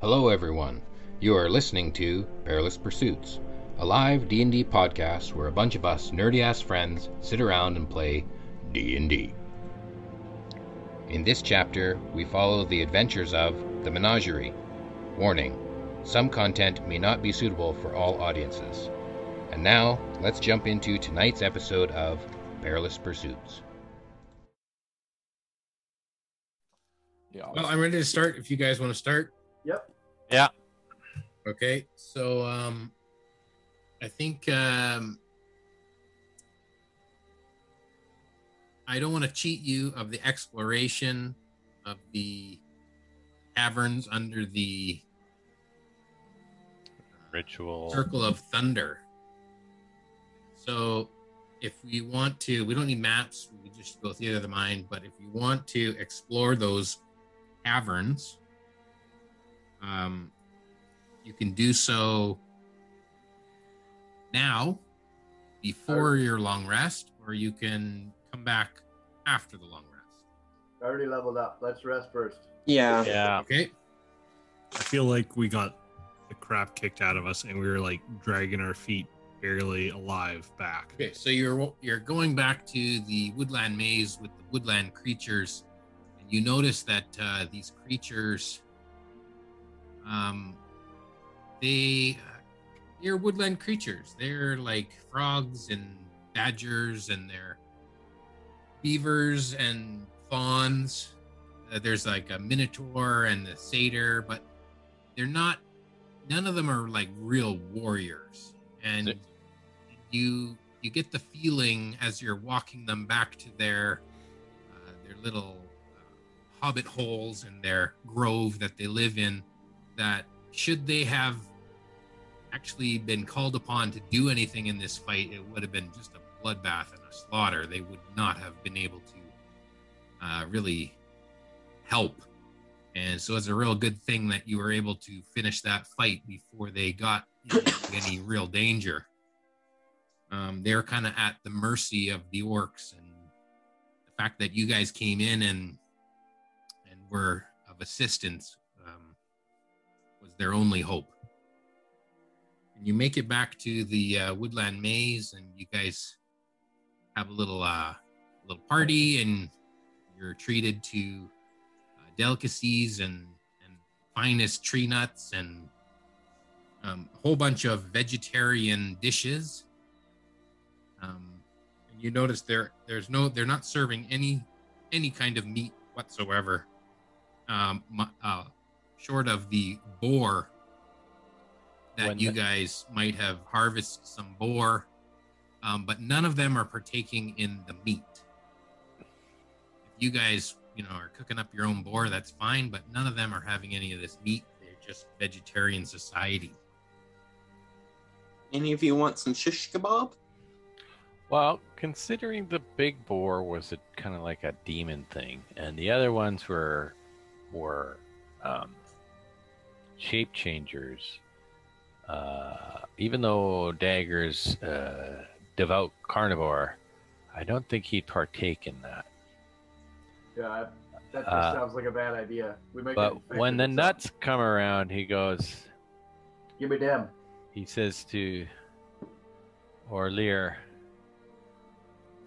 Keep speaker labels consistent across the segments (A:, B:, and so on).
A: Hello everyone. You are listening to Perilous Pursuits, a live D&D podcast where a bunch of us nerdy ass friends sit around and play D&D. In this chapter, we follow the adventures of the Menagerie. Warning: some content may not be suitable for all audiences. And now, let's jump into tonight's episode of Perilous Pursuits.
B: Yeah.
C: Well, I'm ready to start if you guys want to start.
D: Yep.
E: Yeah.
C: Okay. So um I think um I don't want to cheat you of the exploration of the caverns under the
E: Ritual.
C: circle of thunder. So if we want to, we don't need maps, we just go theater of the mind, but if you want to explore those caverns, um, you can do so now before your long rest, or you can come back after the long rest.
D: I already leveled up. Let's rest first.
F: Yeah.
E: Yeah.
C: Okay.
G: I feel like we got the crap kicked out of us and we were like dragging our feet barely alive back.
C: Okay, so you're you're going back to the woodland maze with the woodland creatures, and you notice that uh, these creatures, um, they uh, they're woodland creatures. They're like frogs and badgers, and they're beavers and fawns. Uh, there's like a minotaur and a satyr, but they're not. None of them are like real warriors, and
E: Th-
C: you you get the feeling as you're walking them back to their uh, their little uh, hobbit holes and their grove that they live in that should they have actually been called upon to do anything in this fight it would have been just a bloodbath and a slaughter they would not have been able to uh, really help and so it's a real good thing that you were able to finish that fight before they got into any real danger um, they're kind of at the mercy of the orcs and the fact that you guys came in and and were of assistance um, was their only hope and you make it back to the uh, woodland maze and you guys have a little uh, little party and you're treated to uh, delicacies and and finest tree nuts and um, a whole bunch of vegetarian dishes um, and you notice there there's no they're not serving any any kind of meat whatsoever um, mu- uh, short of the boar that
E: When
C: you
E: the-
C: guys might have harvested some boar um, but none of them are partaking in the meat if you guys you know are cooking up your own boar that's fine but none of them are having any of this meat they're just vegetarian society
F: Any of you want some shish kebab?
E: Well, considering the big boar was a kind of like a demon thing, and the other ones were were um, shape changers. Uh, even though Dagger's uh, devout carnivore, I don't think he'd partake in that.
D: Yeah, that just
E: Uh,
D: sounds like a bad idea. We might. get
E: But
D: infected
E: when the
D: or something.
E: nuts come around, he goes,
D: Give me them.
E: He says to Orlear,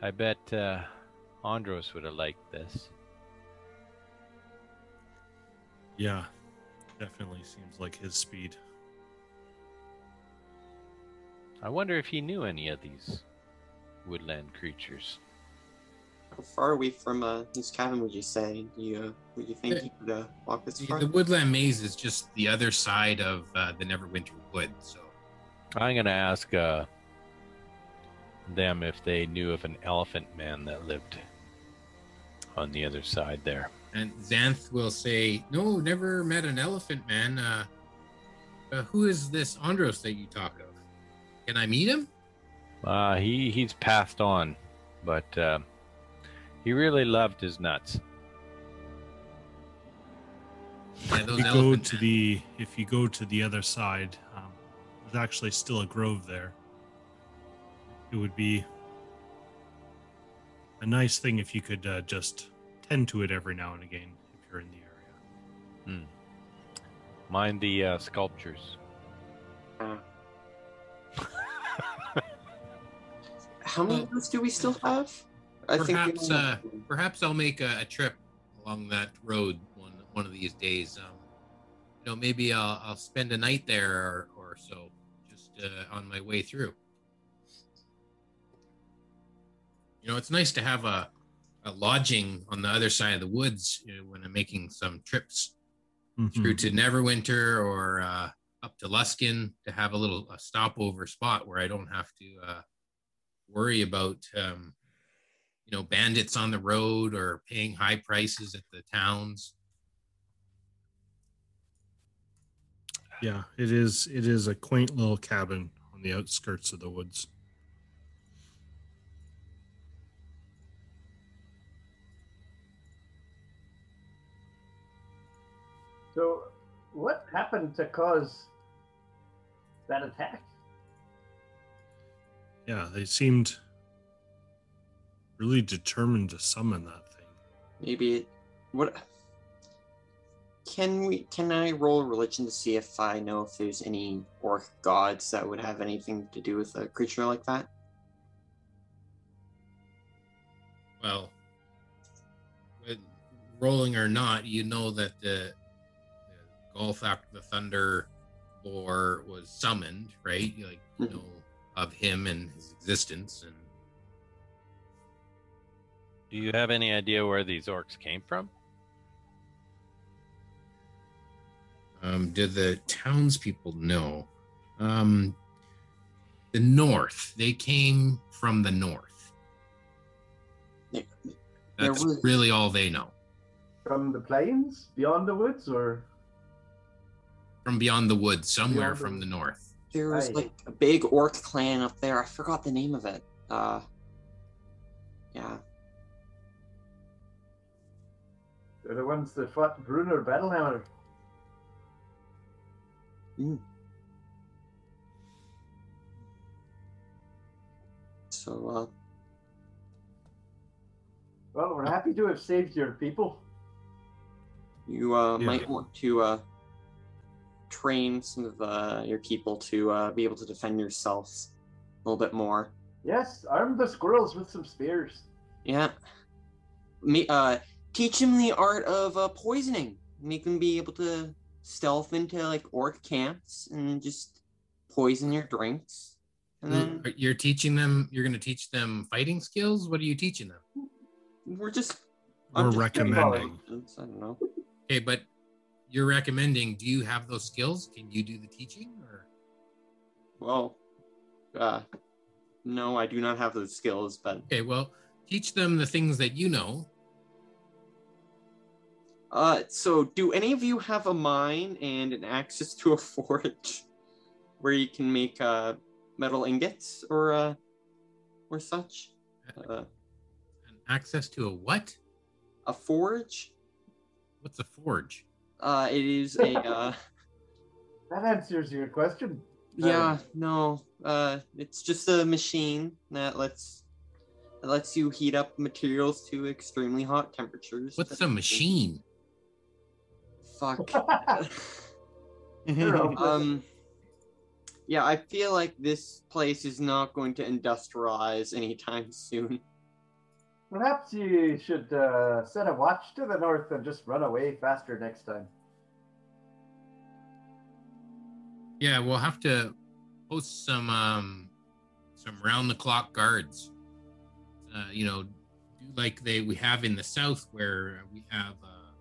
E: I bet uh, Andros would have liked this.
G: Yeah. Definitely seems like his speed.
E: I wonder if he knew any of these woodland creatures.
F: How far away from uh, his cabin would you say? Do you, uh, would you think
C: Yeah.
F: he could uh, walk this
C: the,
F: far?
C: the woodland maze is just the other side of uh, the neverwinter wood so
E: I'm going to ask uh, them if they knew of an elephant man that lived on the other side there.
C: And Xanth will say, No, never met an elephant man. Uh, uh, who is this Andros that you talk of? Can I meet him?
E: Uh, he, he's passed on, but uh, he really loved his nuts.
C: Yeah,
G: If you go
C: elephant
G: to
C: men.
G: the if you go to the other side, um, there's actually still a grove there. It would be a nice thing if you could uh, just tend to it every now and again if you're in the area.
E: Mind the uh, sculptures.
F: How many
C: Uh,
F: of those do we still have? I think
C: perhaps,
F: we only have
C: uh,
F: one.
C: Perhaps I'll make a, a trip along that road one one of these days. Um, you know, maybe I'll I'll spend a night there or, or so, just uh, on my way through. You know, it's nice to have a, a lodging on the other side of the woods you know, when I'm making some trips
G: Mm-hmm. Hmm.
C: through to Neverwinter or uh, up to Luskin to have a little a stopover spot where I don't have to uh, worry about um, you know bandits on the road or paying high prices at the towns.
G: Yeah, it is. It is a quaint little cabin on the outskirts of the woods.
D: So, what happened to cause that attack?
G: Yeah, they seemed really determined to summon that thing.
F: Maybe it, what can we can I roll religion to see if I know if there's any orc gods that would have anything to do with a creature like that?
C: Well, with rolling or not, you know that the, the Golthak the Thunder lore was summoned, right? You, Like you
F: Mhm.
C: know of him and his existence and
E: Do you have any idea where these orcs came from?
C: Um, did the townspeople know? Um, the north. They came from the north.
F: There- there
C: That's
F: was-
C: really all they know.
D: From the plains, beyond the woods, or
C: From beyond the woods, somewhere
D: Beyond the-
C: from the north.
F: There was
D: Aye.
F: like a big orc clan up there. I forgot the name of it. Uh, yeah,
D: they're the ones that fought Brunner Battlehammer?
F: so uh,
D: Well, we're happy to have saved your people.
F: You uh,
G: Yeah.
F: might want to uh, train some of uh, your people to uh, be able to defend yourselves a little bit more.
D: Yes, arm the squirrels with some spears.
F: Yeah. Me, uh, teach them the art of uh, poisoning. Make them be able to stealth into like orc camps and just poison your drinks.
G: Mm.
F: And then
C: Are- You're teaching them. You're going to teach them fighting skills. What are you teaching them?
F: we're just.
G: We're
F: just giving them
G: recommending.
F: options, I don't know.
C: Okay, but you're recommending. Do you have those skills? Can you do the teaching? Or
F: Well, uh, no, I do not have those skills, but
C: okay, well, teach them the things that you know.
F: Uh, so do any of you have a mine and an access to a forge where you can make uh metal ingots or uh or such? Uh,
C: And access to a what?
F: a forge?
C: What's a forge?
F: Uh, it is a uh
D: That answers your question.
F: yeah no uh it's just a machine that lets that lets you heat up materials to extremely hot temperatures.
C: What's a machine?
F: Fuck.
D: You're hopeless.
F: Um, yeah, I feel like this place is not going to industrialize anytime soon.
D: Perhaps you should uh, set a watch to the north and just run away faster next time.
C: Yeah, we'll have to post some um, some round the clock guards. Uh, you know, do like they we have in the south where we have uh,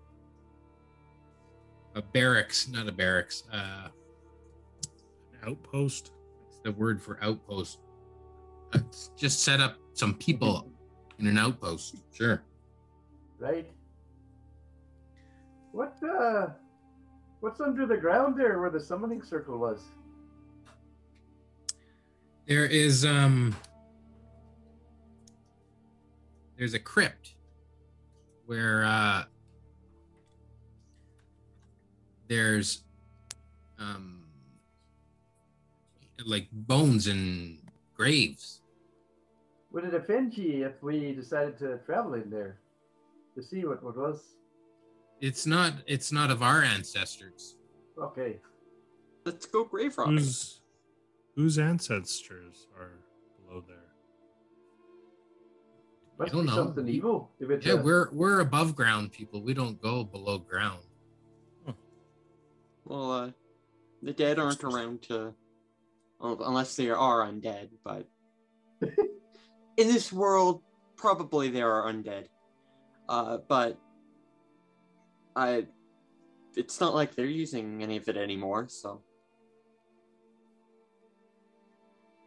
C: a barracks, not a barracks. Uh,
G: Outpost.
C: what's the word for outpost? Uh, just set up some people in an outpost. Sure.
D: Right. What uh what's under the ground there where the summoning circle was?
C: There is um there's a crypt where uh there's um like bones and graves.
D: Would it offend you if we decided to travel in there to see what what was?
C: It's not it's not of our ancestors.
D: Okay.
F: Let's go grave robbing.
G: Whose whose ancestors are below there?
D: Must
C: don't
D: be
C: know.
D: something evil. If it's
C: Yeah,
D: a-
C: we're we're above ground people. We don't go below ground.
F: Well, uh, the dead aren't around to, un- unless they are undead. But in this world, probably there are undead. Uh, but I, it's not like they're using any of it anymore. So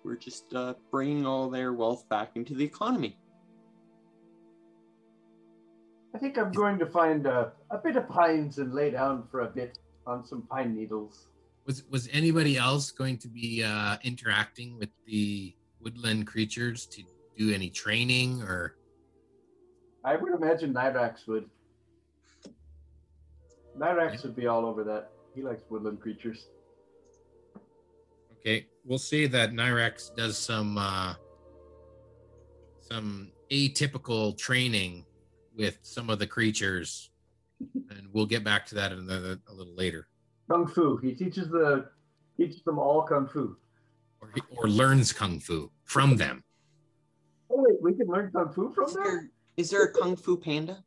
F: we're just uh, bringing all their wealth back into the economy.
D: I think I'm going to find a, a bit of pines and lay down for a bit on some pine needles.
C: Was was anybody else going to be uh, interacting with the woodland creatures to do any training or?
D: I would imagine Nyrax would. Nyrax would be all over that. He likes woodland creatures.
C: Okay, we'll say that Nyrax does some uh, some atypical training with some of the creatures, and we'll get back to that another, a little later,
D: Kung Fu. He teaches the teaches them all Kung Fu.
C: or, he- or learns kung fu from them.
D: Oh wait, we can learn Kung Fu from
F: Is
D: there?
F: there is there a kung fu panda?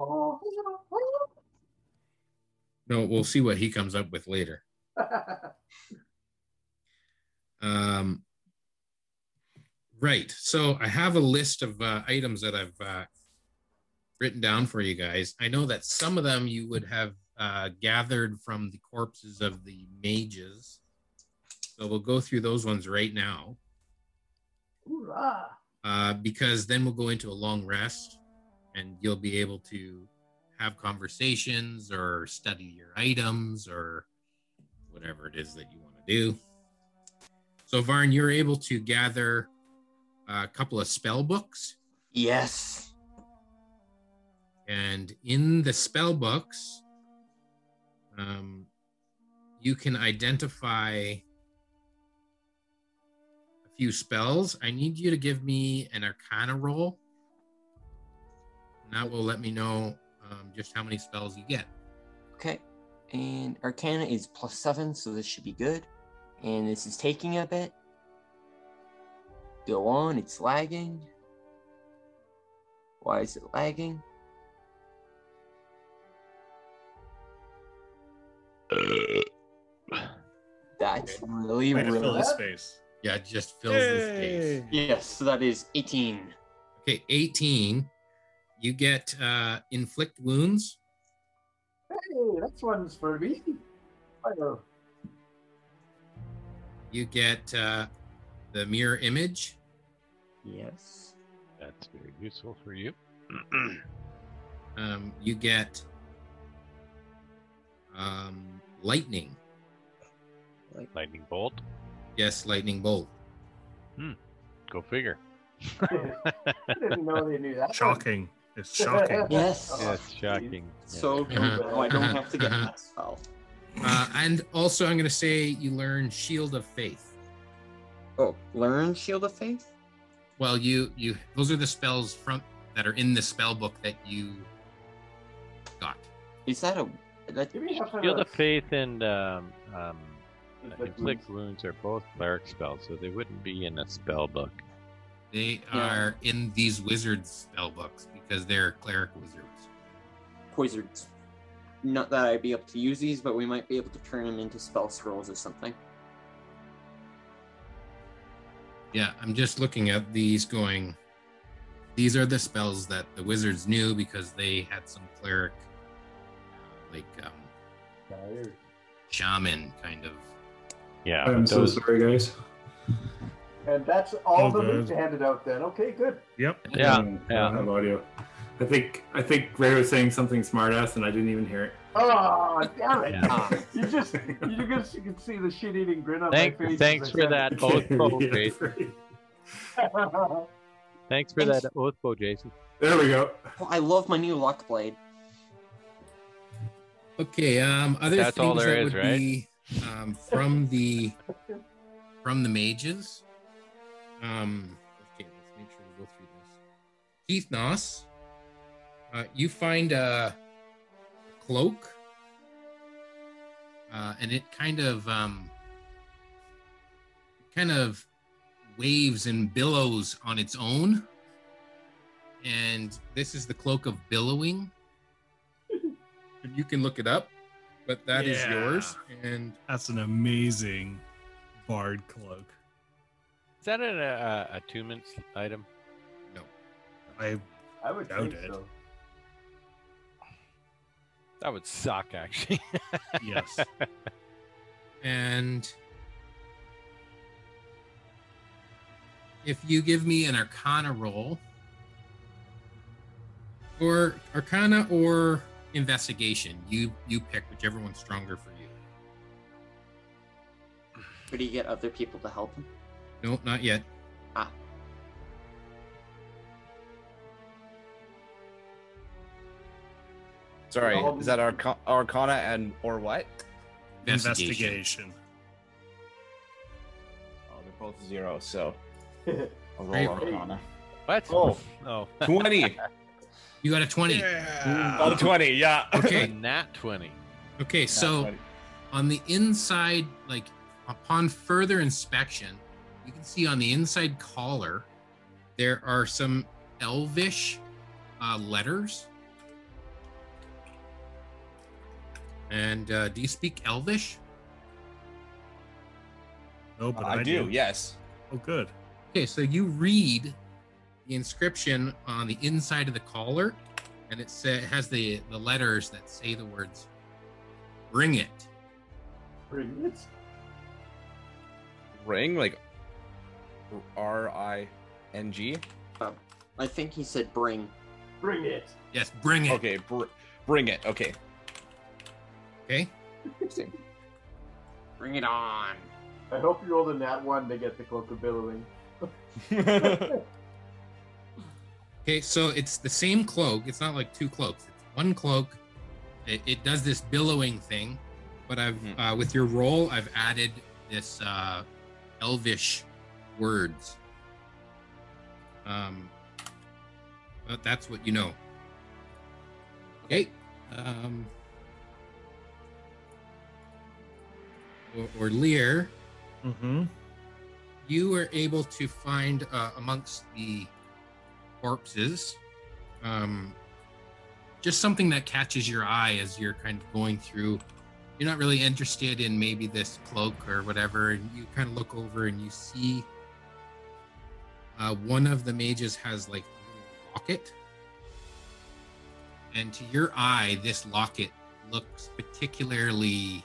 D: Oh,
C: No, we'll see what he comes up with later. Um, right. So I have a list of uh, items that I've uh, written down for you guys. I know that some of them you would have uh, gathered from the corpses of the mages. So we'll go through those ones right now
D: Hoorah!
C: uh, because then we'll go into a long rest and you'll be able to have conversations or study your items or whatever it is that you want to do. So, Varn, you're able to gather a couple of spell books,
F: Yes.
C: and in the spell books, um, you can identify a few spells. I need you to give me an arcana roll. And that will let me know um, just how many spells you get.
F: Okay. And Arcana is plus seven, so this should be good. And this is taking a bit. Go on, it's lagging. Why is it lagging? That's really,
G: Way to fill
F: really.
G: the space.
C: Yeah, it just fills the space.
F: Yes, so that is 18.
C: Okay, 18. You get uh, inflict wounds.
D: Hey, that's one's for me. Well,
C: You get uh, the mirror image.
F: Yes.
E: That's very useful for you.
C: um, you get um, lightning.
E: Lightning bolt.
C: Yes, lightning bolt.
E: Go figure.
D: I didn't know they knew that. Oh,
G: Shocking. It's shocking.
F: Yes.
D: Yeah,
E: That's shocking.
F: So
C: Yeah.
F: oh, I don't have to get that spell.
C: Uh, and also, I'm going to say you learn Shield of Faith.
F: Oh, learn Shield of Faith?
C: Well, you you those are the spells from that are in the spell book that you got.
F: Is that a. That,
D: Give me half of
E: Shield of
D: those.
E: Faith and um, um,
D: Inflict
E: inflict
D: wounds.
E: wounds are both cleric spells, so they wouldn't be in a spell book.
C: They
F: Yeah.
C: are in these wizards spell books because they're cleric wizards.
F: poisons. Not that I'd be able to use these, but we might be able to turn them into spell scrolls or something.
C: Yeah, I'm just looking at these going. These are the spells that the wizards knew because they had some cleric, like um, shaman kind of
E: Yeah,
H: I'm
E: but
H: so
E: those,
H: sorry, guys.
D: And that's all
G: Oh,
D: the
G: good.
D: loot handed out then. Okay, good.
G: Yep.
E: Yeah,
H: Um, I
E: yeah.
H: don't have audio. I think I think Ray was saying something smartass, and I didn't even hear it.
D: Oh, damn it.
E: Yeah.
F: Ah,
D: You just, you just you can see the shit eating grin on
E: Thank-
D: my face. as
E: thanks
D: I
E: for
D: said
E: that. Both both,
H: Yeah,
E: Jason.
H: sorry.
D: it.
E: Thanks for that oath, bow, Jason.
H: There we go.
F: oh, I love my new lock blade.
C: Okay. Um. Other
E: That's
C: things
E: all there
C: that
E: is,
C: would
E: right?
C: be um, from the from the mages. Um. Okay. Let's make sure we go through this. Keith Noss. Uh, you find a cloak uh, and it kind of um, kind of waves and billows on its own. And this is the cloak of billowing. And you can look it up, but that is
G: Yeah.
C: yours. And
G: That's an amazing bard cloak.
E: Is that an uh, attunement s- item?
C: no,
G: I
D: I would
G: Doubt
D: think
G: it.
D: so.
E: That would suck, actually.
G: yes.
C: and if you give me an Arcana roll, or Arcana or Investigation, you you pick whichever one's stronger for you.
F: But do you get other people to help him?
C: Nope, not yet.
F: Ah.
I: Sorry,
D: Um,
I: is that Arca- Arcana and or what?
C: Investigation.
G: Investigation.
I: Oh, they're both zero, so I'll roll
C: Great roll.
I: Arcana.
E: what?
I: Oh.
E: Oh.
I: 20.
C: You got a twenty.
G: Uh,
I: Oh, 20, yeah.
E: A
C: Okay.
E: nat 20.
C: Okay, so. on the inside, like upon further inspection, you can see on the inside collar, there are some elvish uh, letters. And uh, do you speak elvish?
G: No, but
I: I, do, yes.
G: Oh, good.
C: Okay, so you read the inscription on the inside of the collar, and it sa- has the, the letters that say the words, Bring it.
D: Bring it.
I: Ring, like R I N G.
F: I think he said bring.
D: Bring it.
C: Yes, bring it.
I: Okay, br- bring it. Okay.
C: okay?
I: Interesting.
F: Bring it on.
D: I hope you rolled in that one to get the cloak of billowing.
C: Okay, so it's the same cloak. It's not like two cloaks. It's one cloak. It, it does this billowing thing, but I've
I: Mhm.
C: uh, with your roll, I've added this uh, elvish words. Um, but that's what you know. Okay. Um, or, or Lear
G: Mm-hmm.
C: you were able to find uh, amongst the corpses um, just something that catches your eye as you're kind of going through. You're not really interested in maybe this cloak or whatever, and you kind of look over and you see uh, one of the mages has like a little locket. And to your eye, this locket looks particularly um,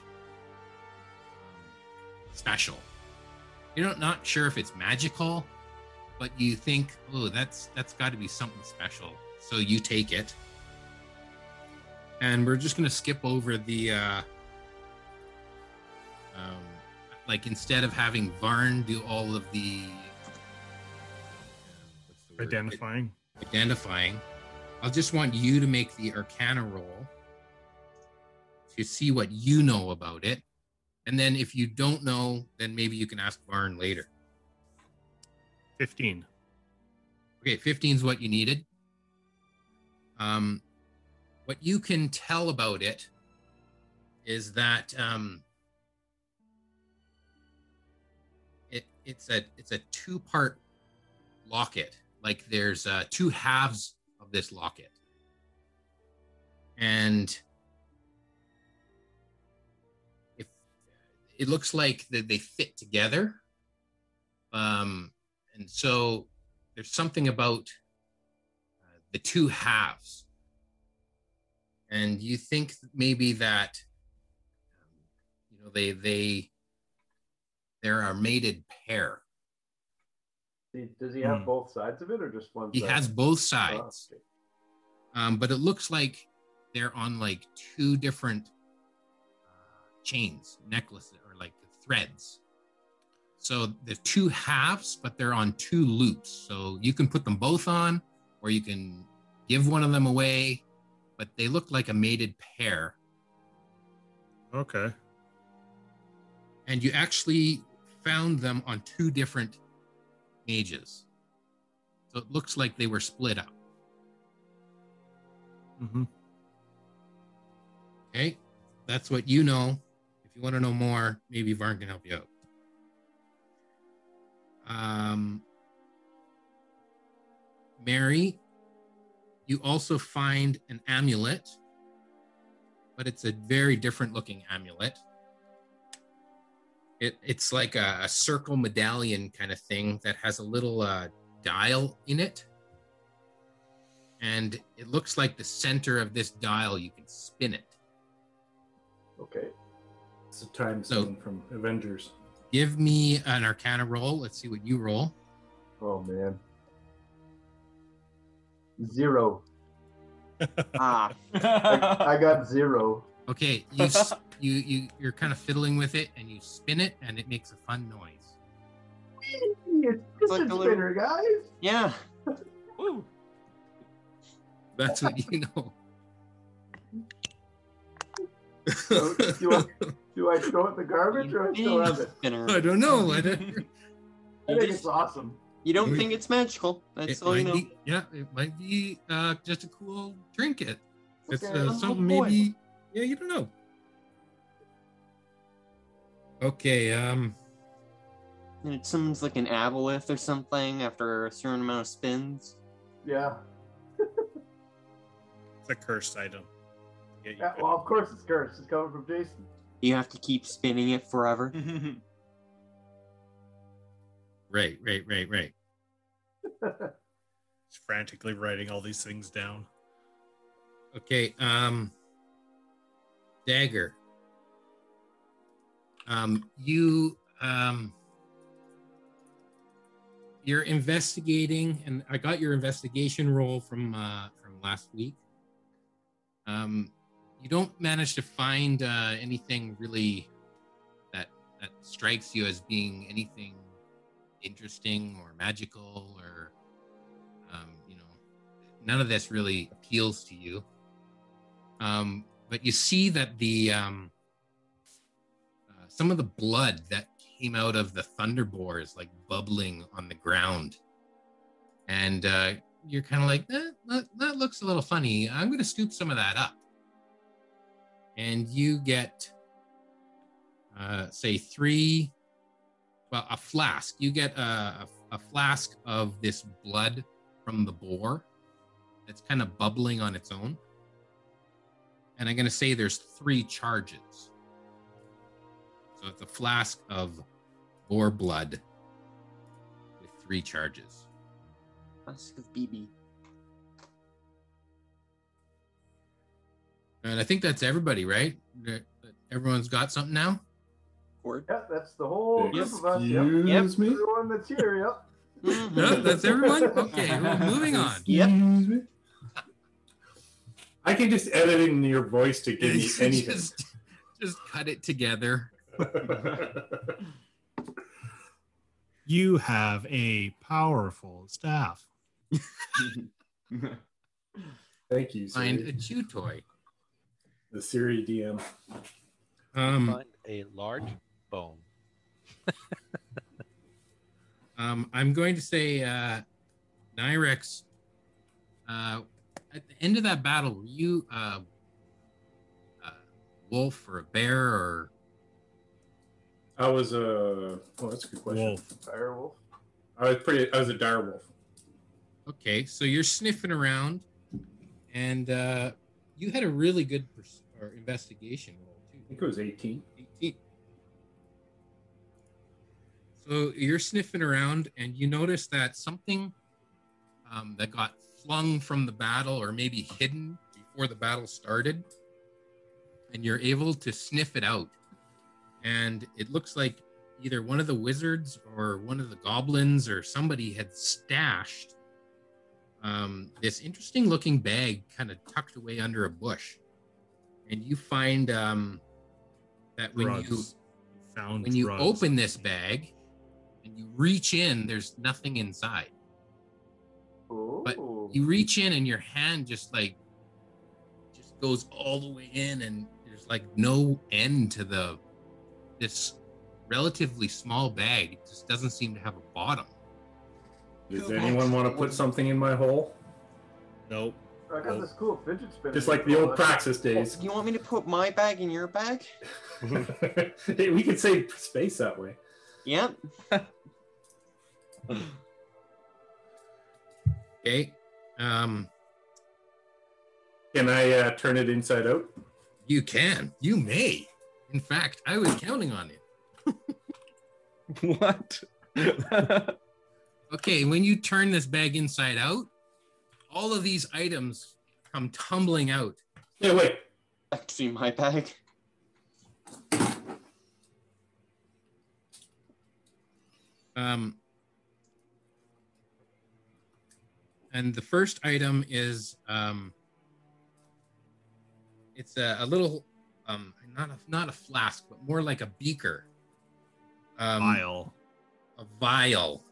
C: special you're not, not sure if it's magical but you think oh that's that's got to be something special so you take it and we're just going to skip over the uh um like instead of having varn do all of the uh, what's the word?
G: Identifying.
C: identifying i'll just want you to make the arcana roll to see what you know about it and then if you don't know then maybe you can ask varn later
G: 15.
C: Okay, 15 is what you needed. Um, what you can tell about it is that um, it it's a it's a two part locket. Like there's uh, two halves of this locket, and if it looks like that they fit together, um, and so there's something about uh, the two halves and you think maybe that um, you know they they there are mated pair
D: See, Does he have
G: Hmm.
D: both sides of it or just one?
C: he
D: side?
C: has both
D: Oh,
C: sides
D: okay.
C: um, but it looks like they're on like two different uh, chains necklaces or like threads so the two halves but they're on two loops so you can put them both on or you can give one of them away but they look like a mated pair
G: Okay.
C: and you actually found them on two different mages so it looks like they were split up
G: Mm-hmm.
C: Okay, that's what you know. If you want to know more, maybe Varn can help you out. Um, Mary, you also find an amulet, but it's a very different looking amulet. It, it's like a, a circle medallion kind of thing that has a little uh, dial in it. And it looks like the center of this dial, you can spin it.
D: Okay.
H: It's a time
C: So-
H: stone from Avengers.
C: Give me an arcana roll. Let's see what you roll.
D: Oh man. Zero.
F: Ah,
D: I got zero.
C: Okay, you s- you you you're kind of fiddling with it, and you spin it, and it makes a fun noise.
D: It's just
F: like
D: a
F: the little-
D: spinner, guys.
F: yeah.
I: Woo.
C: That's what you know.
D: So, do, I, do I throw it in the garbage or I still have it?
C: I
F: Spinner.
C: don't know. I don't,
D: I think it's awesome.
F: You don't think it's magical? That's
C: it
F: all you
C: might
F: know.
C: be, yeah, it might be uh, just a cool trinket. It's
D: Okay.
C: uh, so
F: Oh, boy.
C: maybe yeah, you don't know. Okay, um,
F: And it summons like an aboleth or something after a certain amount of spins.
D: Yeah.
G: It's a cursed item. Yeah, you
D: yeah.
G: could-
D: Well, of course it's cursed. It's coming from Jason.
F: You have to keep spinning it forever.
D: Mm-hmm.
C: right, right, right, right.
G: He's frantically writing all these things down.
C: Okay, um dagger. Um you um you're investigating and I got your investigation roll from uh from last week. Um you don't manage to find uh anything really that that strikes you as being anything interesting or magical or um you know none of this really appeals to you. Um, but you see that the um, uh, some of the blood that came out of the thunder boar is like bubbling on the ground, and uh, you're kind of like that, that. That looks a little funny. I'm going to scoop some of that up, and you get uh, say three. Well, a flask. You get a, a, a flask of this blood from the boar that's kind of bubbling on its own. And I'm going to say there's three charges. So it's a flask of boar blood with three charges.
F: Ask of BB.
C: And I think that's everybody, right? That- that Everyone's got something now?
F: Cord.
D: Yeah, that's the whole group of us. Yep.
H: Excuse me?
D: Everyone that's here. Yep.
F: Mhm.
C: No, that's everyone? Okay, well, moving on.
F: Yep.
H: Excuse me? I can just edit in your voice to give me anything.
C: just, just cut it together.
G: You have a powerful staff.
H: Thank you,
C: Find a
H: Siri.
C: chew toy.
H: The Siri DM.
C: Um,
E: Find a large bone.
C: Um, I'm going to say, uh, Nyrex, uh, at the end of that battle, were you uh, a wolf or a bear or
H: I was a. Oh, that's a good question.
G: Wolf.
D: Firewolf.
H: I was pretty. I was a dire wolf.
C: okay? So you're sniffing around, and uh, you had a really good pers- or investigation roll too.
H: I think it was 18.
C: 18. So you're sniffing around and you notice that something um, that got flung from the battle or maybe hidden before the battle started, and you're able to sniff it out. And it looks like either one of the wizards or one of the goblins or somebody had stashed um, this interesting looking bag kind of tucked away under a bush. And you find um, that when
G: drugs.
C: you
G: found
C: when you
G: drugs.
C: open this bag and you reach in, there's nothing inside.
D: Oh.
C: You reach in and your hand just like just goes all the way in and there's like no end to the this relatively small bag. It just doesn't seem to have a bottom.
H: Does anyone want to put something in my hole?
G: Nope.
D: I got this cool fidget spinner.
H: Just like the old Praxis days.
F: You want me to put my bag in your bag?
H: Hey, we could save space that way.
F: Yep.
C: Okay. Um,
H: Can I uh, turn it inside out?
C: you can. You may. In fact, I was counting on it.
I: What?
C: Okay, when you turn this bag inside out, all of these items come tumbling out.
H: Yeah, wait.
F: Actually, my bag.
C: Um, and the first item is um, it's a, a little um, not a not a flask, but more like a beaker. Um,
G: Vile.
C: A vial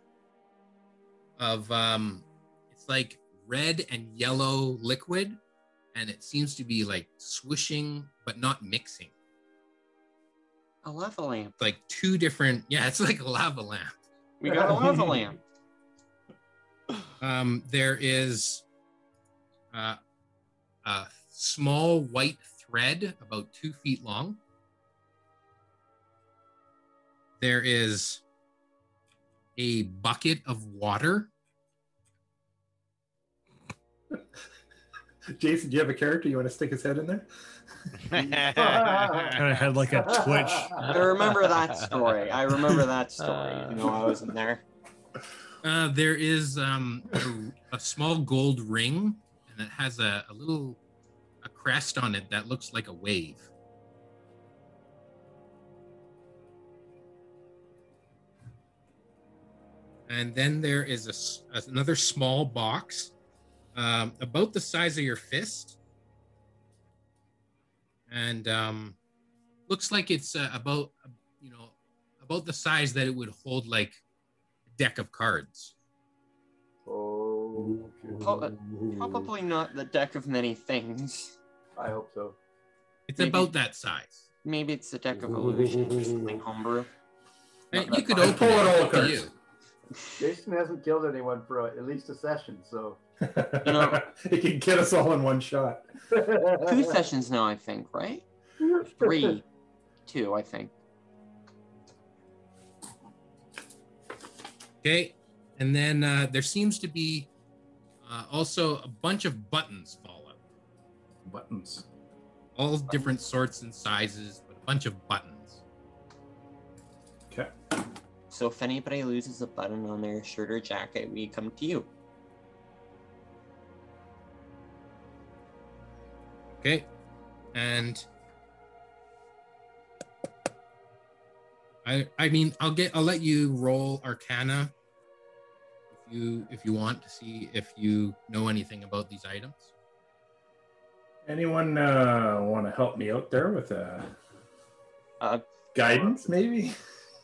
C: of um, it's like red and yellow liquid, and it seems to be like swishing but not mixing.
F: A lava lamp.
C: It's like two different. Yeah, it's like a lava lamp.
F: We got a lava lamp.
C: Um, there is uh, a small white thread about two feet long. There is a bucket of water.
H: Jason, do you have a character you want to stick his head in there?
G: And I had like a twitch.
F: I remember that story. I remember that story. You know, I wasn't there.
C: Uh, there is um, a, a small gold ring, and it has a, a little a crest on it that looks like a wave. And then there is a s- another small box, um, about the size of your fist, and um, looks like it's uh, about you know about the size that it would hold like a deck of cards.
D: Oh,
F: Prob- Probably not the deck of many things.
D: I hope so.
C: It's
F: Maybe.
C: about that size.
F: Maybe it's the deck of illusion or something homebrew.
C: And
F: Not
C: you
F: that
C: could
F: far.
C: open
H: Pull
C: it.
H: out all
C: Up to
H: the
C: you.
H: cards.
D: Jason hasn't killed anyone for uh, at least a session, so.
F: know-
H: it can get us all in one shot.
F: Two sessions now, I think, right? Three. Two, I think.
C: Okay. And then uh, there seems to be uh, also a bunch of buttons fall out,
H: Buttons.
C: all different sorts and sizes, but a bunch of buttons.
F: So if anybody loses a button on their shirt or jacket, we come to you.
C: Okay. And I I mean I'll get I'll let you roll Arcana if you if you want to see if you know anything about these items.
H: Anyone uh, want to help me out there with uh,
F: Uh,
H: guidance, maybe?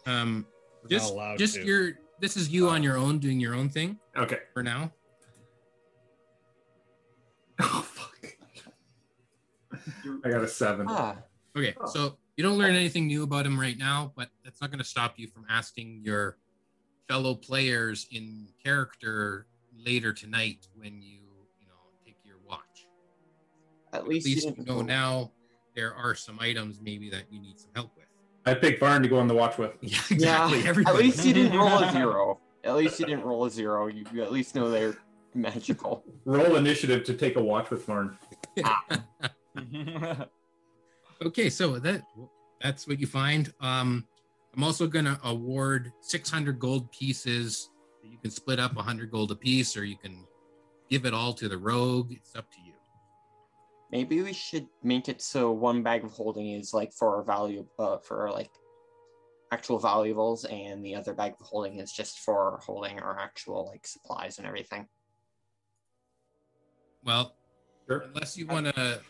C: Um
G: We're not
C: just
G: allowed
C: just
G: to. Uh,
C: your this is you on your own doing your own thing
H: Okay.
C: for now.
H: Oh, fuck. I got a seven.
F: ah,
C: Okay,
D: Oh.
C: so you don't learn anything new about him right now, but that's not going to stop you from asking your fellow players in character later tonight when you, you know, take your watch.
F: at
C: At
F: least,
C: least
F: didn't
C: you know
F: roll.
C: now there are some items maybe that you need some help with.
H: I picked Varn to go on the watch with.
C: Yeah,
F: Yeah,
C: everything.
F: at least you didn't roll a zero. At least you didn't roll a zero. You, you at least know they're magical.
H: Roll initiative to take a watch with Varn.
C: Okay, so that that's what you find. Um, I'm also going to award 600 gold pieces. You can split up 100 gold apiece, or you can give it all to the rogue. It's up to you.
F: Maybe we should make it so one bag of holding is like for our value, uh, for our, like actual valuables, and the other bag of holding is just for holding our actual like supplies and everything.
C: Well,
H: Sure.
C: unless you want to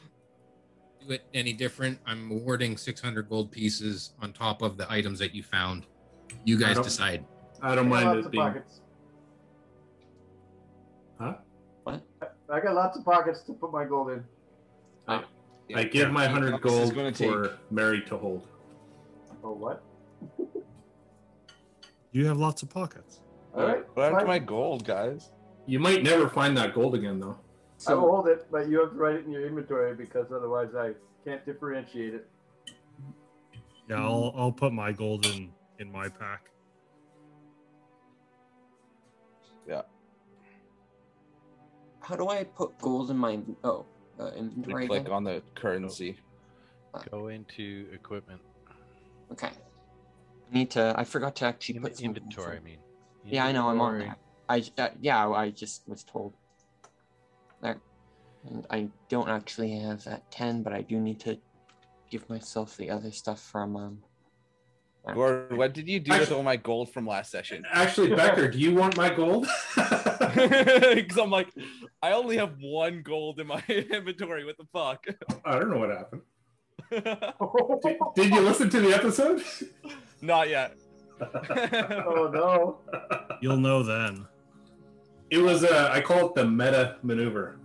C: do it any different, I'm awarding 600 gold pieces on top of the items that you found. You guys
H: don't-
C: decide.
H: I don't
D: I got
H: mind
D: lots
H: it
D: of
H: being.
D: pockets.
H: Huh?
D: I got lots of pockets to put my gold in.
H: I give my
I: Yeah, this
H: 100
I: is
H: gold
I: gonna take-
H: for Mary to hold.
D: Oh, what?
G: You have lots of pockets.
I: Uh,
D: All right.
I: Where's
D: fine.
I: my gold, guys?
H: You might never find that gold again, though.
D: I will
F: So
D: hold it, but you have to write it in your inventory because otherwise I can't differentiate it.
G: Yeah, I'll I'll put my gold in in my pack.
F: how do I put gold in my oh uh,
I: You
F: inventory?
I: click
F: again?
I: on the currency.
E: Go into equipment.
F: Okay. I need to. I forgot to actually
E: In-
F: put something in
E: inventory, I mean.
F: Yeah, I know. I'm on
E: Inventory.
F: that. I j- uh, yeah, I just was told that, and I don't actually have that ten, but I do need to give myself the other stuff from um. that.
I: Gordon, what did you do with all my gold from last session?
H: Actually, Becker, do you want my gold?
I: Because I'm like, I only have one gold in my inventory. What the fuck?
H: I don't know what happened. Did,
D: oh
H: did you listen to the episode?
I: Not yet. Oh,
D: no.
G: You'll know then.
H: It was, uh, I call it the meta maneuver.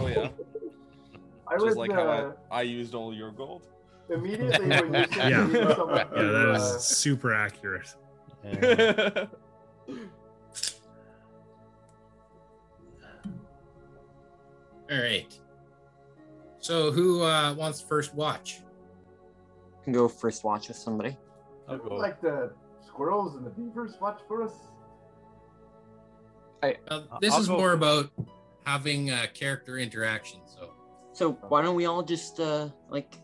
I: Oh yeah,
D: I
I: just
D: was
I: like
D: uh,
I: how I, I used all your gold.
D: immediately when you said
G: Yeah.
D: you needed someone
G: Yeah,
D: to,
G: that
D: uh,
G: was super accurate.
E: Yeah.
C: All right. So who uh, wants first watch?
F: Can go first watch with somebody.
E: I'll go.
D: like the squirrels and the beavers watch for us.
C: Now,
E: I-
C: this
E: I'll
C: is
E: go-
C: more about having uh, character interaction. So
F: So why don't we all just uh like,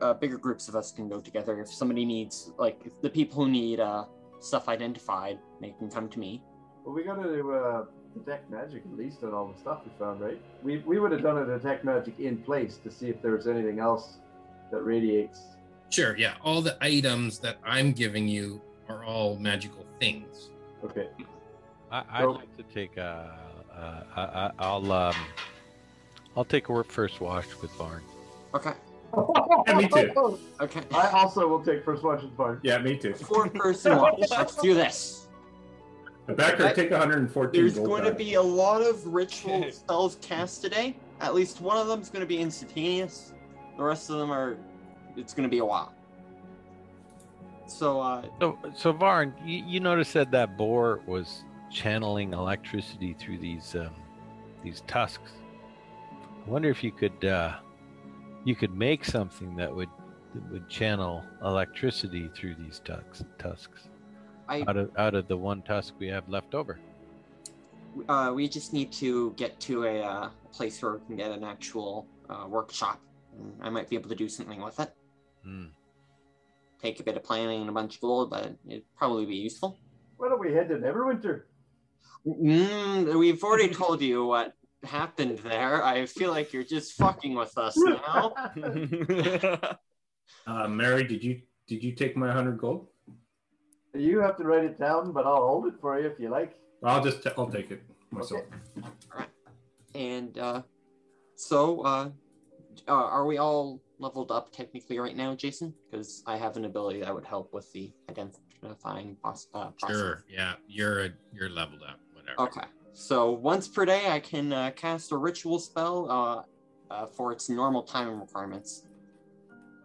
F: uh, bigger groups of us can go together. If somebody needs like if the people who need uh stuff identified, they can come to me.
D: Well, we gotta uh, detect magic at least on all the stuff we found, right? We we would have done a detect magic in place to see if there was anything else that radiates.
C: sure, yeah, all the items that I'm giving you are all magical things.
D: Okay.
E: I, I'd
D: So-
E: like to take. Uh, uh, I, I, I'll. Um, I'll take a first watch with Barn.
F: Okay.
H: Yeah, me
D: too.
F: Okay.
D: I also will take first watch and fire.
H: Yeah, me too.
F: Four person watch. Let's do this.
H: Becker, take 114
F: There's
H: gold.
F: going to
H: back.
F: be a lot of ritual spells cast today. At least one of them's going to be instantaneous. The rest of them are. It's going to be a while. So, uh,
E: So, so Varn, you, you noticed that that boar was channeling electricity through these um, these tusks. I wonder if you could uh, you could make something that would that would channel electricity through these tusks tusks
F: I
E: out of out of the one tusk we have left over.
F: uh, we just need to get to a uh, place where we can get an actual uh, workshop. And I might be able to do something with it.
E: Hmm.
F: Take a bit of planning and a bunch of gold, but it'd probably be useful.
D: Why don't we head to Neverwinter?
F: Mm, we've already told you what happened there. I feel like you're just fucking with us now.
H: Uh, Mary, did you did you take my 100 gold?
D: you have to write it down, but I'll hold it for you if you like.
H: I'll just, i I'll take it myself.
F: And uh, so, uh, uh, are we all leveled up technically right now, Jason? Because I have an ability that would help with the identifying pos- uh, process.
C: Sure, yeah, you're you're leveled up, whatever.
F: Okay. So once per day, I can uh, cast a ritual spell uh, uh, for its normal timing requirements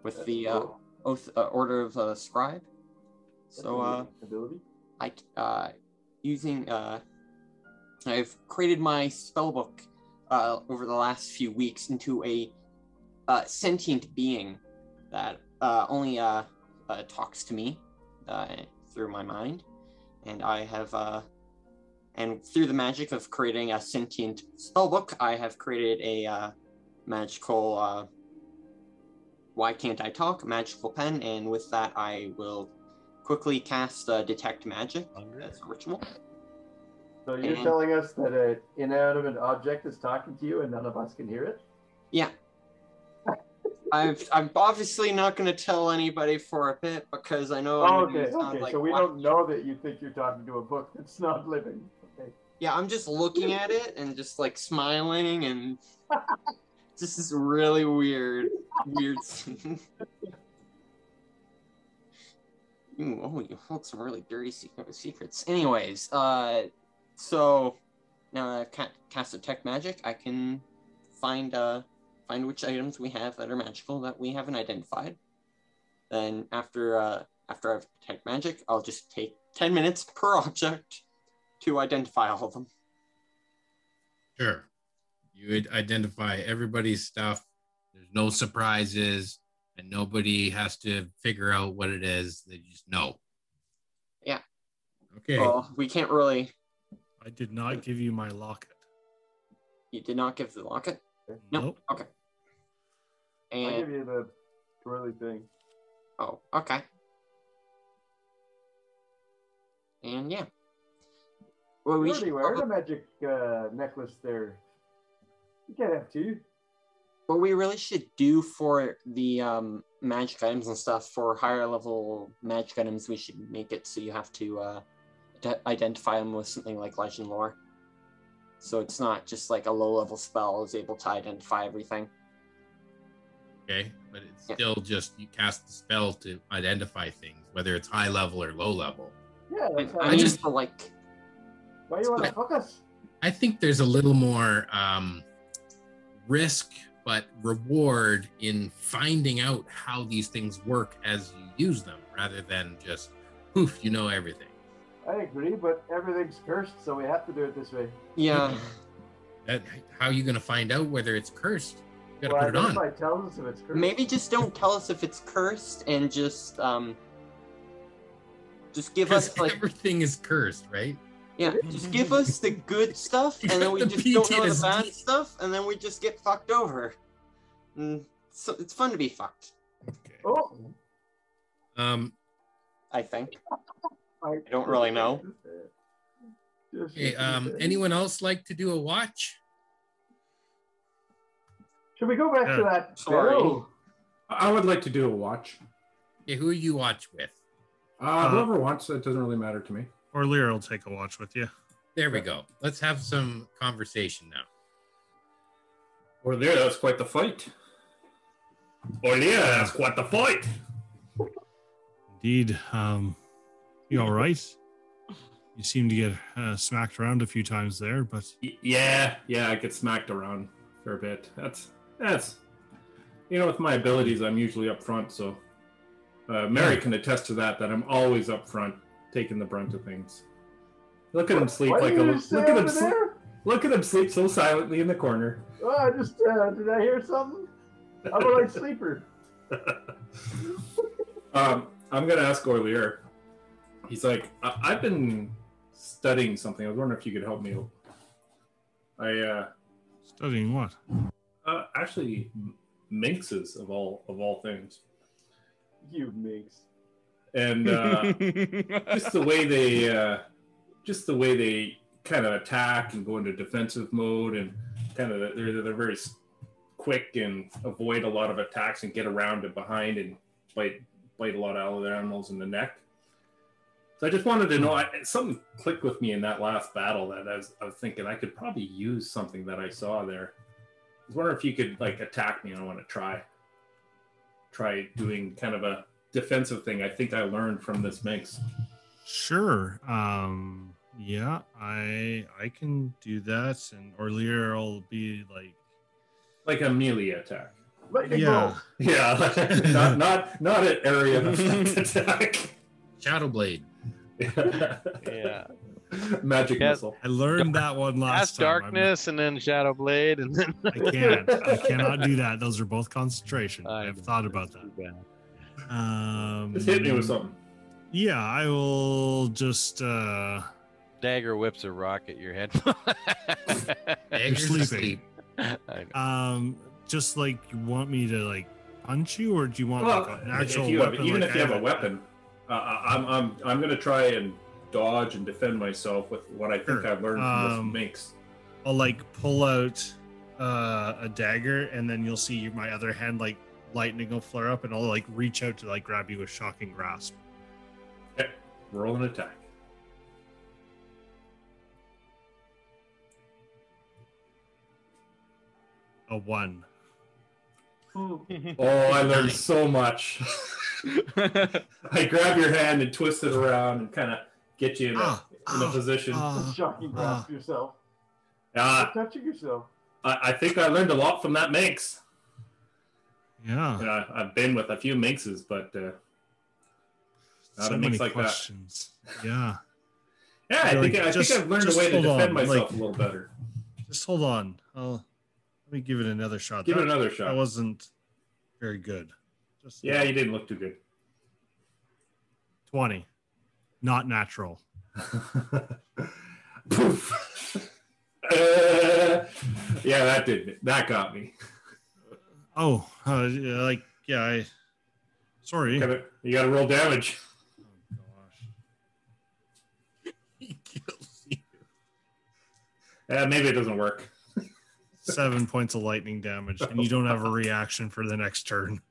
F: with the uh,
D: Cool.
F: oath uh, order of uh, scribe.
D: That's
F: So.
D: a
F: Uh,
D: unique ability.
F: I uh, using uh, I've created my spellbook uh, over the last few weeks into a uh, sentient being that uh, only uh, uh, talks to me uh, through my mind, and I have uh, and through the magic of creating a sentient spellbook, I have created a uh, magical. Uh, why can't I talk? Magical pen, and with that, I will quickly cast uh, detect magic as a ritual.
D: So you're
F: and-
D: telling us that an inanimate object is talking to you and none of us can hear it?
F: I've, I'm obviously not going to tell anybody for a bit because I know.
D: Oh,
F: I'm
D: okay,
F: gonna sound
D: okay.
F: like
D: so we
F: whack.
D: don't know that you think you're talking to a book that's not living. Okay.
F: Yeah, I'm just looking at it and just like smiling and just this really weird, weird scene. Ooh, oh, you hold some really dirty secret- secrets. Anyways, uh, so now that I've ca- cast detect magic, I can find uh find which items we have that are magical that we haven't identified. Then after uh after I've detect magic, I'll just take ten minutes per object to identify all of them.
C: Sure. You would identify everybody's stuff. There's no surprises, and nobody has to figure out what it is. They just know.
F: Yeah.
C: Okay.
F: Well, we can't really.
G: I did not give you my locket.
F: You did not give the locket, No.
G: Nope.
D: I'll give
F: and
D: you the twirly thing.
F: oh, okay. And yeah. Well, we
D: You already
F: should
D: wear
F: probably-
D: the magic uh, necklace there. You can't have two.
F: what we really should do for the um, magic items and stuff for higher level magic items we should make it so you have to uh, de- identify them with something like legend lore so it's not just like a low level spell is able to identify everything
C: Okay. But it's
F: Yeah.
C: still just you cast the spell to identify things, whether it's high level or low level.
D: Yeah,
F: i,
D: that's how
F: I
D: it
F: mean,
D: is.
F: just for like
D: Why you want to fuck us?
C: I think there's a little more um, risk, but reward in finding out how these things work as you use them, rather than just poof, you know everything.
D: I agree, but everything's cursed, so we have to do it this way.
F: yeah
C: That how are you gonna find out whether it's cursed? You gotta
D: Well,
C: put it on.
D: identify tells us if it's cursed.
F: maybe just don't tell us if it's cursed and just um just give us
C: Because
F: like
C: everything is cursed, right?
F: Yeah, just give us the good stuff,
C: You
F: and then
C: got
F: we
C: the
F: just don't know the
C: PTSD.
F: bad stuff, and then we just get fucked over. Mm, so it's fun to be fucked,
C: Okay.
D: Oh,
C: Um,
F: I think.
D: I
F: don't really know.
D: Just-
C: okay, um, anyone else like to do a watch?
D: Should we go back to
G: Yeah.
D: that?
F: Sorry.
D: barrel?
H: I would like to do a watch.
C: Okay, who you watch with?
H: Uh, whoever wants, it doesn't really matter to me.
G: Or Lear will take a watch with you.
C: There we go. Let's have some conversation now.
H: Or there, that's quite the fight. Or there, that's quite the fight.
G: Indeed. Um, you all right? You seem to get uh, smacked around a few times there, but
H: Y- yeah, yeah, I get smacked around for a bit. That's that's you know, with my abilities, I'm usually up front. So uh, Mary
D: Hmm.
H: can attest to that. That I'm always up front, taking the brunt of things. Look at him sleep
D: Why
H: like
D: did
H: a
D: you
H: look
D: say
H: at him
D: over
H: sleep.
D: there?
H: Look at him sleep so silently in the corner.
D: Oh, I just uh, did I hear something? I'm a light sleeper.
H: Um, I'm gonna ask Orlier. He's like, I- I've been studying something. I was wondering if you could help me. out." I uh,
G: studying what?
H: uh, actually m- minxes of all of all things,
D: You minx.
H: and uh, just the way they uh, just the way they kind of attack and go into defensive mode, and kind of they're they're very s- quick and avoid a lot of attacks and get around and behind and bite bite a lot of other animals in the neck. So I just wanted to know. I, something clicked with me in that last battle that I was, I was thinking I could probably use something that I saw there. I was wondering if you could like attack me. and I want to try try doing kind of a defensive thing. I think I learned from this minx.
G: Sure. Um, yeah, I I can do that, and or Lear will be like,
H: like a melee attack.
D: Lightning
G: yeah,
D: bolt.
H: Yeah, not not not an area of effect attack.
C: Shadowblade.
E: Yeah.
H: Magic
E: Yeah.
H: missile.
G: I learned that one last
E: Cast
G: time. I'm-
E: darkness and then shadow blade and then
G: I can't. I cannot do that. Those are both concentration. I have thought about that. Um,
H: Just hit me with something.
G: Yeah, I will just. uh
E: Dagger whips a rock at your head.
C: Dagger's
G: sleeping.
C: asleep.
E: I know.
G: Um, just like you want me to like punch you, or do you want
H: Well,
G: like an actual
H: if you have,
G: weapon?
H: even
G: like
H: if you
G: I
H: have a weapon, uh, I- I'm I'm I'm gonna try and dodge and defend myself with what I think
G: Sure.
H: I've learned
G: Um,
H: from this minx.
G: I'll like pull out uh, a dagger, and then you'll see my other hand like lightning will flare up, and I'll like reach out to like grab you with shocking grasp.
H: Roll an attack.
G: A one.
H: Oh, I learned so much. I grab your hand and twist it around and kind of get you in a,
G: Ah,
H: in a
G: ah,
H: position.
G: ah,
D: Shocking grasp yourself.
H: Ah,
D: You're touching yourself.
H: I, I think I learned a lot from that minx.
G: yeah.
H: You know, I, I've been with a few minxes, but uh, Not a
G: So
H: mix
G: many
H: like that.
G: questions. Yeah.
H: yeah, I
G: Like,
H: think I
G: just-
H: think I've learned a
G: just
H: way to
G: hold
H: defend
G: on, like-
H: myself a little better.
G: Just hold on. I'll let me give it another shot.
H: Give it
G: That-
H: another
G: That
H: shot.
G: wasn't very good. Just
H: Yeah, you didn't look too good.
G: twenty. Not natural.
H: Poof. Uh, yeah, that did. That got me.
G: Oh, uh, yeah, like yeah. I, sorry.
H: Gotta- You got to roll damage.
G: Oh, gosh.
C: He kills you.
H: Uh, maybe it doesn't work.
G: Seven points of lightning damage, and you don't have a reaction for the next turn.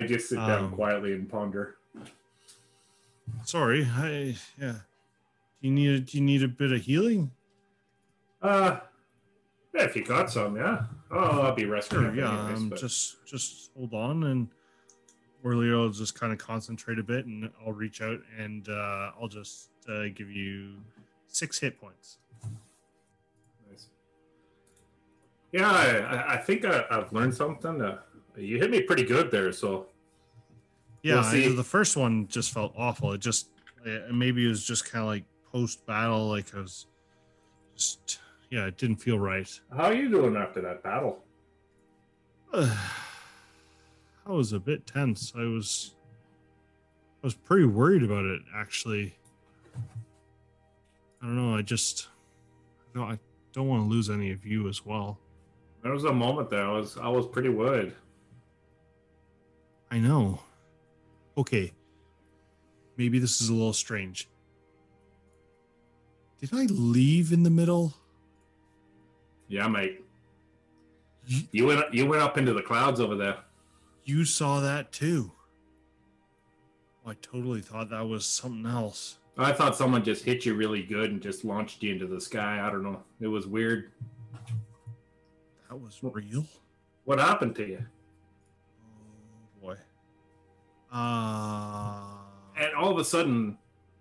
H: I just sit down
G: Um,
H: quietly and ponder.
G: Sorry. I yeah. Do you need a, do you need a bit of healing?
H: Uh, yeah, if you got some, yeah. Oh, I'll be resting.
G: Sure,
H: up
G: yeah.
H: anyways,
G: um,
H: but-
G: just just hold on, and Orleo will just kind of concentrate a bit, and I'll reach out and uh, I'll just uh, give you six hit points.
H: Nice. Yeah, I, I- I think I, I've learned something. Uh, you hit me pretty good there, so
G: Yeah,
H: We'll
G: I-
H: see.
G: the first one just felt awful. It just uh, maybe it was just kind of like post battle, like I was just yeah, it didn't feel right.
H: how are you doing after that battle?
G: I was a bit tense. I was I was pretty worried about it actually. I don't know, I just no, I don't want to lose any of you as well.
H: There was a moment there I was I was pretty worried.
G: I know. Okay. Maybe this is a little strange. Did I leave in the middle?
H: Yeah, mate. You went you went up into the clouds over there.
G: You saw that too. Oh, I totally thought that was something else.
H: I thought someone just hit you really good and just launched you into the sky. I don't know. It was weird.
G: That was real.
H: What happened to you?
G: Oh boy. Uh,
H: And all of a sudden,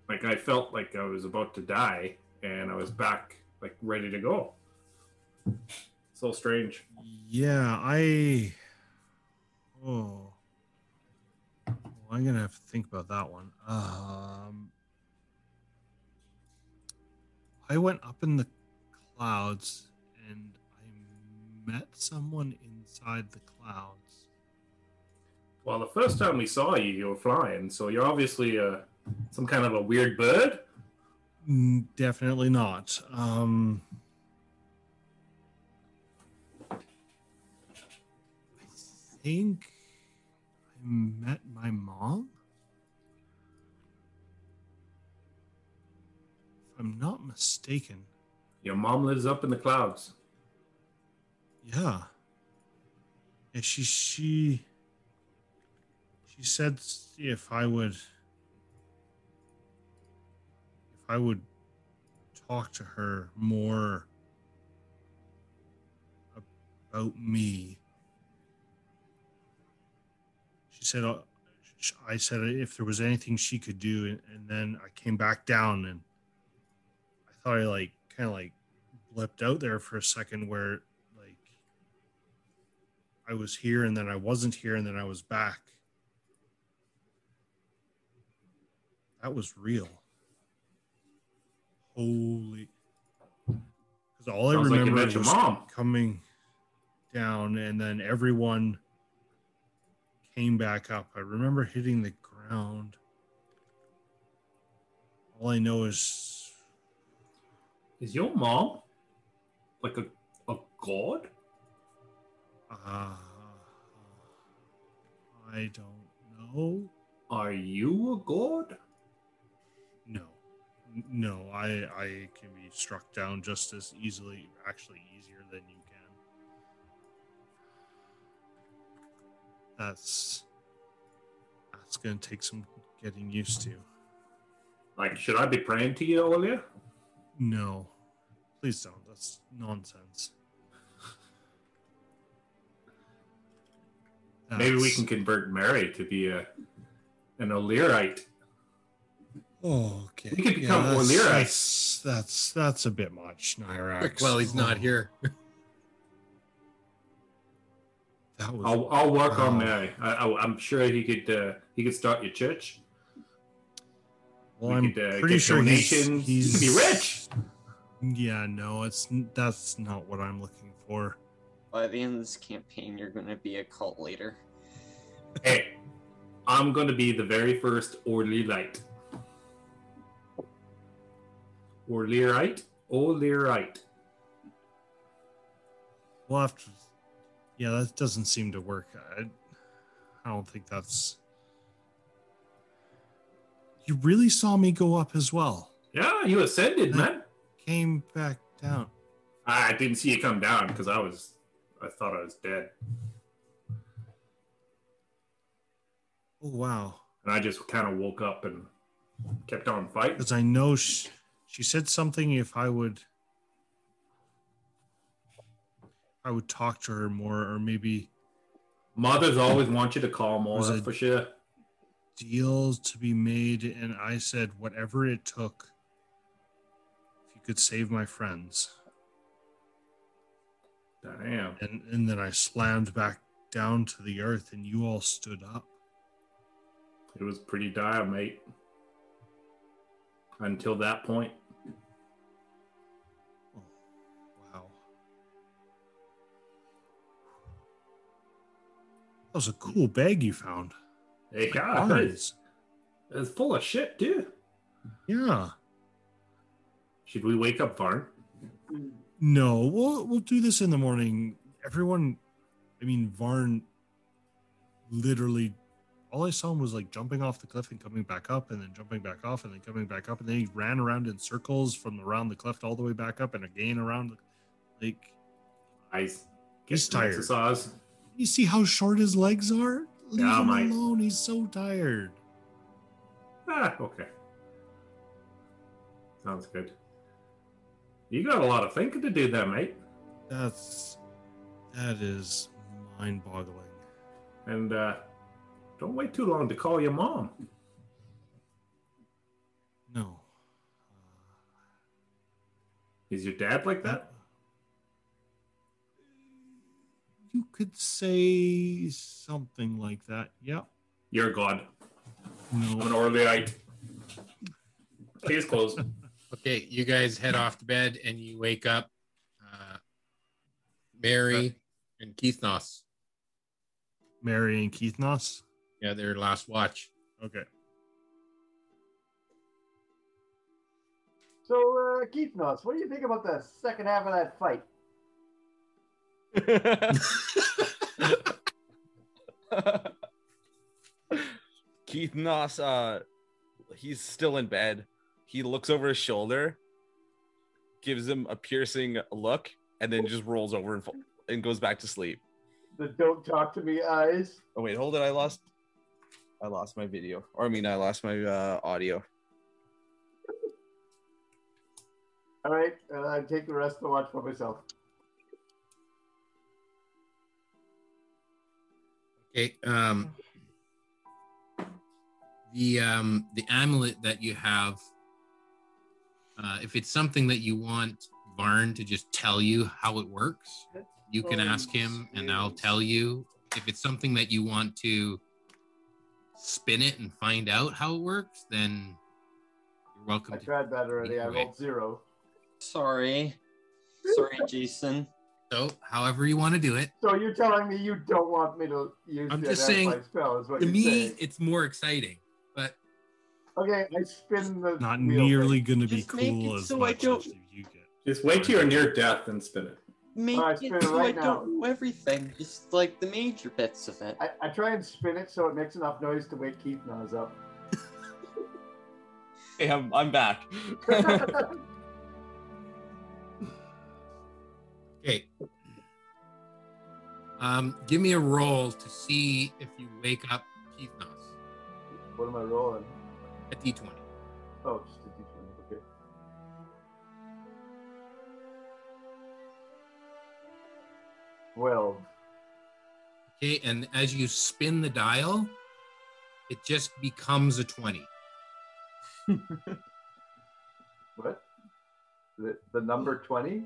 H: like I felt like I was about to die, and I was back, like ready to go. So strange.
G: yeah, I. Oh. Well, I'm gonna have to think about that one. Um, I went up in the clouds and I met someone inside the clouds.
H: Well, the first time we saw you, you were flying, so you're obviously uh, some kind of a weird bird.
G: Mm, Definitely not. Um, I think I met my mom. If I'm not mistaken.
H: Your mom lives up in the clouds.
G: Yeah. Yeah, she she she said s- if I would if I would talk to her more about me. She said uh, sh- I said if there was anything she could do and, and then I came back down and I thought I like kind of like blipped out there for a second where like I was here and then I wasn't here and then I was back. That was real. Holy. Because all
H: Sounds
G: I
H: like you
G: remember
H: met your
G: was
H: mom.
G: coming down and then everyone came back up. I remember hitting the ground. All I know is
H: Is your mom like a, a god?
G: Uh, I don't know.
H: Are you a god?
G: No, N- no. I I can be struck down just as easily, actually easier than you can. That's that's gonna take some getting used to.
H: Like, should I be praying to you, Olia?
G: No, please don't. That's nonsense.
H: Maybe we
G: That's-
H: can convert Mary to be a an O'Learite.
G: Oh, okay.
H: We could become
G: that's,
H: Orlira.
G: That's, that's that's a bit much, Nyrax.
C: Well, he's not
G: Oh,
C: here.
G: That was
H: I'll, I'll work
G: Wow.
H: on Mary. I, I, I'm sure he could uh, he could start your church.
G: Well,
H: We
G: I'm
H: could, uh,
G: pretty
H: get
G: sure he's,
H: donations. You
G: he's
H: could be rich.
G: Yeah, no, it's n- that's not what I'm looking for.
F: By the end of this campaign, you're going to be a cult leader.
H: Hey, I'm gonna be the very first orderly light. Orlearite? Orlearite.
G: We'll have to. Yeah, that doesn't seem to work. I, I don't think that's. You really saw me go up as well.
H: Yeah, you ascended, man.
G: Came back down.
H: I didn't see you come down because I was, I thought I was dead,
G: Oh wow!
H: and I just kind of woke up and kept on fighting.
G: Because I know she, she said something. If I would, I would talk to her more, or maybe
H: Mothers always want you to call more
G: Was it-
H: for sure.
G: deals to be made. And I said, whatever it took, if you could save my friends.
H: Damn.
G: and and then I slammed back down to the earth, and you all stood up.
H: It was pretty dire, mate. Until that point,
G: Oh, wow, that was a cool bag you found.
H: hey, God, it's,
G: Cards,
H: it's full of shit too.
G: yeah.
H: Should we wake up Varn?
G: No, we'll we'll do this in the morning. Everyone, I mean Varn. Literally, all I saw him was like jumping off the cliff and coming back up, and then jumping back off, and then coming back up, and then he ran around in circles from around the cliff all the way back up, and again around. the Like,
H: Eyes. Get
G: He's
H: some
G: tired.
H: Exercise.
G: You see how short his legs are? Leave
H: Yeah,
G: him
H: mate.
G: alone. He's so tired.
H: Ah, okay. Sounds good. You got a lot of thinking to do there, mate.
G: That's that is mind-boggling.
H: And uh, don't wait too long to call your mom.
G: No. Uh,
H: Is your dad like
G: That
H: that?
G: you could say something like that. Yeah.
H: You're God. I'm an
G: No.
H: Orleite. Case closed.
C: Okay, you guys head off to bed and you wake up. Uh, Mary and Keithnos.
G: Mary and Keith Noss.
C: Yeah, their last watch.
G: Okay.
D: So, uh, Keith Nuss, what do you think about the second half of that fight?
I: Keith Noss, uh, he's still in bed. He looks over his shoulder, gives him a piercing look, and then just rolls over and, fall- and goes back to sleep.
D: The don't talk to me eyes.
I: Oh wait, hold it. I lost. I lost my video. Or I mean, I lost my uh, audio.
D: All right, uh, I take the rest of the watch for myself.
C: Okay. Um, the um, the amulet that you have, uh, if it's something that you want Varn to just tell you how it works, you can ask him, and I'll tell you. If it's something that you want to spin it and find out how it works, then you're welcome
D: I
C: to.
D: tried that already. I rolled zero.
F: Sorry. Sorry, Jason.
C: So, however you want to do it.
D: So you're telling me you don't want me to use
C: I'm
D: the
C: just saying,
D: identify spell? Is what
C: To
D: you're
C: me,
D: saying.
C: it's more exciting, but
D: okay. I spin the
G: Not
D: wheel
G: nearly going to be
F: Just make
G: cool
F: it
G: as
F: so I
G: much
F: don't-
G: as you get.
H: Just wait till you're near death and spin it.
F: Make
D: Alright, spin it
F: it so
D: right
F: I
D: now.
F: don't know everything, just like the major bits of it.
D: I, I try and spin it so it makes enough noise to wake Keith Nas up.
I: Hey, I'm, I'm back.
C: Okay. Um, give me a roll to see if you wake up Keith Noss
D: What am I rolling?
C: at D20.
D: Oh, just a D20. Okay. Well,
C: Okay, and as you spin the dial, it just becomes a 20.
D: what? The, the number 20?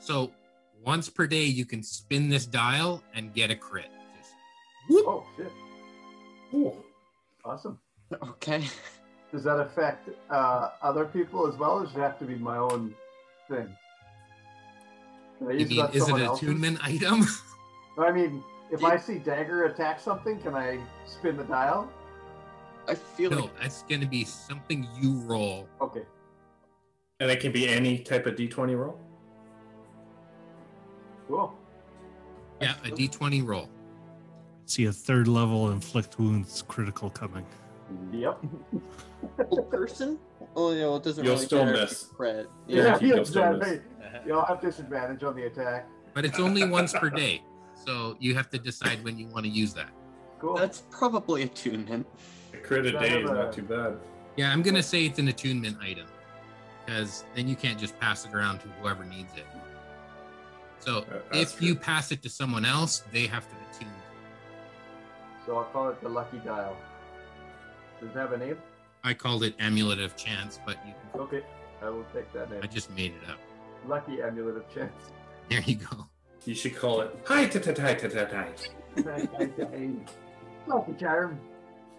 C: So once per day, you can spin this dial and get a crit. Just whoop.
D: Oh, shit.
H: Cool.
D: Awesome.
F: Okay.
D: Does that affect uh, other people as well, or does it have to be my own thing? Can I
C: You
D: use
C: mean
D: on
C: is it
D: someone
C: an
D: else's?
C: attunement item?
D: I mean, if I see dagger attack something, can I spin the dial?
F: I feel
C: no,
F: like
C: that's going to be something you roll.
D: Okay.
H: And it can be any type of d20 roll.
D: Cool.
C: Yeah, a d20 roll.
G: See a third level inflict wounds critical coming.
D: Yep.
F: old person. Oh, yeah, well, it doesn't
H: You'll
F: really
H: still
F: matter if
H: miss.
F: you crit.
D: Yeah,
F: Yeah.
H: you
D: yeah,
H: can still miss.
D: exactly. You'll have disadvantage on the attack.
C: But it's only once per day. So you have to decide when you want to use that.
D: Cool.
F: That's probably attunement.
H: A crit a
D: Is that
H: day is
D: a-
H: not too bad.
C: Yeah, I'm going to say it's an attunement item because then you can't just pass it around to whoever needs it. So
H: Uh, that's
C: if you
H: true.
C: pass it to someone else, they have to attune.
D: So I'll call it the lucky dial. Does it have a name?
C: I called it amulet of chance, but you can,
D: Okay. I will take that
C: I
D: name.
C: just made it up.
D: Lucky amulet of chance.
C: There you go.
H: You should call it hi ta ta ta ta ta ta.
D: lucky charm.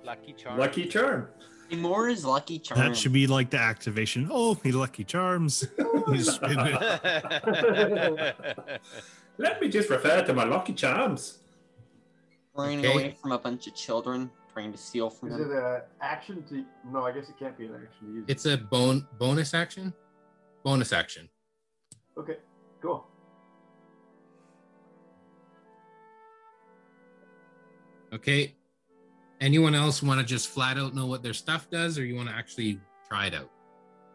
J: Lucky charm.
H: Lucky charm.
F: More is lucky charm.
G: That should be like the activation. Oh, me lucky charms. You spin it.
H: Let me just refer to my lucky charms.
F: running
C: Okay.
F: away from a bunch of children, trying to steal from
D: Is
F: them.
D: it an action to? No, I guess it can't be an action to use.
C: It's a bone bonus action. Bonus action.
D: okay. Cool.
C: Okay. Anyone else want to just flat out know what their stuff does, or you want to actually try it out?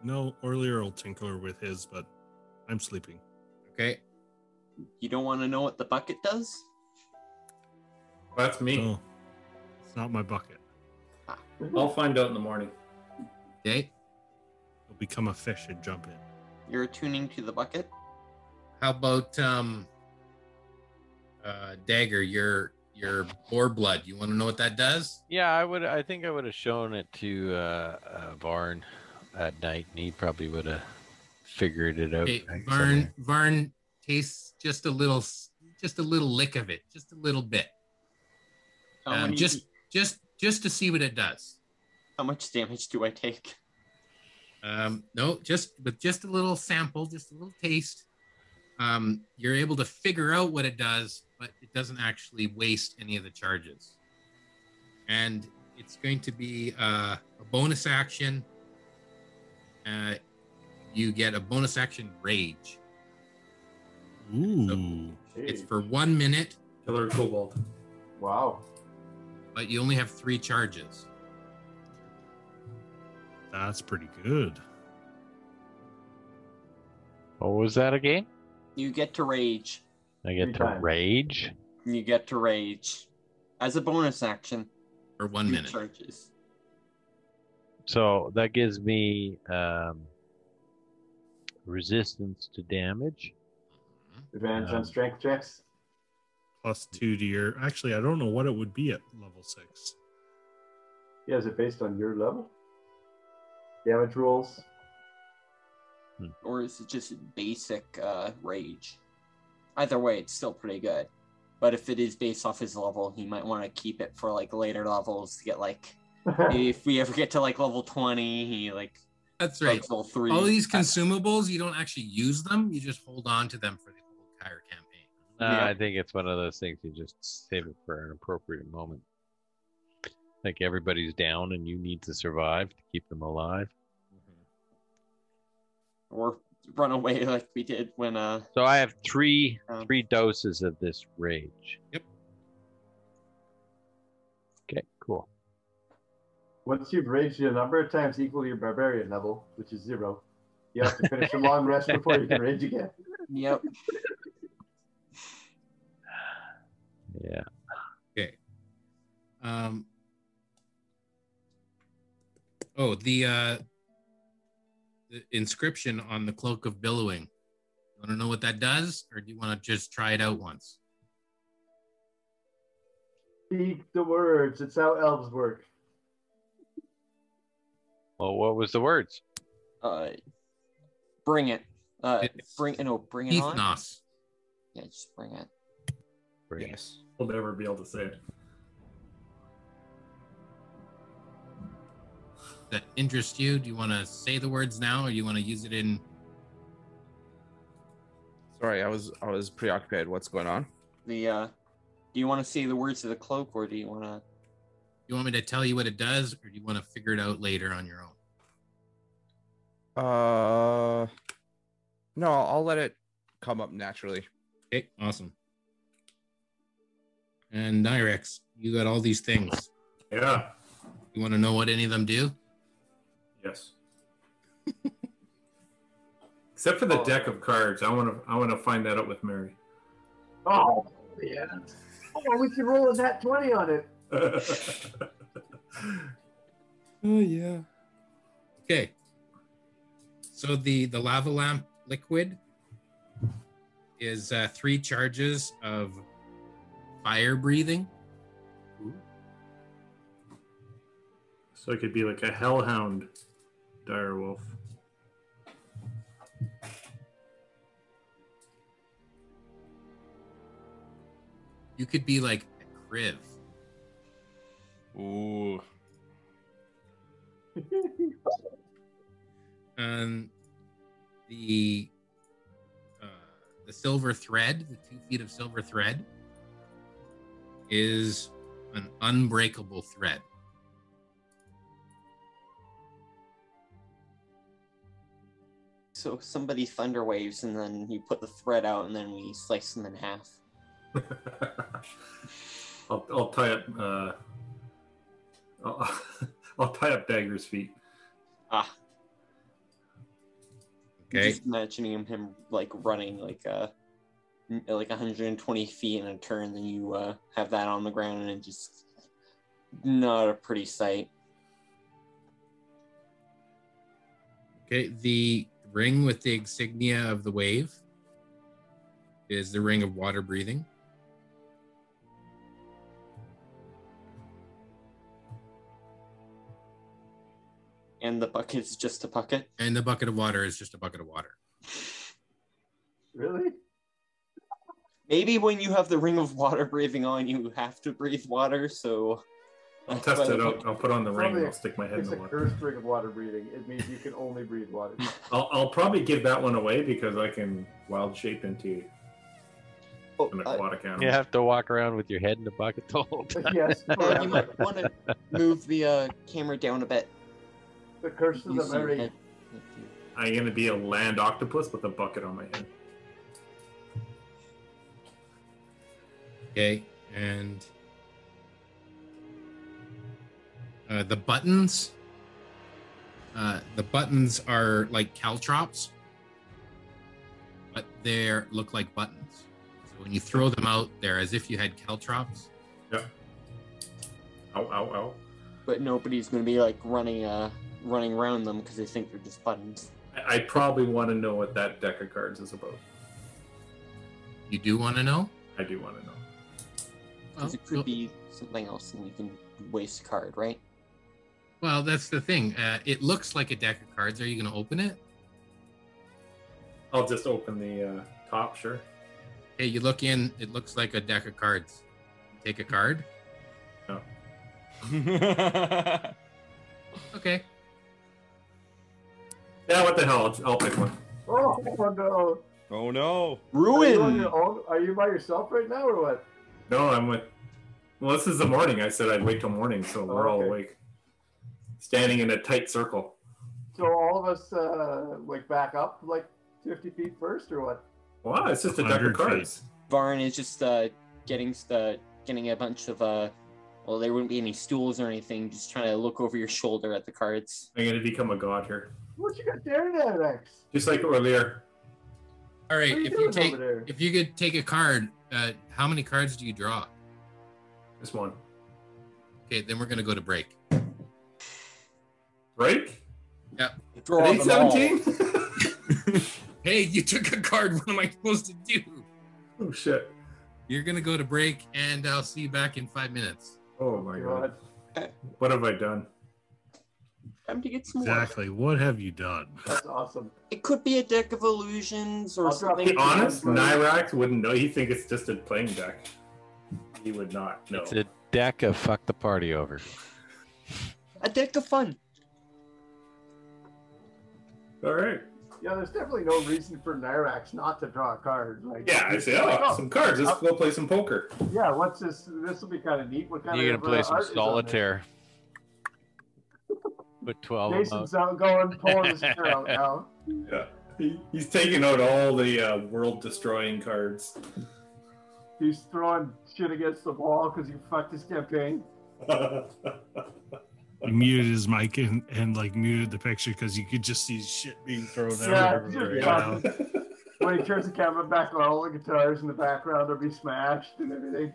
G: No, earlier will tinker with his, but I'm sleeping.
C: Okay.
F: You don't want to know what the bucket does?
H: That's me.
G: No, Oh. it's not my bucket.
H: I'll find out in the morning.
C: Okay.
G: It'll become a fish and jump in.
F: You're attuning to the bucket.
C: How about um uh dagger, your your boar blood. You want to know what that does?
E: Yeah, I would. I think I would have shown it to uh, uh, Varn that night, and he probably would have figured it out.
C: Okay.
E: back
C: Varn
E: somewhere.
C: Varn tastes just a little s- just a little lick of it, just a little bit.
F: How,
C: Um,
F: many,
C: just just just to see what it does.
F: how much damage do I take?
C: Um, no, just with just a little sample, just a little taste. Um, you're able to figure out what it does, but it doesn't actually waste any of the charges. And it's going to be uh, a bonus action. Uh, you get a bonus action rage.
G: Ooh.
C: It's
D: Jeez.
C: for one minute,
H: Killer Cobalt.
D: Wow.
C: but you only have three charges.
G: That's pretty good.
E: What was that again?
F: You get to rage.
E: I get
D: Three
E: to
D: times.
E: rage.
F: You get to rage. As a bonus action,
C: For one
F: two
C: minute.
F: charges.
E: So that gives me um, resistance to damage.
D: Advantage
E: Um,
D: on strength checks.
G: Plus two to your. Actually, I don't know what it would be at level six.
D: Yeah, is it based on your level? Damage rolls.
F: Or is it just basic uh, rage? Either way, it's still pretty good. But if it is based off his level, he might want to keep it for like later levels to get like if we ever get to like level twenty, he like
C: That's
F: right.
C: right.
F: level three.
C: All these consumables, you don't actually use them, you just hold on to them for the whole entire campaign.
E: Uh,
F: Yeah.
E: I think it's one of those things you just save it for an appropriate moment. Like everybody's down and you need to survive to keep them alive.
F: or run away like we did when uh
E: So I have three
F: Um,
E: three doses of this rage.
C: Yep.
E: Okay, cool.
D: Once you've raged a number of times equal to your barbarian level, which is zero, you have to finish a long rest before you can rage again.
F: yep
E: Yeah.
C: Um, oh, the uh, the inscription on the cloak of billowing. You want to know what that does, or do you want to just try it out once?
D: Speak the words. It's how elves work.
E: Well, what was the words?
F: uh bring it uh
C: It's-
F: bring no bring it on
C: Ethnos.
F: yeah just bring it
E: Bring it.
H: We'll never be able to say it.
C: that interest you? Do you want to say the words now, or you want to use it in?
I: Sorry, I was I was preoccupied. What's going on?
F: The uh, do you want to say the words of the cloak, or do you want to?
C: You want me to tell you what it does, or do you want to figure it out later on your own?
I: Uh, no, I'll let it come up naturally.
C: Okay, awesome. And Nyrex, you got all these things.
H: Yeah.
C: You want to know what any of them do?
H: Yes. Except for the deck of cards, I want to I want to find that out with Mary.
D: Oh, yeah. Oh, we should roll a nat 20 on it.
H: oh yeah.
C: Okay. So the the lava lamp liquid is uh, three charges of fire breathing.
H: So it could be like a hellhound direwolf.
C: You could be like a Kriv.
I: Ooh.
C: Um, the uh, the silver thread, the two feet of silver thread, is an unbreakable thread.
F: So somebody thunder waves, and then you put the thread out, and then we slice them in half.
H: I'll, I'll tie up. Uh, I'll, I'll tie up Dagger's feet.
F: Ah, I'm
C: Okay.
F: Just imagining him, him like running like uh n- like 120 feet in a turn, then you uh, have that on the ground, and it just not a pretty sight.
C: Okay, the ring with the insignia of the wave is the ring of water breathing.
F: And the bucket's just a bucket.
C: And the bucket of water is just a bucket of water.
D: Really?
F: Maybe when you have the ring of water breathing on, you have to breathe water. So
H: I'll test it out. I'll put on the ring.
D: Probably
H: I'll stick my head in
D: It's
H: the
D: a
H: water.
D: cursed ring of water breathing. It means you can only breathe water.
H: I'll, I'll probably give that one away because I can wild shape into
F: Oh,
H: an
F: uh,
H: aquatic animal.
E: You have to walk around with your head in a bucket the whole time.
D: yes.
F: uh,
D: forever.
F: you might want to move the uh, camera down a bit.
D: The curse of the
F: Use your
D: very
F: head.
H: I'm gonna be a land octopus with a bucket on my head.
C: Okay, and uh, the buttons. Uh, the buttons are like caltrops, but they are look like buttons. So when you throw them out, they're as if you had caltrops.
H: Ow, ow,
F: But nobody's gonna be like running uh running around them because they think they're just buttons.
H: ow. I, I probably want to know what that deck of cards is about.
C: You do want to know?
H: I do want to know.
F: 'Cause
C: Oh,
F: it could be something else, and you can waste a card, right?
C: Well, that's the thing. Uh, it looks like a deck of cards. Are you going to open it?
H: I'll just open the uh, top, sure.
C: Hey, you look in. It looks like a deck of cards. Take a card. Okay.
H: Yeah, what the hell? I'll, I'll pick one.
D: Oh, no.
I: oh no.
D: Are you on your own? Are you by yourself right now or what?
H: No, I'm with. Well, this is the morning. I said I'd wait till morning, so we're all
D: okay.
H: awake. Standing in a tight circle.
D: So all of us uh, like back up like 50 feet first or what?
H: Wow, it's just a deck
G: 100
H: of
G: feet.
H: cards.
F: Varn is just uh getting uh, getting a bunch of uh well there wouldn't be any stools or anything, just trying to look over your shoulder at the cards.
H: I'm going to become a god here.
D: What you got there, at, X?
H: Just like earlier.
C: All right.
D: What are you
C: If you
D: doing
C: take,
D: over there?
C: if you could take a card, uh, how many cards do you draw?
H: This one.
C: Okay, then we're going to go to break.
H: Break?
F: Draw
H: At
F: them all.
H: 817?
C: Hey, you took a card. What am I supposed to do?
H: oh, shit.
C: You're going to go to break, and I'll see you back in five minutes.
H: Oh, my God.
D: God.
H: What have I done?
F: Time to get some more.
G: Exactly. What have you done?
D: That's awesome.
F: It could be a deck of illusions or
D: I'll drop
F: something.
H: Be
D: Thank you,
H: honest,
D: everybody.
H: Nyrax wouldn't know. He think it's just a playing deck. He would not know.
E: It's a deck of fuck the party over.
F: A deck of fun.
H: All right.
D: Yeah, there's definitely no reason for Nyrax not to draw a card. Like,
H: Yeah, I say, oh, some cards. Let's go play some poker.
D: yeah. What's this? This will be kind of neat. What kind
E: You're
D: of
E: gonna play
D: uh,
E: some
D: art is on there?
E: solitaire. Put twelve. of 'em out.
D: Jason's out going pulling his hair out now.
H: He- He's taking out all the uh, world destroying cards.
D: He's throwing shit against the wall because he fucked his campaign.
G: He muted his mic and, and like muted the picture because you could just see shit being thrown
D: Yeah,
G: out.
D: dude,
G: Yeah,
D: yeah. When he turns the camera back on, all the guitars in the background will be smashed and everything.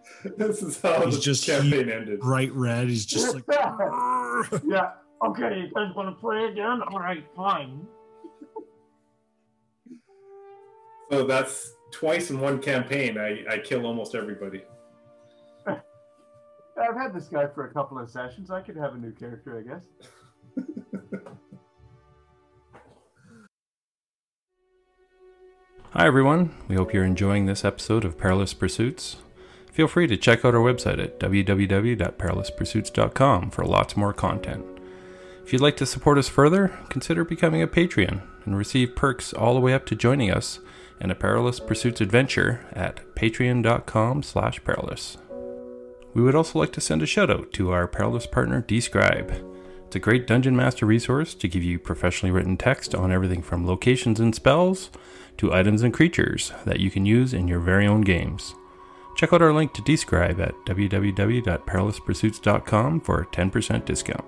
H: this is how
G: He's
H: the
G: just-
H: campaign ended.
G: Bright red. He's just like. "Grrr."
D: Yeah. Okay, you guys want to play again? All right, fine.
H: So that's twice in one campaign. I, I kill almost everybody.
D: I've had this guy for a couple of sessions. I could have a new character, I guess.
J: Hi, everyone. We hope you're enjoying this episode of Perilous Pursuits. Feel free to check out our website at www.perilouspursuits.com for lots more content. If you'd like to support us further, consider becoming a Patreon and receive perks all the way up to joining us in a Perilous Pursuits adventure at patreon.com slash perilous. We would also like to send a shout out to our perilous partner, Describe. It's a great Dungeon Master resource to give you professionally written text on everything from locations and spells to items and creatures that you can use in your very own games. Check out our link to Describe at www.perilouspursuits.com for a 10% discount.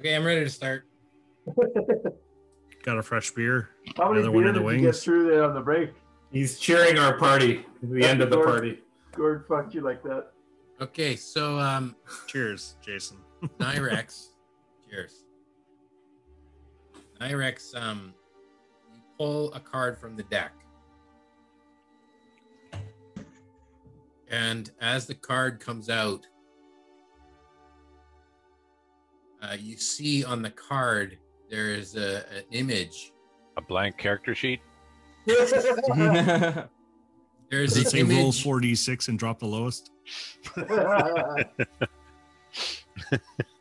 C: Okay, I'm ready to start.
G: Got a fresh beer.
D: How many
G: Another one
D: beer
G: in the
D: did you get
G: wings.
D: through there on the break?
H: He's cheering our party at the end of the party.
D: Gord fucked you like that.
C: Okay, so um,
G: Cheers, Jason.
C: Nyrex. Cheers. Nyrex, um, you pull a card from the deck. And as the card comes out, uh, you see on the card there is a, an image.
E: A blank character sheet.
C: There
G: Does
C: is
G: it
C: an
G: say roll
C: image.
G: 4d6 and drop the lowest?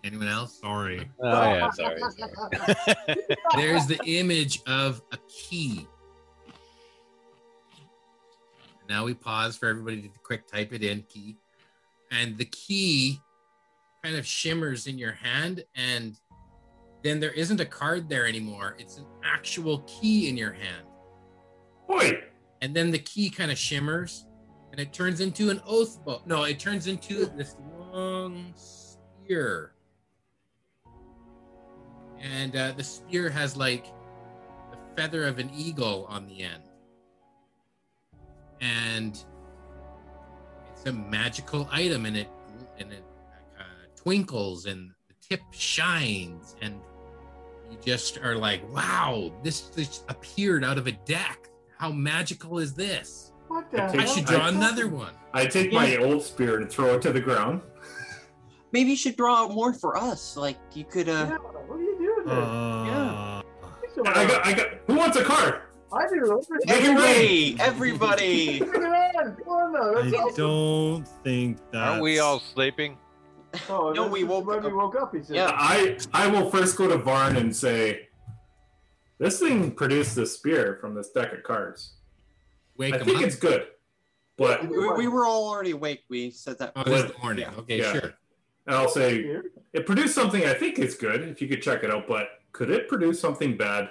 C: Anyone else?
G: Sorry.
E: Oh yeah, sorry. sorry.
C: There's the image of a key. Now we pause for everybody to quick type it in key. And the key kind of shimmers in your hand, and then there isn't a card there anymore. It's an actual key in your hand.
H: Boy,
C: And then the key kind of shimmers, and it turns into an oath book. No, it turns into this long spear. And uh, the spear has like the feather of an eagle on the end. And it's a magical item, and it and it uh, twinkles, and the tip shines, and you just are like, "Wow, this just appeared out of a deck. How magical is this?
D: what the
H: I
C: I
D: hell?
C: should
H: I-
C: draw another one."
H: I take my old spear and throw it to the ground.
F: Maybe you should draw out more for us. Like you could uh
D: Yeah, what are you doing there?
G: Uh,
D: So,
H: I got, I got. Who wants a card?
D: I do.
H: Make it rain.
F: Everybody, everybody.
D: Look at that. Come on, though. That's
G: I
D: awesome.
G: don't think that.
E: Aren't we all sleeping?
D: Oh,
F: No,
D: this
F: we
D: is
F: woke
D: when we
F: up.
D: woke up. He said,
F: Yeah.
H: I I will first go to Varn and say, this thing produced this spear from this deck of cards.
C: Wake
H: I
C: him
H: think
C: up.
H: it's good, but and
F: We, we were all already awake. We said that.
C: Oh, this is
H: What?
C: the morning. Okay,
H: Yeah.
C: sure.
H: I'll say
D: "Here."
H: it produced something I think is good. If you could check it out, but could it produce something bad?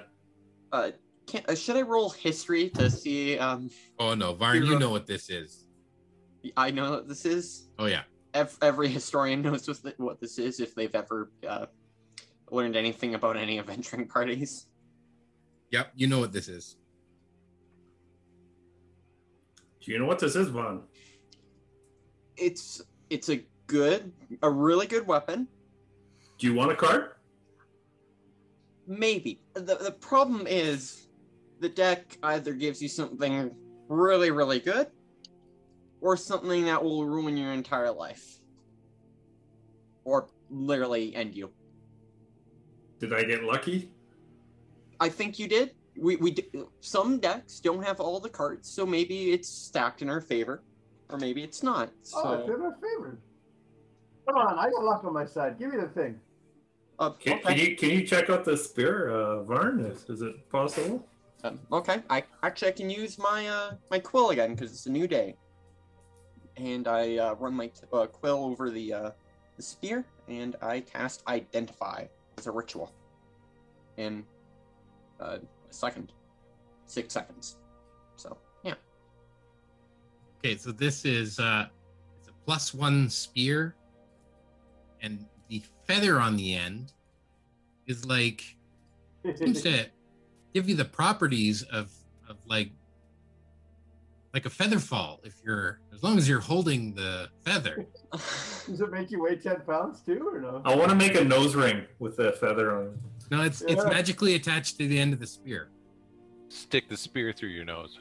F: Uh, can, uh, should I roll history to see? Um,
C: Oh no, Varn, you
F: Zero.
C: know what this is.
F: I know what this is.
C: Oh yeah.
F: Ev- Every historian knows what th- what this is if they've ever uh, learned anything about any adventuring parties.
C: Yep, you know what this is.
H: Do you know what this is, Varn?
F: It's it's a good, a really good weapon.
H: Do you want a card?
F: Maybe. The, the problem is the deck either gives you something really, really good or something that will ruin your entire life or literally end you.
H: Did I get lucky?
F: I think you did. We, we d- some decks don't have all the cards, so maybe it's stacked in our favor, or maybe it's not.
D: Oh,
F: So
D: they're my favorite. Come on, I got luck on my side. Give me the thing.
F: Uh,
H: Can,
F: okay.
H: can you can you check out the spear, uh, Varn? Is, is it possible?
F: Um, okay. I actually I can use my uh, my quill again because it's a new day, and I uh, run my t- uh, quill over the uh, the spear, and I cast Identify as a ritual in uh, a second, six seconds. So yeah,
C: Okay, so this is uh, it's a plus one spear, and the feather on the end is like seems to give you the properties of of like like a feather fall if you're as long as you're holding the feather.
D: Does it make you weigh 10 pounds too, or no?
F: Oh.
H: I want to make a nose ring with a feather on it.
C: No, it's it's
D: Yeah.
C: magically attached to the end of the spear.
E: Stick the spear through your nose.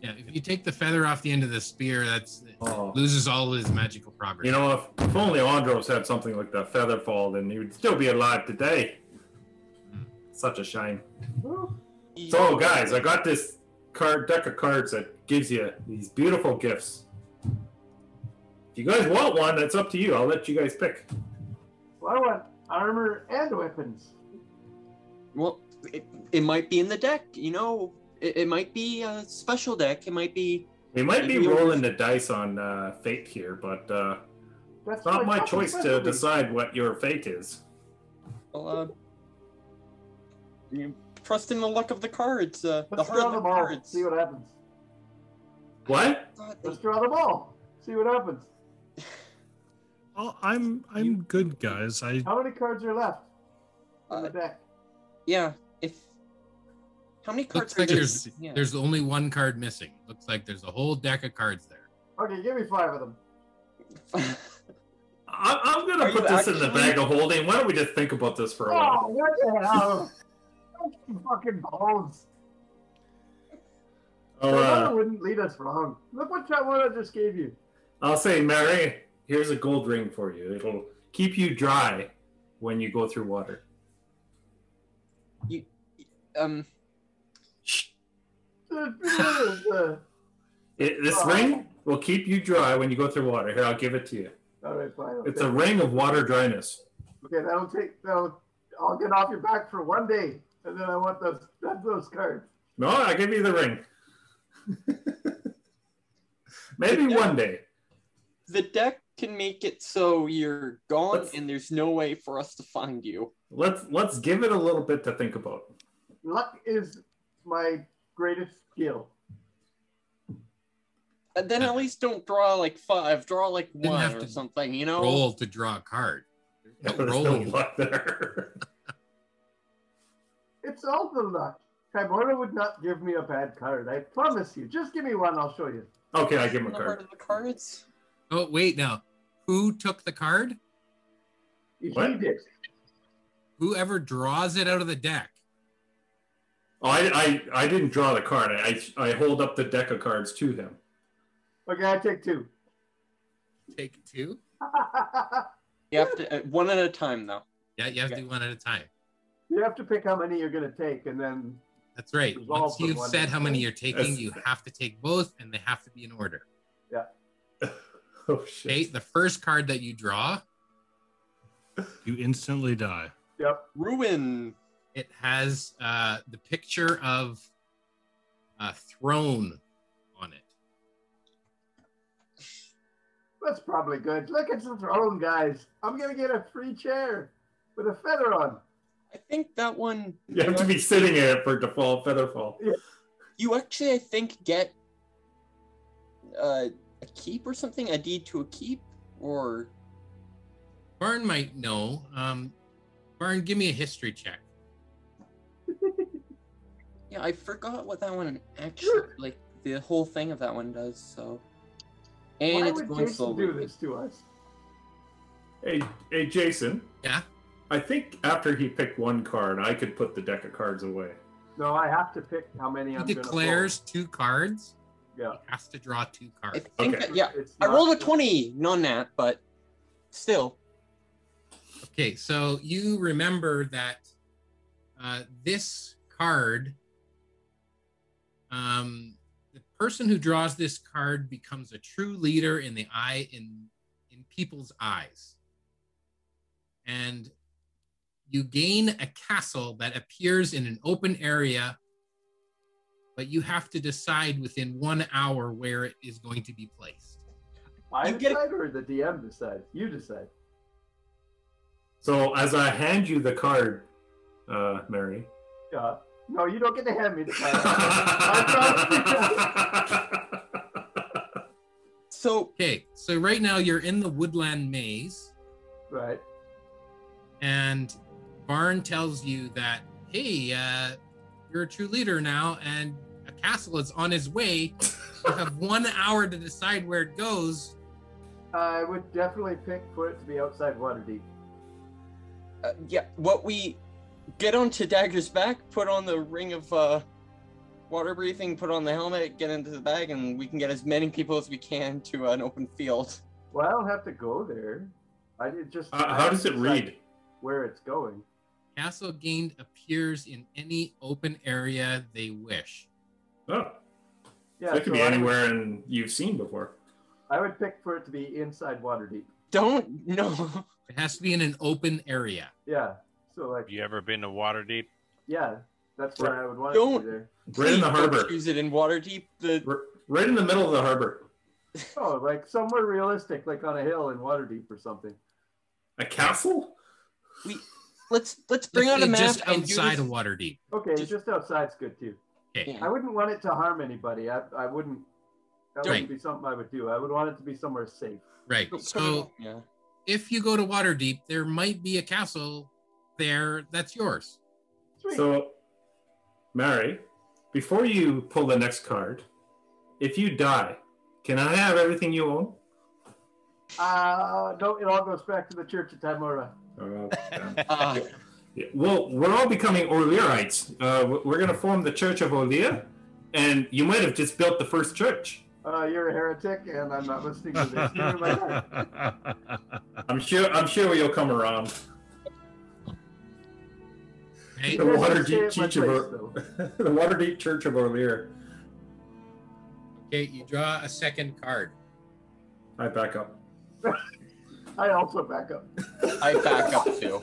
C: Yeah, if you take the feather off the end of the spear, that's it
H: Oh.
C: loses all of his magical properties.
H: You know, if, if only Andros had something like that feather fall, then he would still be alive today. Such a shame. So, guys, I got this card deck of cards that gives you these beautiful gifts. If you guys want one, that's up to you. I'll let you guys pick.
D: Well, I want armor and weapons.
F: well, it, it might be in the deck. You know, it, it might be a special deck. It might be
H: We might be
F: Maybe we'll-
H: rolling the dice on uh, fate here, but uh,
D: That's
H: it's not my
D: fucking
H: choice to
D: specialty.
H: decide what your fate is.
F: well, uh, you trust in the luck of the cards. Uh, the
D: Let's
F: heart
D: draw
F: of the
D: them all.
F: cards.
D: See what happens.
H: What?
F: God, they-
D: Let's draw them all. See what happens.
G: Well, I'm I'm good, guys. I
D: How many cards are left in
F: uh,
D: the deck?
F: yeah. If how many
C: Looks
F: cards are
C: like
F: there?
C: there's
F: Yeah.
C: there's only one card missing. Looks like there's a whole deck of cards there.
D: Okay, give me five of them.
H: I- I'm gonna
F: Are
H: put
F: you
H: this in the
F: actually-
H: bag of holding. Why don't we just think about this for a
D: Oh,
H: while?
D: what the hell? Fucking fucking bones.
H: I'll,
D: Your
H: uh,
D: mother wouldn't lead us wrong. Look what that one I just gave you.
H: I'll say, Mary, here's a gold ring for you. It'll keep you dry when you go through water.
F: um.
D: All
H: It, this
D: Oh.
H: ring will keep you dry when you go through water. Here, I'll give it to you.
D: right, fine. Okay.
H: It's a ring of water dryness.
D: okay, that'll take. That'll. I'll get off your back for one day, and then I want those that's those cards.
H: No, I give you the ring. Maybe one day.
F: the deck can make it so you're gone
H: Let's-
F: and there's no way for us to find you.
H: Let's let's give it a little bit to think about.
D: Luck is my greatest skill.
F: And Uh, then at least don't draw like five, draw like
C: Didn't
F: one
C: have
F: or
C: to
F: something, you know?
C: Roll to draw a card.
H: There's
C: No
H: no
C: rolling.
H: luck there.
D: It's all the luck. Kimura would not give me a bad card. I promise you. Just give me one. I'll show you.
H: okay, I give him a
F: Number
H: card.
F: of the cards.
C: Oh wait, now who took the card?
D: He
H: What?
D: did.
C: Whoever draws it out of the deck.
H: Oh, I, I I didn't draw the card. I, I I hold up the deck of cards to him.
D: Okay, I take two.
C: Take two.
F: You have to uh, one at a time though.
C: Yeah, you have to
F: Yeah.
C: do one at a time.
D: you have to pick how many you're gonna take, and then
C: That's right.
D: Resolve
C: Once
D: with
C: you've
D: one
C: said
D: hand.
C: how many you're taking,
H: Yes.
C: you have to take both, and they have to be in order.
H: Oh
C: Okay,
H: shit.
C: the first card that you draw,
G: you instantly die.
D: yep.
F: Ruin.
C: it has uh, the picture of a throne on it.
D: That's probably good. Look at the throne, guys. I'm gonna get a free chair with a feather on.
F: I think that one
H: You have to be sitting in it for default featherfall.
F: you actually I think get uh, a keep or something, a deed to a keep, or
C: Barn might know. Um, Barn, give me a history check.
F: yeah, I forgot what that one actually like the whole thing of that one does, so and
D: Why
F: it's
D: would
F: going
D: Jason
F: slowly.
D: do this to us?
H: Hey, hey, Jason.
C: Yeah?
H: I think after he picked one card, I could put the deck of cards away.
D: No, I have to pick how many
C: He
D: I'm
C: declares two cards.
D: Yeah.
C: He has to draw two
F: I
C: cards.
F: think
H: Okay.
F: that, yeah,
D: gonna roll. It's
F: I
D: not-
F: rolled a 20, non nat, but still.
C: Okay, so you remember that uh, this card, um, the person who draws this card becomes a true leader in the eye in in in people's eyes. And you gain a castle that appears in an open area, but you have to decide within one hour where it is going to be placed.
D: I
F: You get-
D: decide or the DM decides? You decide.
H: So as I hand you the card, uh, Mary.
D: Yeah. Uh, No, you don't get to hand me the card. I
F: So
C: Okay, so right now you're in the woodland maze.
D: promise. right.
C: and Barn tells you that, hey, uh, you're a true leader now, and a castle is on its way. You have one hour to decide where it goes.
D: I would definitely pick for it to be outside Waterdeep.
F: uh, yeah, what we get onto Dagger's back, put on the ring of uh, water breathing, put on the helmet, get into the bag, and we can get as many people as we can to an open field.
D: Well, I don't have to go there. I did just.
H: Uh,
D: I
H: how
D: have
H: does
D: to
H: it
D: decide
H: read?
D: Where it's going.
C: Castle gained appears in any open area they wish.
H: Oh,
D: Yeah,
H: that could
D: so
H: be
D: I would-
H: anywhere and you've seen before.
D: I would pick for it to be inside Waterdeep.
F: Don't no.
C: It has to be in an open area.
D: Yeah. So like,
E: You ever been to Waterdeep?
D: yeah, that's where I would want it to
F: Don't-
D: be there.
H: Right
F: Please
H: in the
F: don't
H: harbor.
F: Choose it in Waterdeep. The
H: R- Right in the middle of the harbor.
D: Oh, like somewhere realistic, like on a hill in Waterdeep or something.
H: A castle?
F: let's let's bring out a
C: It's
F: map
C: just
F: and do
C: outside
F: this-
C: of Waterdeep.
D: Okay,
F: Just-
D: just outside's good too.
C: Okay.
F: Yeah.
D: I wouldn't want it to harm anybody. I, I wouldn't. That
C: Right.
D: wouldn't be something I would do. I would want it to be somewhere safe.
C: Right. So
F: yeah.
C: if you go to Waterdeep, there might be a castle there that's yours.
D: Sweet.
H: So, Mary, before you pull the next card, if you die, can I have everything you own?
D: uh, no, it all goes back to the Church of Tamura.
H: Uh,
F: Uh,
H: yeah, well, we're all becoming Orlearites. Uh, we- we're going to form the Church of Orlear, and you might have just built the first church.
D: Uh, you're a heretic, and I'm not listening to this. Never mind that.
H: I'm sure. I'm sure you'll come around.
C: Right?
D: You
H: The
D: guys can stay at
H: Waterdeep
D: my
H: Church of
D: place,
H: Or- the Waterdeep Church of Orlear.
C: Okay, you draw a second card.
H: I back up.
D: though. I also back up.
F: I back up too.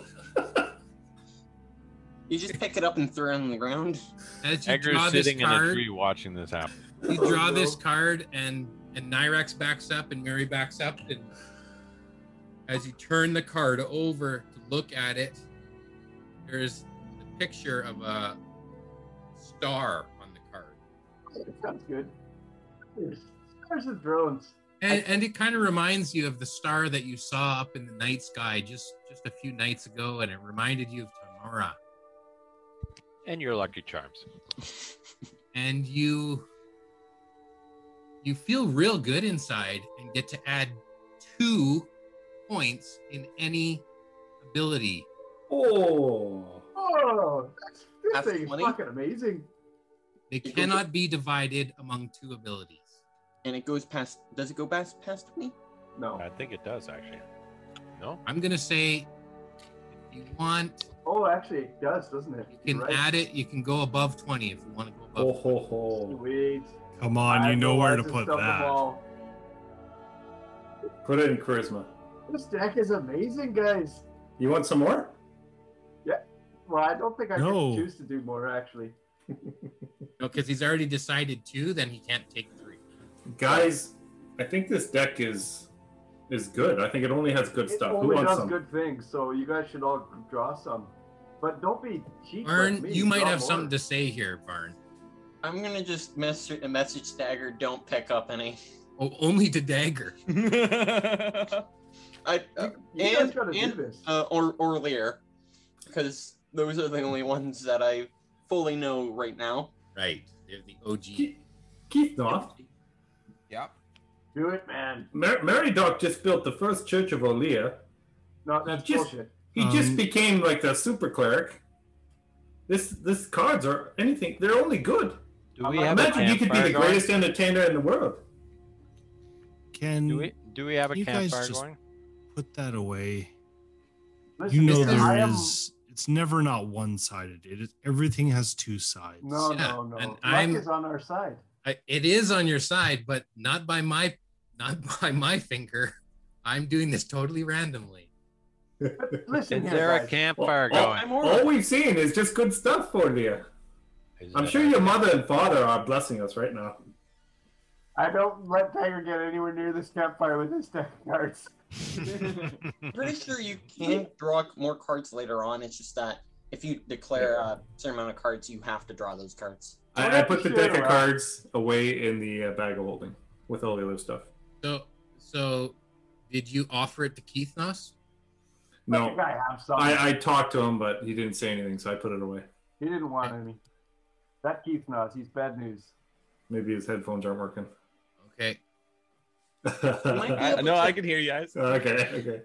F: You just pick it up and throw it on the ground.
C: As you draw
E: Edgar's
C: this
E: sitting in a
C: card,
E: tree watching this happen.
C: You
D: Oh,
C: draw
D: no.
C: this card, and and Nyrex backs up, and Mary backs up, and as you turn the card over to look at it, there's a picture of a star on the card,
D: Sounds good. Stars and drones.
C: and and it kind of reminds you of the star that you saw up in the night sky just just a few nights ago, and it reminded you of Tamara.
E: And your lucky charms.
C: and you you feel real good inside and get to add two points in any ability
H: Oh,
D: Oh, that's, this
F: That's
D: thing is
F: funny.
D: fucking amazing.
C: they
F: It goes-
C: cannot be divided among two abilities
F: And it goes past. Does it go past past me?
D: No.
E: I think it does actually. No,
C: i'm gonna say if you want
D: Oh, actually, it does, doesn't it?
C: you can
D: You're right.
C: add it you can go above 20 if you want to go above
H: oh, ho, ho.
D: Sweet.
G: Come on, you
D: I've
G: know where to
D: realized
G: put
D: stuff
G: that.
D: all.
H: Put it in charisma.
D: This deck is amazing, guys.
H: You want some more?
D: Well, I don't think I
G: No.
D: can choose to do more, actually.
C: no because he's already decided two then he can't take three
H: guys i think this deck is is good i think it only has good
D: It
H: stuff who
D: only
H: wants
D: does
H: some
D: good things, so you guys should all draw some. But don't be cheap. like
C: Vern,
D: me,
C: you might
D: draw
C: have
D: more.
C: something to say here Vern.
F: I'm gonna just mess a message dagger. Don't pick up any.
C: oh only to dagger
F: I uh,
D: You
F: and-
D: guys gotta
F: and,
D: do this.
F: uh, or Orlear, because those are the only ones that I fully know right now.
C: right they're the og
H: Keith- keith Knopf,
A: Yep.
D: do it, man.
H: Mar- mary doc just built the first church of olia
D: No, that's
H: Just-
D: bullshit.
H: he just
G: Um,
H: became like the super cleric this this cards are anything they're only good
E: do we have
D: I'm
E: a
H: imagine you could be
E: campfire
H: the
E: going?
H: greatest entertainer in the world
G: Can
E: Do we do we have a
G: You guys
E: campfire
G: just-
E: going?
G: put that away?
D: Listen,
G: You know
D: listen, I
G: there
D: am-
G: is. It's never not one sided. It is everything has two sides.
D: No,
C: Yeah,
D: no, no.
C: and
D: Luck
C: I'm-
D: is on our side.
C: I, it is on your side, but not by my not by my finger. I'm doing this totally randomly.
D: Listen,
E: Is
D: here,
E: there a
D: guys.
E: campfire
H: Well,
E: going?
D: I'm
H: All
D: alright.
H: we've seen is just good stuff for you.
E: Is
H: I'm
E: that-
H: sure your mother and father are blessing us right now.
D: I don't let Tiger get anywhere near this campfire with his deck cards.
F: pretty sure you can draw more cards later on. It's just that if you declare a certain amount of cards, you have to draw those cards.
H: I, I put the deck of cards away in the uh, bag of holding with all the other stuff.
C: So, so did you offer it to Keithnos?
D: Let the
H: No,
D: guy have some.
H: I, I talked to him, but he didn't say anything, so I put it away.
D: He didn't want any. That Keith Noss, he's bad news.
H: Maybe his headphones aren't working.
C: Okay.
F: Might
H: okay,
I: I, no, I can hear you guys.
H: Oh, okay.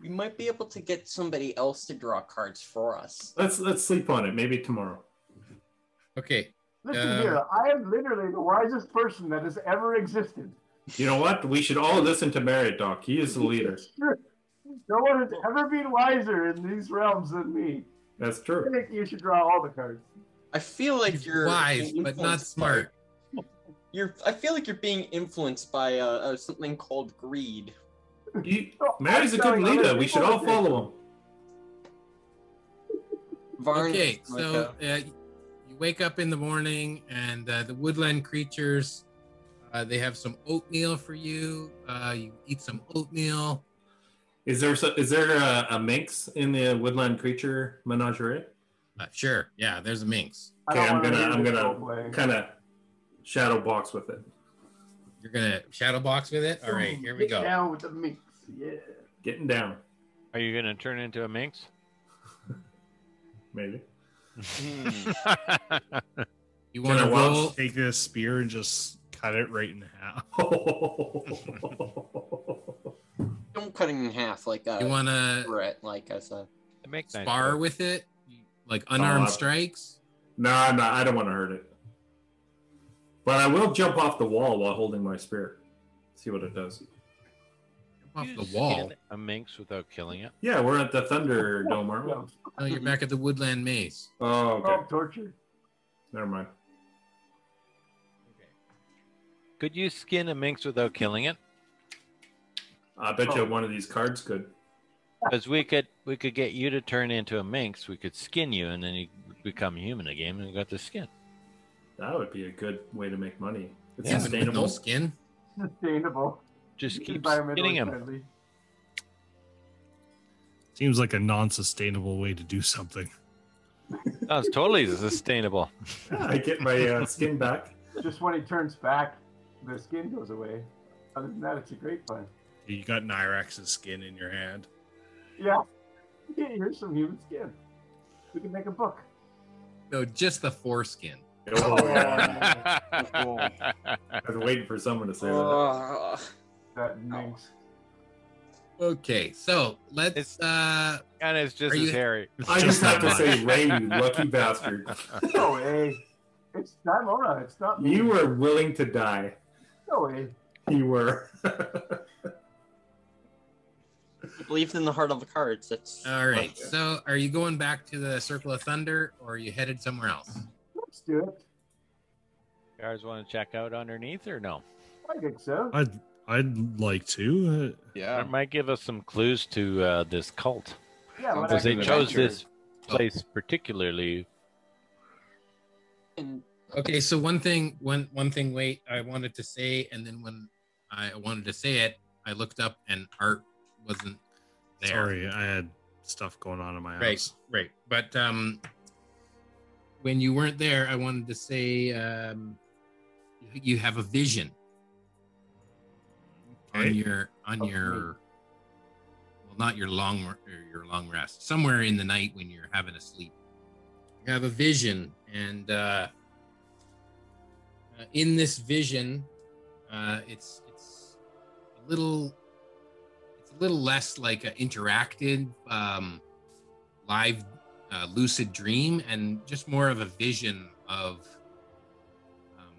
F: We might be able to get somebody else to draw cards for us.
H: Let's let's sleep on it. Maybe tomorrow.
C: Okay.
D: Listen
C: Um,
D: here, I am literally the wisest person that has ever existed.
H: You know what? We should all listen to Marriott Doc. He is the leader.
D: Sure. No one has ever been wiser in these realms than me.
H: That's
D: I
H: true.
D: think you should draw all the cards.
F: I feel like
C: He's
F: you're
C: wise,
F: being
C: but not
F: influenced
C: smart.
F: by- You're. I feel like you're being influenced by uh, uh, something called greed.
H: He,
D: No, I'm
H: Marriott's a good
D: telling other
H: leader. We should
D: people
H: all
D: to do.
H: follow him.
F: Varn
C: Okay.
F: is like
C: So
F: a-
C: uh, you wake up in the morning, and uh, the woodland creatures. Uh, they have some oatmeal for you. Uh, you eat some oatmeal.
H: Is there so, is there a, a minx in the woodland creature menagerie?
C: Uh, sure. Yeah. There's a minx.
D: I
H: Okay,
D: don't
H: I'm
D: wanna
H: gonna
D: leave
H: I'm
D: this
H: gonna
D: whole way.
H: kind of shadow box with it.
C: You're gonna shadow box with it. All right. Here we
D: Get
C: go.
D: Down with the mix, yeah.
H: Getting down,
E: Are you gonna turn into a minx?
H: maybe.
I: Hmm.
C: You
H: Can I
C: want to
H: watch?
C: roll?
G: Take this spear and just cut it right in half.
F: don't cut it in half like
C: You
F: a
C: want to
F: threat, like as a.
E: They make nice
C: spar
E: food.
C: with it, like unarmed
H: Uh,
C: strikes.
H: no, I'm not. I don't want to hurt it. But I will jump off the wall while holding my spear. See what it does.
C: Off
E: You
C: the
E: skin
C: wall.
E: A minx without killing it.
H: Yeah, we're at the Thunder Dome, aren't we?
D: No,
C: No, you're back at the woodland maze.
H: Oh,
D: oh,
H: okay.
D: torture.
H: Never mind.
E: Could you skin a minx without killing it?
H: I bet you one of these cards could.
E: Because we could we could get you to turn into a minx. We could skin you, and then you become human again, and we got the skin.
H: That would be a good way to make money. It's
C: Yeah, but with no
H: sustainable.
C: skin.
D: Sustainable.
E: Just keep
D: environmentally
E: skinning him.
D: friendly.
G: Seems like a non-sustainable way to do something.
E: That's totally sustainable.
H: Yeah, I get my uh, skin back.
D: Just when he turns back, the skin goes away. Other than that, it's a great find.
G: You got Nyrax's skin in your hand.
D: Yeah. Yeah, Here's some human skin. We can make a book.
C: No, just the foreskin.
H: Oh, yeah.
E: All
H: I was waiting for someone to say
F: Oh.
H: that.
F: Ugh.
D: That minx.
C: Okay, so let's.
E: It's-
C: uh
E: and it's just
C: Are
E: as
C: you-
E: hairy.
H: I just have to
G: not mine.
H: say, Ray, you lucky bastard.
D: No way. It's not Mona. It's not me.
H: You were willing to die.
D: No way.
H: You were.
F: He believes in the heart of the cards. That's
C: All right, so are you going back to the Circle of Thunder, or are you headed somewhere else?
D: Let's do it.
E: You guys want to check out underneath or no?
D: I think so.
G: I'd I'd like to. Uh,
E: That might give us some clues to uh, this cult
D: Yeah,
I: Sounds
D: what
E: because
I: like
E: they
I: an
D: actually-
E: chose
I: adventure.
E: this Oh. place particularly.
F: and
C: Okay, so one thing, one one thing. Wait, I wanted to say, and then when I wanted to say it, I looked up and art wasn't there.
G: sorry, I had stuff going on in my house.
C: Right, right. But um, when you weren't there, I wanted to say um, you have a vision on your on
D: Okay.
C: your well, not your long or your long rest. Somewhere in the night when you're having a sleep, you have a vision, and uh, uh, in this vision, uh, it's it's a little it's a little less like an interactive um, live uh, lucid dream and just more of a vision of um,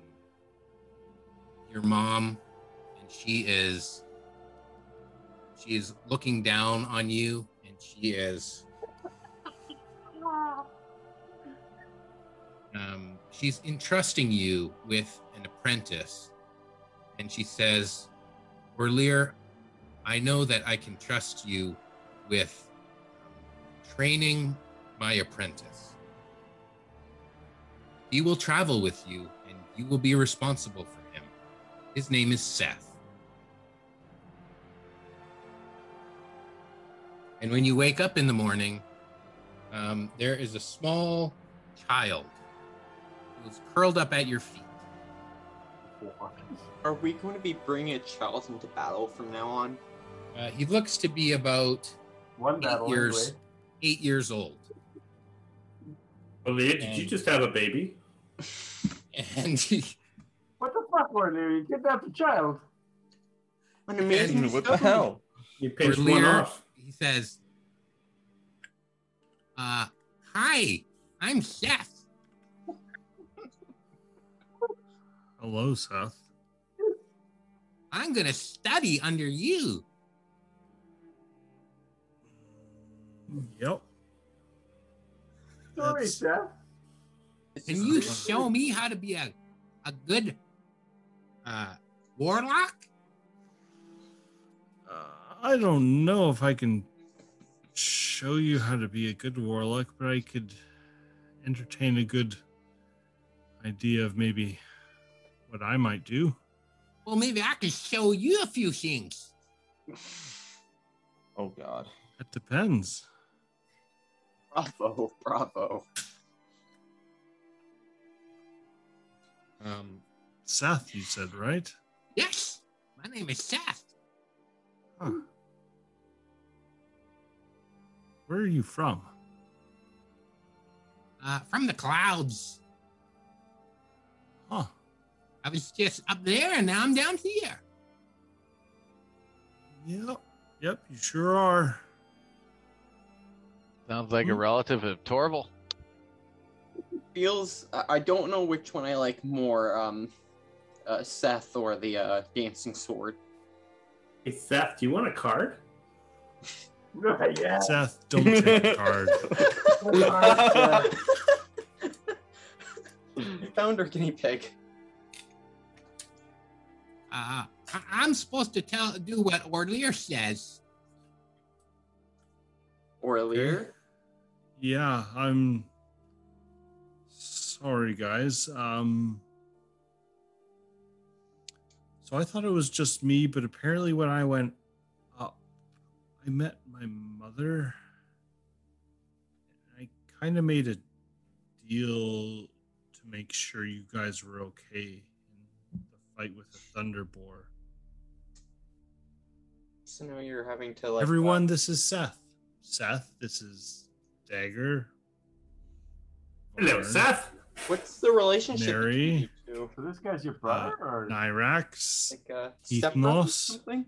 C: your mom and she is she is looking down on you and she is um, she's entrusting you with an apprentice and she says orlear I know that I can trust you with um, training my apprentice. He will travel with you and you will be responsible for him. His name is Seth. And when you wake up in the morning, um, there is a small child who is curled up at your feet.
F: Are we going to be bringing a child into battle from now on?
C: Uh, he looks to be about
D: One
C: eight
D: battle
C: years,
D: anyway.
C: eight years old.
H: Leah, did you just have a baby?
C: And he,
D: What the fuck, Lord Leary? You kidnapped a child.
F: An amazing
I: what the
F: story.
I: hell?
H: You pinched
C: Lear-
H: one off.
C: he says, uh, Hi, I'm Seth.
G: Hello, Seth.
C: I'm going to study under you.
G: Yep.
D: Sorry,
G: That's-
D: Seth.
F: This
C: Can
F: is
C: you
F: great.
C: show me how to be a, a good uh, warlock?
G: Uh, I don't know if I can show you how to be a good warlock, but I could entertain a good idea of maybe what I might do.
C: Well, maybe I can show you a few things.
I: Oh god.
G: That depends.
F: Bravo, bravo.
C: Um,
G: Seth, you said, right?
C: yes, my name is Seth.
G: Huh. Where are you from?
C: uh, from the clouds.
G: Huh.
C: I was just up there and now I'm down here.
G: Yep. Yep, you sure are.
E: Sounds like a
G: Hmm.
E: relative of Torval.
F: Feels. I- I don't know which one I like more, um, uh, Seth or the uh, dancing sword.
H: Hey, Seth, do you want a card?
D: yeah.
G: Seth, don't take the card.
D: Alright,
F: Found our guinea pig.
C: Uh, I- I'm supposed to tell do what Orlear says.
F: Or Lear.
G: Yeah, I'm sorry, guys. Um, so I thought it was just me, but apparently, when I went up, I met my mother. I kind of made a deal to make sure you guys were okay in the fight with the Thunder Boar.
F: So now you're having to like. uh,
G: Everyone, this is Seth. Seth, this is Dagger.
H: Hello,
G: Varn,
H: Seth.
F: What's the relationship
G: Mary.
F: between you two?
D: So this guy's your brother, or
G: Nyrax.
F: Like uh,
G: Keith
F: stepbrother or
G: Moss.
F: something?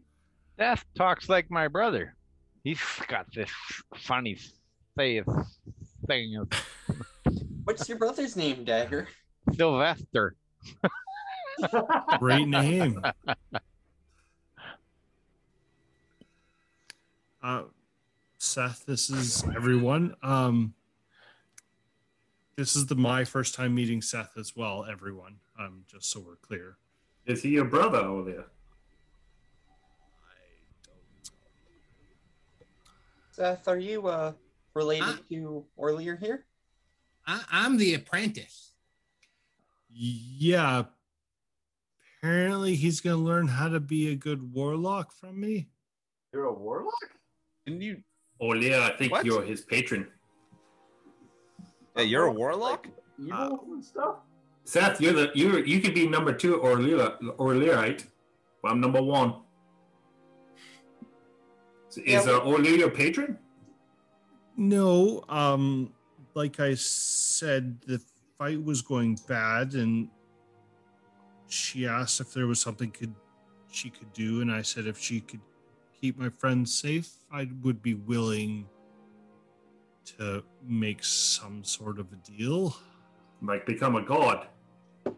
E: Seth talks like my brother. He's got this funny face thing of
F: What's your brother's name, Dagger?
E: Sylvester.
G: Great name. Uh, Seth, this is everyone. Um, this is the my first time meeting Seth as well. Everyone, um, just so we're clear.
H: Is he your brother over there?
F: Seth, are you uh related
G: Ah.
C: Huh?
F: to Orlear here?
C: I- I'm the apprentice.
G: Yeah. Apparently, he's gonna learn how to be a good warlock from me.
D: you're a warlock?
I: Didn't you
H: Oh, Leah, I think
I: What?
H: you're his patron.
I: Hey, you're a warlock?
D: Evil and stuff?
H: Seth, you're the you you could be number two or Leah or Learite. Well, I'm number one. So is
F: Yeah.
H: uh, Orlea your patron?
G: No, um, like I said, the fight was going bad, and she asked if there was something could she could do, and I said if she could keep my friends safe, I would be willing to make some sort of a deal.
H: Like become a god.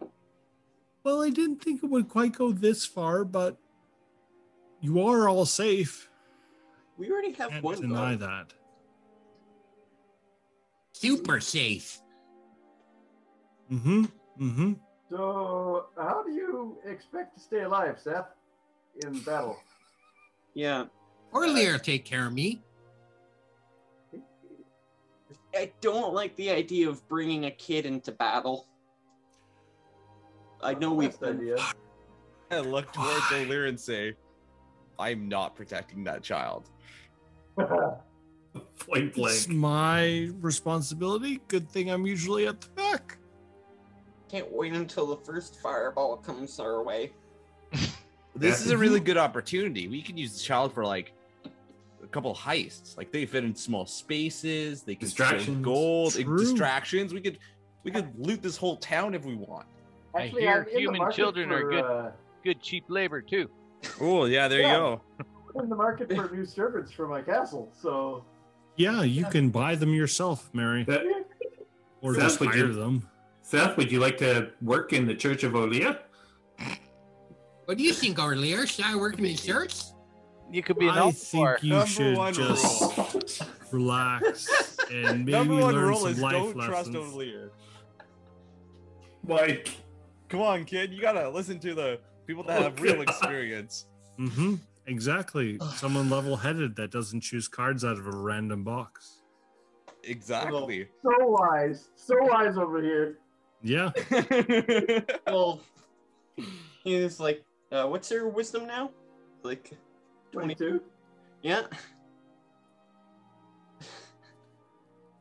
G: Well, I didn't think it would quite go this far, but you are all safe.
F: We already have
G: Can't
F: one.
G: deny
F: vote.
G: that.
C: Super safe.
G: Mm-hmm. Mm-hmm.
D: So, how do you expect to stay alive, Seth, in battle?
F: Yeah.
C: Or Lear take care of me.
F: I don't like the idea of bringing a kid into battle. I know we've
D: Best idea.
I: I look towards O'Leary and say, I'm not protecting that child.
H: Point
G: It's
H: blank.
G: my responsibility. Good thing I'm usually at the back.
F: Can't wait until the first fireball comes our way.
I: This
H: Yeah.
I: is a really good opportunity. We can use the child for like a couple heists. Like they fit in small spaces. They can steal
H: Distractions.
I: gold, and
G: True.
I: distractions. We could we could loot this whole town if we want.
E: I hear
D: I'm in the
E: human
D: market
E: children are
D: for,
E: good.
D: uh,
E: Good cheap labor too.
I: Oh yeah, there
D: Yeah.
I: you go.
D: I'm in the market for new servants for my castle, so
G: Yeah, you can buy them yourself, Mary,
H: That-
G: or
H: That's
G: just
H: what
G: hire
H: you-
G: them.
H: Seth, would you like to work in the Church of Olea?
C: What do you think, Orlear? Should I work in the church?
E: You could be an
G: I think
E: altar.
G: you
I: Number
G: should
I: one
G: just
I: rule.
G: relax and maybe
I: Number one
G: learn
I: rule
G: some
I: is
G: life
I: don't trust
G: lessons.
I: O'Leary.
H: Why?
I: Come on, kid. You gotta listen to the people that
H: Oh,
I: have real
H: God.
I: experience.
G: Mm-hmm. Exactly. Someone level-headed that doesn't choose cards out of a random box.
I: Exactly.
D: so wise, so wise over here.
G: Yeah.
F: well, he's like, uh, what's her wisdom now? Like,
D: 22.
F: yeah.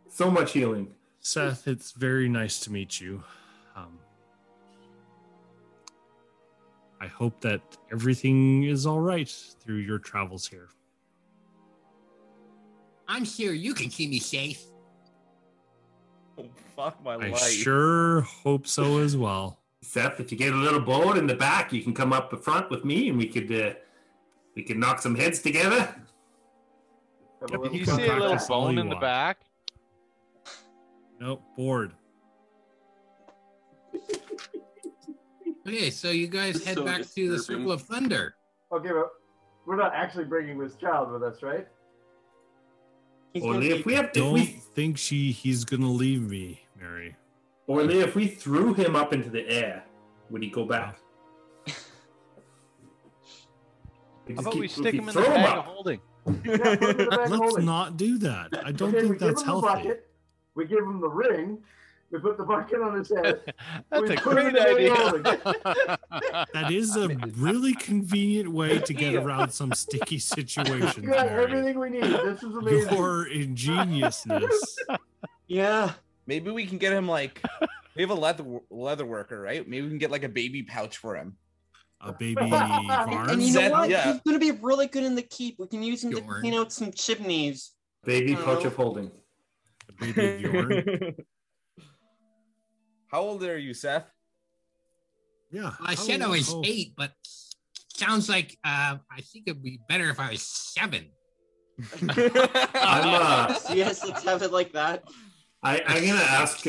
H: So much healing.
G: Seth, it's very nice to meet you. Um, I hope that everything is all right through your travels here.
C: I'm sure you can keep me safe.
I: Oh, fuck my
G: I
I: life.
G: sure hope so as well.
H: Seth, if you get a little boat in the back, you can come up the front with me, and we could uh, we could knock some heads together.
G: Yep,
D: Have a little
G: you
E: You
G: can
E: see a
D: contact
E: little
D: us.
G: practice all
E: bone
G: you
E: in the
G: want.
E: back.
G: Nope, bored.
C: Okay, so you guys head
F: So
C: back to the
F: disturbing.
C: Circle of Thunder.
D: Okay, but we're not actually bringing this child with us, right?
F: He's gonna
H: Only
F: be-
H: if we have if
G: Don't
H: we,
G: think she he's gonna leave me, Mary.
H: only if we threw him up into the air, would he go back?
E: How
H: just
E: about
H: keep-
E: we
H: if
E: stick
H: you
E: him in the
H: throw
E: bag of
H: up,
E: holding?
D: Yeah, put him in the bag and
G: Let's
D: hold it.
G: not do that. I don't
D: Okay, we
G: think
D: give
G: that's
D: him the
G: healthy.
D: bucket, we give him the ring. We put the bucket on his head.
E: That's
D: We
E: a
D: put it
E: great
D: in
E: idea.
G: That is a really convenient way to get around some sticky situations,
D: We got
G: Mary.
D: everything we need. This is amazing.
G: Your ingeniousness.
F: Yeah.
I: Maybe we can get him like we have a leather leather worker, right? Maybe we can get like a baby pouch for him.
G: a baby
F: And you
G: varm.
F: know
I: Said-
F: what?
I: yeah.
F: He's gonna be really good in the keep. We can use him to
C: Bjorn.
F: clean out some chimneys.
H: baby pouch of holding.
G: A baby Bjorn.
I: How old are you, Seth?
G: Yeah.
C: I
G: how-
C: said I was
G: how-
C: eight, but sounds like uh, I think it'd be better if I was seven.
H: I'm, uh,
F: yes, let's have it like that.
H: I, I'm gonna ask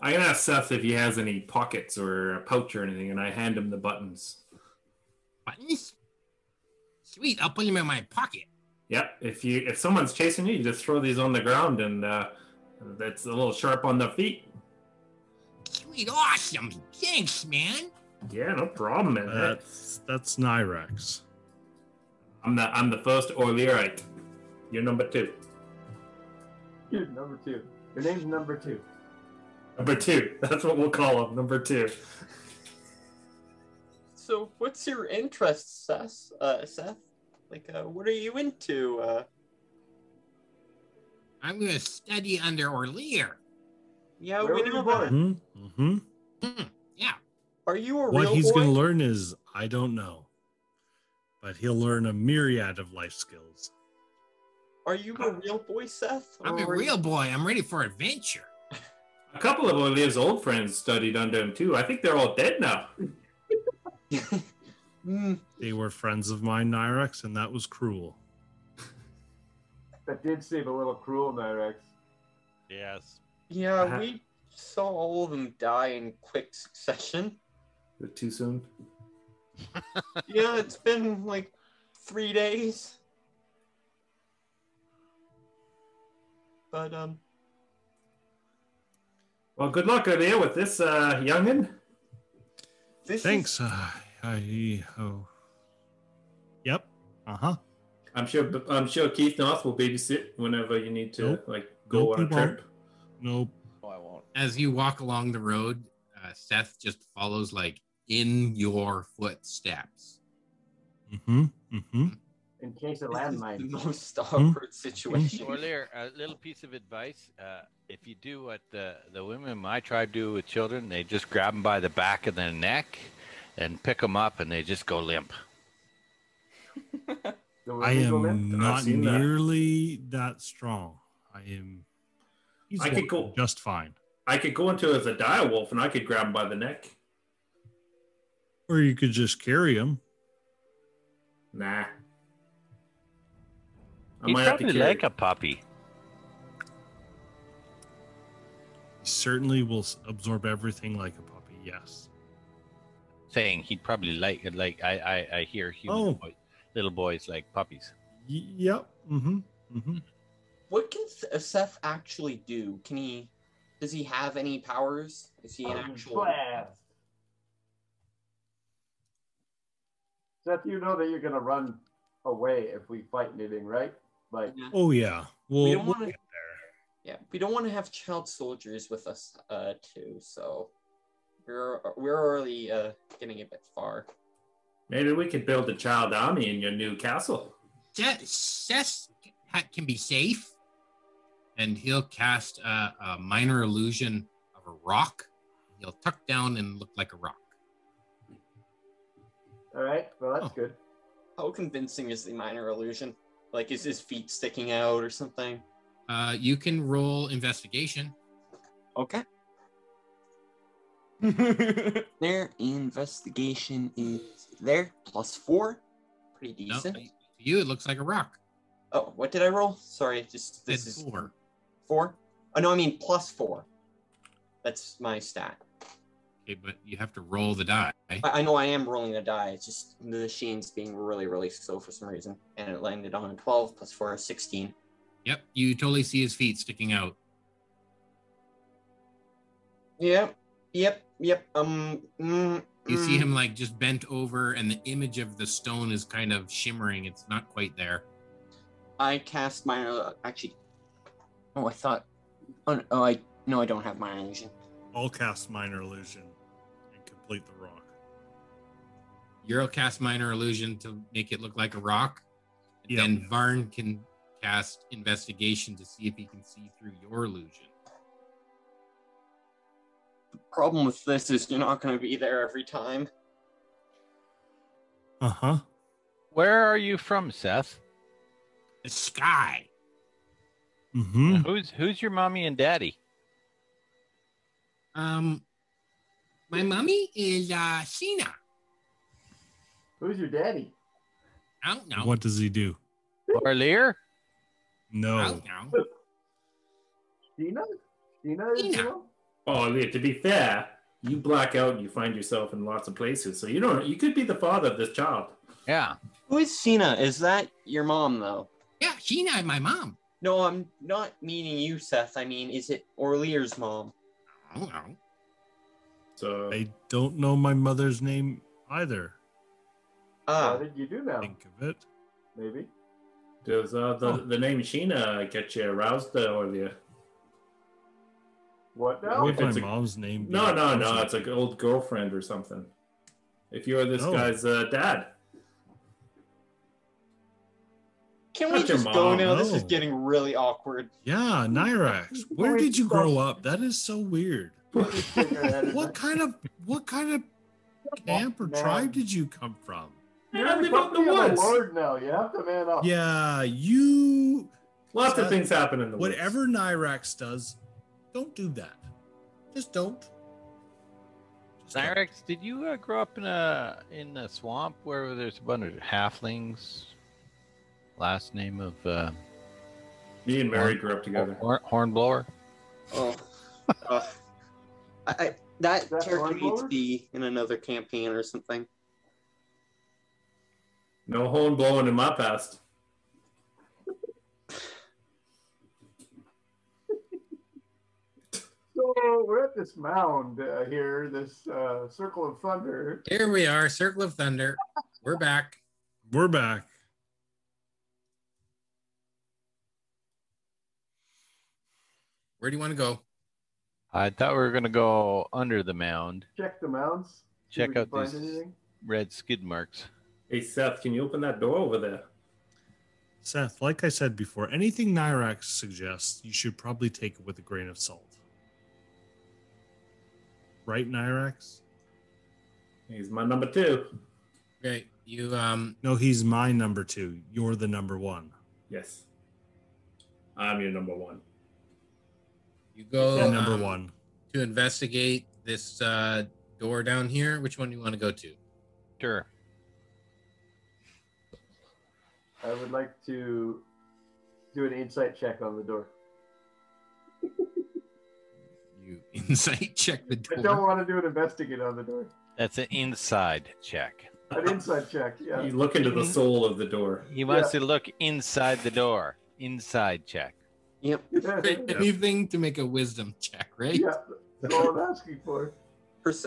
H: I'm gonna ask Seth if he has any pockets or a pouch or anything, and I hand him the buttons.
C: Buttons? Sweet, I'll put them in my pocket.
H: Yep. If you if someone's chasing you, you just throw these on the ground, and uh, that's a little sharp on the feet.
C: Sweet, awesome. Thanks, man.
H: Yeah, no problem, man.
G: That's that's Nyrex.
H: I'm the I'm the first Orlearite. You're number two.
D: Dude, Hmm. number two. Your name's number two.
H: Number two. That's what we'll call him. Number two.
F: So, what's your interest, Seth? Uh, Seth, like, uh, what are you into? Uh,
C: I'm going to study under Orlear.
F: yeah,
D: Where
F: we
D: were you
F: know
D: born?
F: that.
G: hmm hmm
C: Hmm, yeah.
F: Are you a
G: What
F: real
G: he's
F: boy?
G: going to learn is I don't know, but he'll learn a myriad of life skills.
F: Are you a real boy, Seth?
C: I'm a
F: Or-
C: real boy. I'm ready for adventure.
H: A couple of Orlear's old friends studied under him too. I think they're all dead now.
F: Mm,
G: They were friends of mine, Nyrex, and that was cruel.
D: That did seem a little cruel, Nyrex.
E: yes.
F: yeah,
H: Uh-huh.
F: we saw all of them die in quick succession.
H: Too soon.
F: yeah, it's been like three days. But um,
H: Well, good luck, Orlear, with this uh, youngin.
F: this is-
G: Thanks. Uh, I, oh. Yep. Uh huh.
H: I'm sure. I'm sure Keith North will babysit whenever you need to,
G: Nope.
H: like go
G: Nope,
H: on a
G: he won't.
H: trip.
G: Nope.
I: Oh, I won't.
C: As you walk along the road, uh, Seth just follows like in your footsteps.
G: Mm-hmm. Mm-hmm.
D: in case of
F: The
D: landmine.
F: most awkward situation.
E: Earlier, a little piece of advice. Uh, if you do what the, the women in my tribe do with children, they just grab them by the back of their neck and pick them up and they just go limp.
I: All
D: The
G: I
D: illegal
G: am
D: lift?
G: not
H: seen that.
G: nearly that. strong. I am. He's
H: I could
G: walking
H: go-
G: just fine.
H: I could go into as a dire wolf and I could grab him by the neck.
G: Or you could just carry him.
H: Nah. I
E: He'd
H: might have to
E: probably
H: carry.
E: like a puppy.
G: He certainly will s- absorb everything like a puppy. Yes.
E: Saying he'd probably like like I I, I hear human
G: Oh.
E: boy- little boys like puppies.
G: Y- yep. Mm-hmm. Mm-hmm.
F: What can S- uh, Seth actually do? Can he? Does he have any powers? Is he an
D: Um,
F: actual?
D: Blast. Seth, you know that you're gonna run away if we fight anything, right? Like
F: Yeah.
G: Oh yeah. Well,
F: We don't
G: we'll
F: wanna-
G: get there.
F: Yeah, we don't want to have child soldiers with us uh, too. So we're we're already uh, getting a bit far.
H: Maybe we could build a child army in your new castle.
C: Seth, Seth ha- can be safe, and he'll cast a, a minor illusion of a rock. He'll tuck down and look like a rock.
D: all right, well that's
C: Oh.
D: good.
F: How convincing is the minor illusion? Like, is his feet sticking out or something?
C: Uh, you can roll investigation.
F: Okay. Their investigation is there plus four. Pretty
C: No,
F: decent.
C: to you, it looks like a rock.
F: Oh, what did I roll? Sorry, just
C: Said
F: this is
C: four.
F: four. Oh no, I mean plus four. That's my stat.
C: Okay, but you have to roll the die.
F: I, I know I am rolling a die. It's just the machine's being really, really slow for some reason, and it landed on a twelve plus four, is sixteen.
C: Yep, you totally see his feet sticking out.
F: Yep, yep, yep. Um, mm,
C: You see
F: mm.
C: him like just bent over, and the image of the stone is kind of shimmering. It's not quite there.
F: I cast minor. Actually, oh, I thought. Oh, no, oh I no, I don't have minor illusion.
G: I'll cast minor illusion and complete the rock.
C: Euro cast minor illusion to make it look like a rock. And
G: Yeah.
C: Then Varn can cast investigation to see if he can see through your illusion.
F: Problem with this is you're not going to be there every time.
G: Uh huh.
E: Where are you from, Seth?
C: The sky.
H: Hmm?
G: Mm-hmm.
E: Who's who's your mommy and daddy?
C: Um, my mommy is uh Sheena.
D: Who's your daddy?
C: I don't know.
G: What does he do?
H: Hmm.
E: Orlear?
C: I
G: No.
C: don't know.
D: Sheena? Sheena is
C: Sheena.
D: you know?
H: Oh, yeah, to be fair, you black out and you find yourself in lots of places. So you don't. You could be the father of this child.
E: Yeah.
F: Who is Cena? Is that your mom though?
C: Yeah, Sheena is my mom.
F: No, I'm not meaning you, Seth. I mean, is it Orlear's mom?
C: I don't know.
H: So
G: I don't know my mother's name either.
D: How
F: Ah,
D: did you do now?
G: Think of it.
D: Maybe.
H: does uh, the, the name Sheena get you aroused uh, or the?
D: What
H: Oh,
D: now?
G: What
H: if
G: would my
H: it's a-
G: mom's name? be?
H: No, no, no. It's like an old girlfriend or something. If you're this
G: No.
H: guy's uh, dad,
F: can we
H: Not your
F: just go
H: mom, Oh.
F: now? This is
G: no.
F: getting really awkward.
G: Yeah, Nyrax. Where did you grow up? That is so weird. What kind of what kind of camp or
D: Man.
G: tribe did you come from?
H: you're out in the
D: You're the
H: woods.
D: Lord now. You have to man up.
G: Yeah, you.
H: Lots of
G: Seth,
H: things happen in the woods.
G: Whatever Nyrax does, don't do that. Just don't. Just don't.
E: Zyrex, did you uh, grow up in a in a swamp where there's a bunch of halflings? Last name of uh,
H: Me and Mary grew up together.
E: horn, hornblower.
F: Oh, uh, I, I, that,
D: that
F: character needs to
D: Orlear?
F: be in another campaign or something.
H: No horn blowing in my past.
D: So we're at this mound uh, here, this uh, circle of thunder.
C: Here we are, Circle of Thunder. We're back.
G: We're back.
C: Where do you want to go?
E: I thought we were gonna go under the mound,
D: Check the mounds. see
E: Check
D: if we can
E: out
D: find
E: these-
D: anything.
E: red skid marks.
H: Hey Seth, can you open that door over there?
G: Seth, like I said before, anything Nyrax suggests, you should probably take it with a grain of salt. Right, Nyrax?
H: He's my number two.
C: Okay, you um
G: No, he's my number two. You're the number one.
H: Yes. I'm your number one.
C: you go
G: and number
C: um,
G: one.
C: to investigate this uh, door down here. Which one do you want to go to?
E: Sure.
D: I would like to do an insight check on the door.
C: You insight check the
D: I don't
C: door.
D: want to do an investigate on the door.
E: That's an inside check.
D: An insight check, yeah.
H: You look into the soul of the door.
E: He wants to look inside the door. Inside check.
F: Yep.
D: yeah,
C: Anything to make a wisdom check, right?
D: that's all I'm asking for.
F: Perce-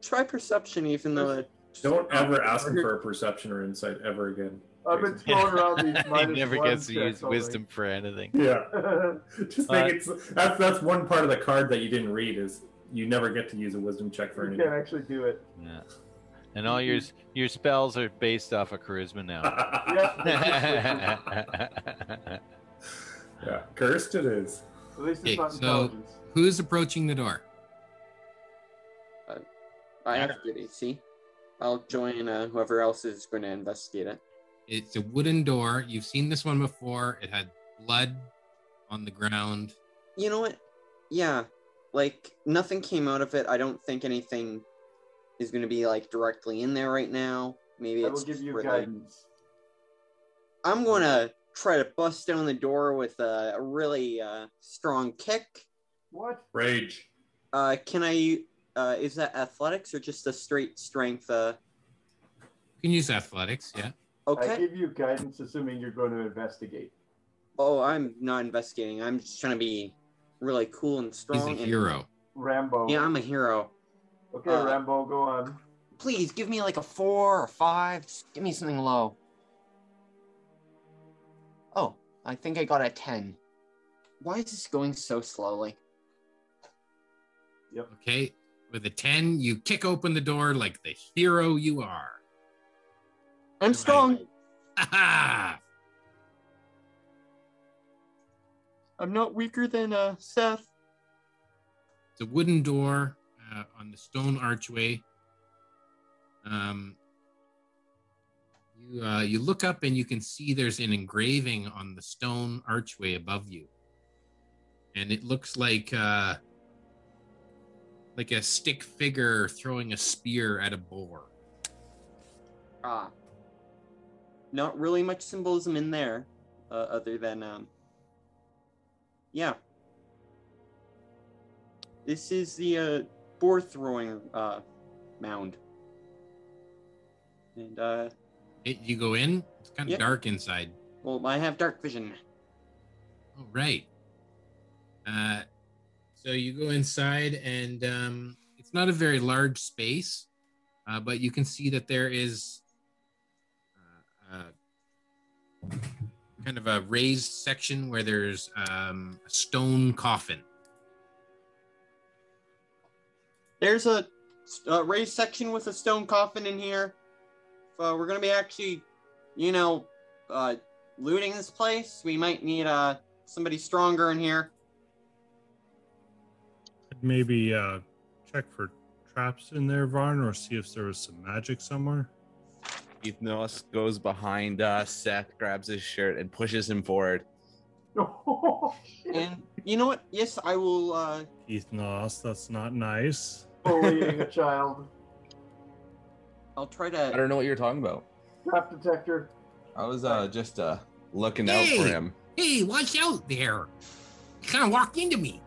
F: try perception, even though it
H: Don't ever ask him for a perception or insight ever again.
D: I've been
H: Jason.
D: throwing around these
E: he
D: minus
E: never
D: one
E: gets to
D: checks
E: use
D: all night.
E: wisdom for anything.
H: Yeah. Just
E: Uh,
H: think it's that's that's one part of the card that you didn't read is you never get to use a wisdom check for
D: You can't
H: anything.
D: actually do it.
E: Yeah. And all your
D: Mm-hmm.
E: your spells are based off of charisma now.
D: Yeah.
H: yeah. Cursed it is.
D: At least it's
C: Okay,
D: not
C: so-
D: intelligence.
C: Who's approaching the door?
F: I have good AC. I'll join uh, whoever else is going to investigate it.
C: It's a wooden door. You've seen this one before. It had blood on the ground.
F: You know what? Yeah, like nothing came out of it. I don't think anything is going to be like directly in there right now. Maybe
D: I
F: it's
D: will give
F: just
D: you
F: where, like-
D: guidance.
F: I'm going to try to bust down the door with a, a really uh, strong kick.
D: What?
H: Rage.
F: Uh, can I? Uh, is that athletics or just a straight strength? Uh,
C: You can use athletics, yeah.
D: I
F: okay.
D: give you guidance, assuming you're going to investigate.
F: Oh, I'm not investigating. I'm just trying to be really cool and
C: He's
F: strong.
C: a
F: and-
C: hero.
D: Rambo.
F: Yeah, I'm a hero.
D: okay,
F: uh,
D: Rambo, go on.
F: Please give me like a four or five. Just give me something low. Oh, I think I got a ten. Why is this going so slowly?
C: Okay. With a 10, you kick open the door like the hero you are.
F: I'm strong.
C: Aha!
F: I'm not weaker than uh, Seth.
C: It's a wooden door uh, on the stone archway. Um, you uh, you look up and you can see there's an engraving on the stone archway above you, and it looks like uh, like a stick figure throwing a spear at a boar.
F: Ah. Not really much symbolism in there, uh, other than um. Yeah. This is the uh, boar throwing uh, mound. And uh,
C: It, you go in. It's kind of
F: Yeah.
C: dark inside.
F: well, I have dark vision.
C: All right. Uh, so you go inside, and um, it's not a very large space, uh, but you can see that there is uh, uh, kind of a raised section where there's um, a stone coffin.
F: There's a, a raised section with a stone coffin in here. So we're gonna be actually, you know, uh, looting this place. We might need uh somebody stronger in here.
G: I'd maybe uh, check for traps in there, Varn, or see if there was some magic somewhere.
I: Keith Noss goes behind uh, Seth, grabs his shirt, and pushes him forward.
D: oh,
F: And you know what? Yes, I will. uh
G: Keith Noss, that's not nice.
D: bullying a child.
F: I'll try
I: I
F: to.
I: don't know what you're talking about.
D: Trap detector.
I: I was uh, just uh, looking out for
C: Hey!
I: him.
C: Hey, watch out there! You kind of walked into me.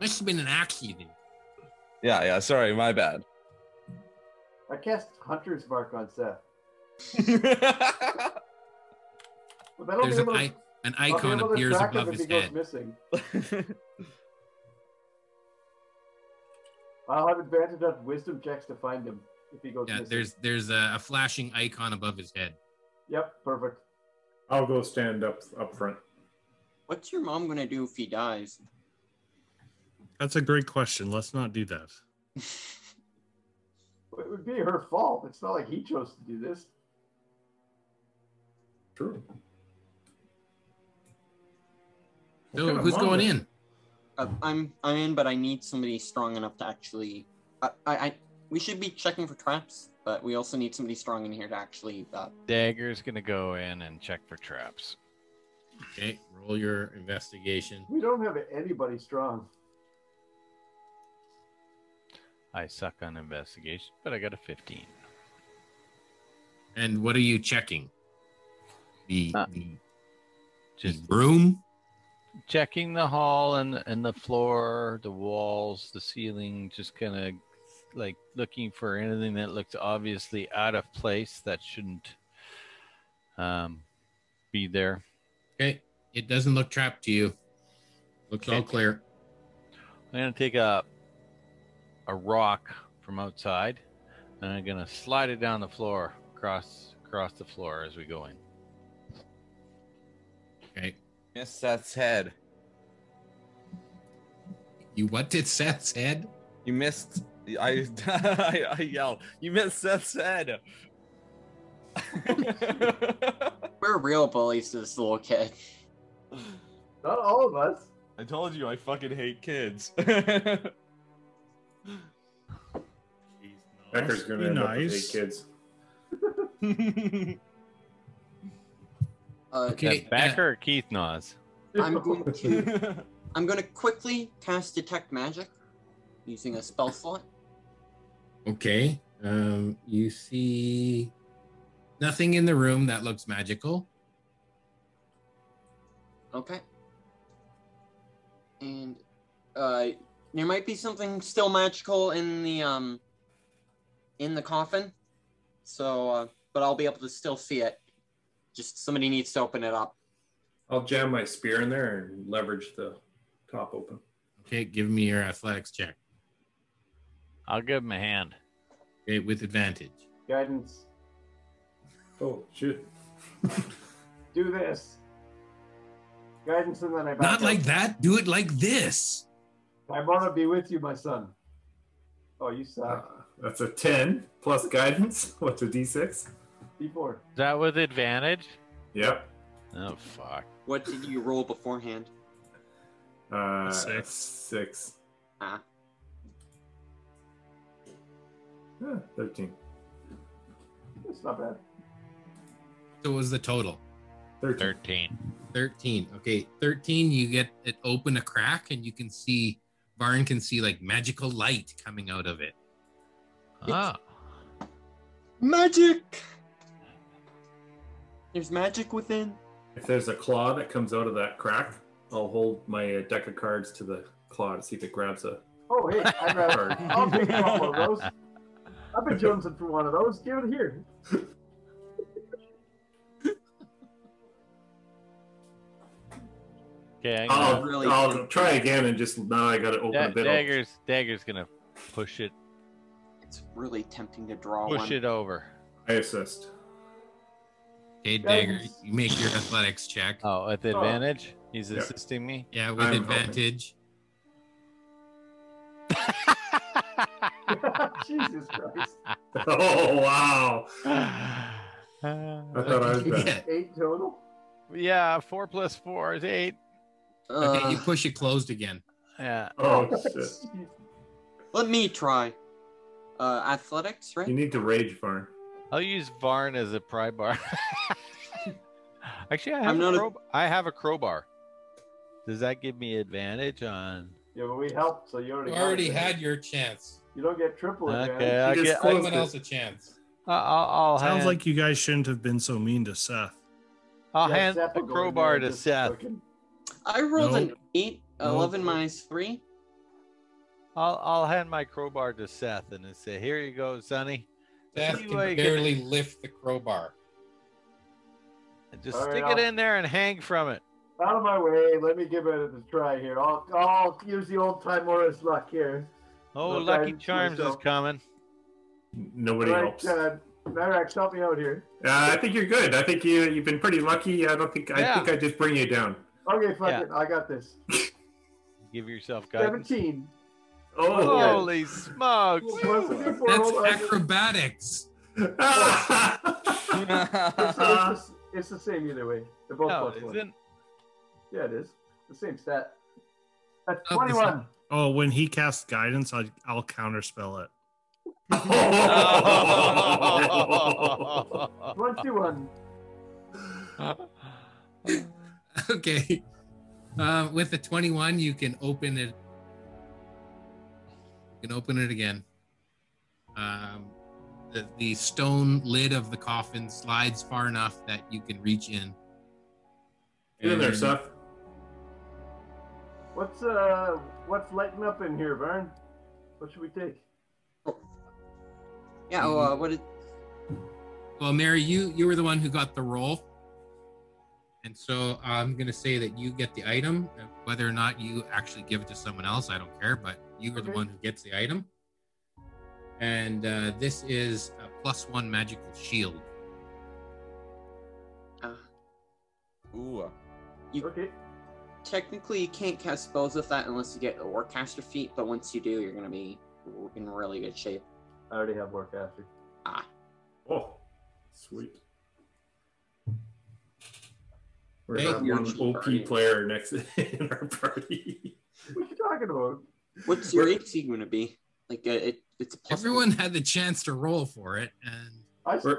C: Must have been an accident.
I: Yeah, yeah. Sorry, my bad.
D: I cast Hunter's Mark on Seth. But that'll
C: There's
D: be
C: an,
D: able to,
C: i- an
D: I'll be
C: icon
D: able to
C: appears
D: track him
C: above
D: if
C: his
D: he goes
C: head.
D: missing. I'll have advantage on wisdom checks to find him if he goes
C: Yeah,
D: missing.
C: there's there's a, a flashing icon above his head.
D: Yep, perfect.
H: I'll go stand up up front.
F: What's your mom gonna do if he dies?
G: That's a great question. Let's not do that.
D: It would be her fault. It's not like he chose to do this.
H: True.
C: So who's going in?
F: Uh, I'm I'm in, but I need somebody strong enough to actually. I, I, I we should be checking for traps, but we also need somebody strong in here to actually. Uh,
E: Dagger's gonna go in and check for traps.
C: Okay, roll your investigation.
D: We don't have anybody strong.
E: I suck on investigation, but I got a 15.
C: And what are you checking? The,
E: Uh,
C: the- the
E: Just
C: room?
E: checking the hall and and the floor, the walls, the ceiling, just kind of like looking for anything that looks obviously out of place that shouldn't um, be there.
C: Okay, it doesn't look trapped to you. Looks all
E: Okay.
C: clear.
E: I'm gonna take a a rock from outside, and I'm gonna slide it down the floor, across across the floor as we go in.
C: Okay,
I: Yes, that's head.
C: you what did Seth said?
I: You missed. I, I, I yell. You missed Seth's head.
F: we're real bullies to this little kid.
D: Not all of us.
I: I told you I fucking hate kids.
H: Becker's gonna
G: Be
H: end up with
G: nice.
H: eight kids.
F: Uh,
C: Okay,
E: Is that Backer or Keith Nas?
F: I'm going to I'm going to quickly cast detect magic using a spell slot.
C: Okay. Um, you see nothing in the room that looks magical.
F: Okay. And uh, there might be something still magical in the um in the coffin. So, uh, but I'll be able to still see it. Just somebody needs to open it up.
H: I'll jam my spear in there and leverage the top open.
C: Okay, give me your athletics check.
E: I'll give him a hand.
C: Okay, with advantage.
D: Guidance.
H: Oh shoot!
D: Do this. Guidance, and then I. back
C: Not
D: up.
C: like that. Do it like this.
D: I want to be with you, my son. Oh, you
H: Uh,
D: suck.
H: that's a ten plus guidance. What's a d6?
D: D4.
E: Is that with advantage?
H: Yep.
E: Oh fuck.
F: What did you roll beforehand?
H: Uh,
G: Six.
H: Six.
F: Ah.
H: Yeah, Thirteen.
D: It's not bad.
C: So what was the total?
H: Thirteen.
C: 13.
E: Thirteen.
C: Okay, 13, you get it open a crack and you can see, Varn can see like magical light coming out of it.
E: Ah.
F: Magic. There's magic within.
H: If there's a claw that comes out of that crack, I'll hold my uh, deck of cards to the claw to see if it grabs a.
D: Oh, hey, I'd rather.
H: Sorry.
D: I'll take one of those. I've been jonesing for one of those. Give it here.
E: Okay, I'm gonna-
H: I'll,
F: really-
H: I'll try again and just now I got to open
E: Da-
H: a bit.
E: daggers daggers gonna push it
F: It's really tempting to draw
E: push
F: one.
E: it over
H: I assist.
C: Okay, Dagger,
D: Guidance.
C: you make your athletics check.
E: oh at the
D: Oh.
E: advantage he's
H: Yeah.
E: assisting me
C: Yeah, with
H: Uh, I'm
C: advantage.
D: Jesus Christ.
H: oh wow! I
E: Uh,
H: thought I was
C: You
H: bad.
C: get-
D: Eight total.
E: yeah four plus four is eight
C: okay, you
H: Uh,
F: Ugh,
C: push it closed again.
E: yeah
H: Oh shit!
F: let me try. Uh, athletics, right?
H: You need to rage, Varn.
E: i'll use varn as a pry bar actually i
F: I'm
E: have a
F: not a-
E: crow- I have a crowbar does that give me advantage on
D: Yeah, but we helped, so you already.
C: You
D: got
C: already
D: it.
C: had your chance.
D: You don't get triple
E: okay
D: advantage.
E: I'll,
H: just
E: get, I,
H: closed
C: Someone
H: it.
C: else a chance.
E: I'll, I'll
G: Sounds
E: hand,
G: like you guys shouldn't have been so mean to Seth.
E: I'll
D: Yeah,
E: hand
D: Seth
E: the
D: will go in there
E: crowbar
D: and
E: to
D: just
E: seth
D: fucking-
F: I rolled an
C: Nope.
F: eight.
C: Nope.
F: Eleven minus three.
E: I'll, I'll hand my crowbar to seth and then say here you go sonny
C: Seth
E: See
C: can
E: what you can-
C: barely lift the crowbar.
E: Just
D: All right,
E: stick
D: I'll-
E: it in there and hang from it.
D: Out of my way. Let me give it a try here. I'll, I'll use the old time Morris luck here.
E: Oh,
D: No
E: Lucky
D: guidance,
E: Charms
D: myself.
E: is coming.
H: Nobody
D: All right,
H: helps. Uh,
D: uh, Marax, help me out here.
H: I think you're good. I think you you've been pretty lucky. I don't think I
E: Yeah.
H: think I just bring you down.
D: Okay, fuck it. I got this.
E: Give yourself guidance.
D: 17.
H: Oh,
E: Holy smokes!
D: Plus a D4,
C: That's
D: hold on.
C: acrobatics.
D: It's, it's, the- it's the same either way. They're both
E: No,
D: plus one.
E: isn't
D: Yeah, it is. The same stat. That's
C: Oh, the same.
D: 21.
G: Oh, when he casts guidance, I, I'll counterspell it.
E: oh,
D: 21.
C: Okay. Uh, with the 21, you can open it. You can open it again. Um, the, the stone lid of the coffin slides far enough that you can reach in.
H: Get in there,
C: And
H: Seth.
D: What's uh what's lighting up in here, Vern? What should we take?
F: Yeah.
H: Mm-hmm.
F: Oh, uh, what? Did,
C: Well, Mary, you you were the one who got the roll, and so I'm gonna say that you get the item. Whether or not you actually give it to someone else, I don't care. But you were the
D: Okay.
C: one who gets the item, and uh, this is a plus one magical shield.
F: uh,
I: Ooh.
D: Okay.
F: technically, you can't cast spells with that unless you get the Warcaster feat. But once you do, you're gonna be in really good shape.
D: I already have work after.
H: Oh, sweet. We're
C: Hey,
H: gonna have
F: you're
H: one
F: cheap,
H: OP
F: aren't you?
H: player next in our party.
D: What you talking about?
F: What's your AC gonna be? Like, uh, it, it's a plus
C: Everyone had the chance to roll for it, and
D: I s-
H: We're,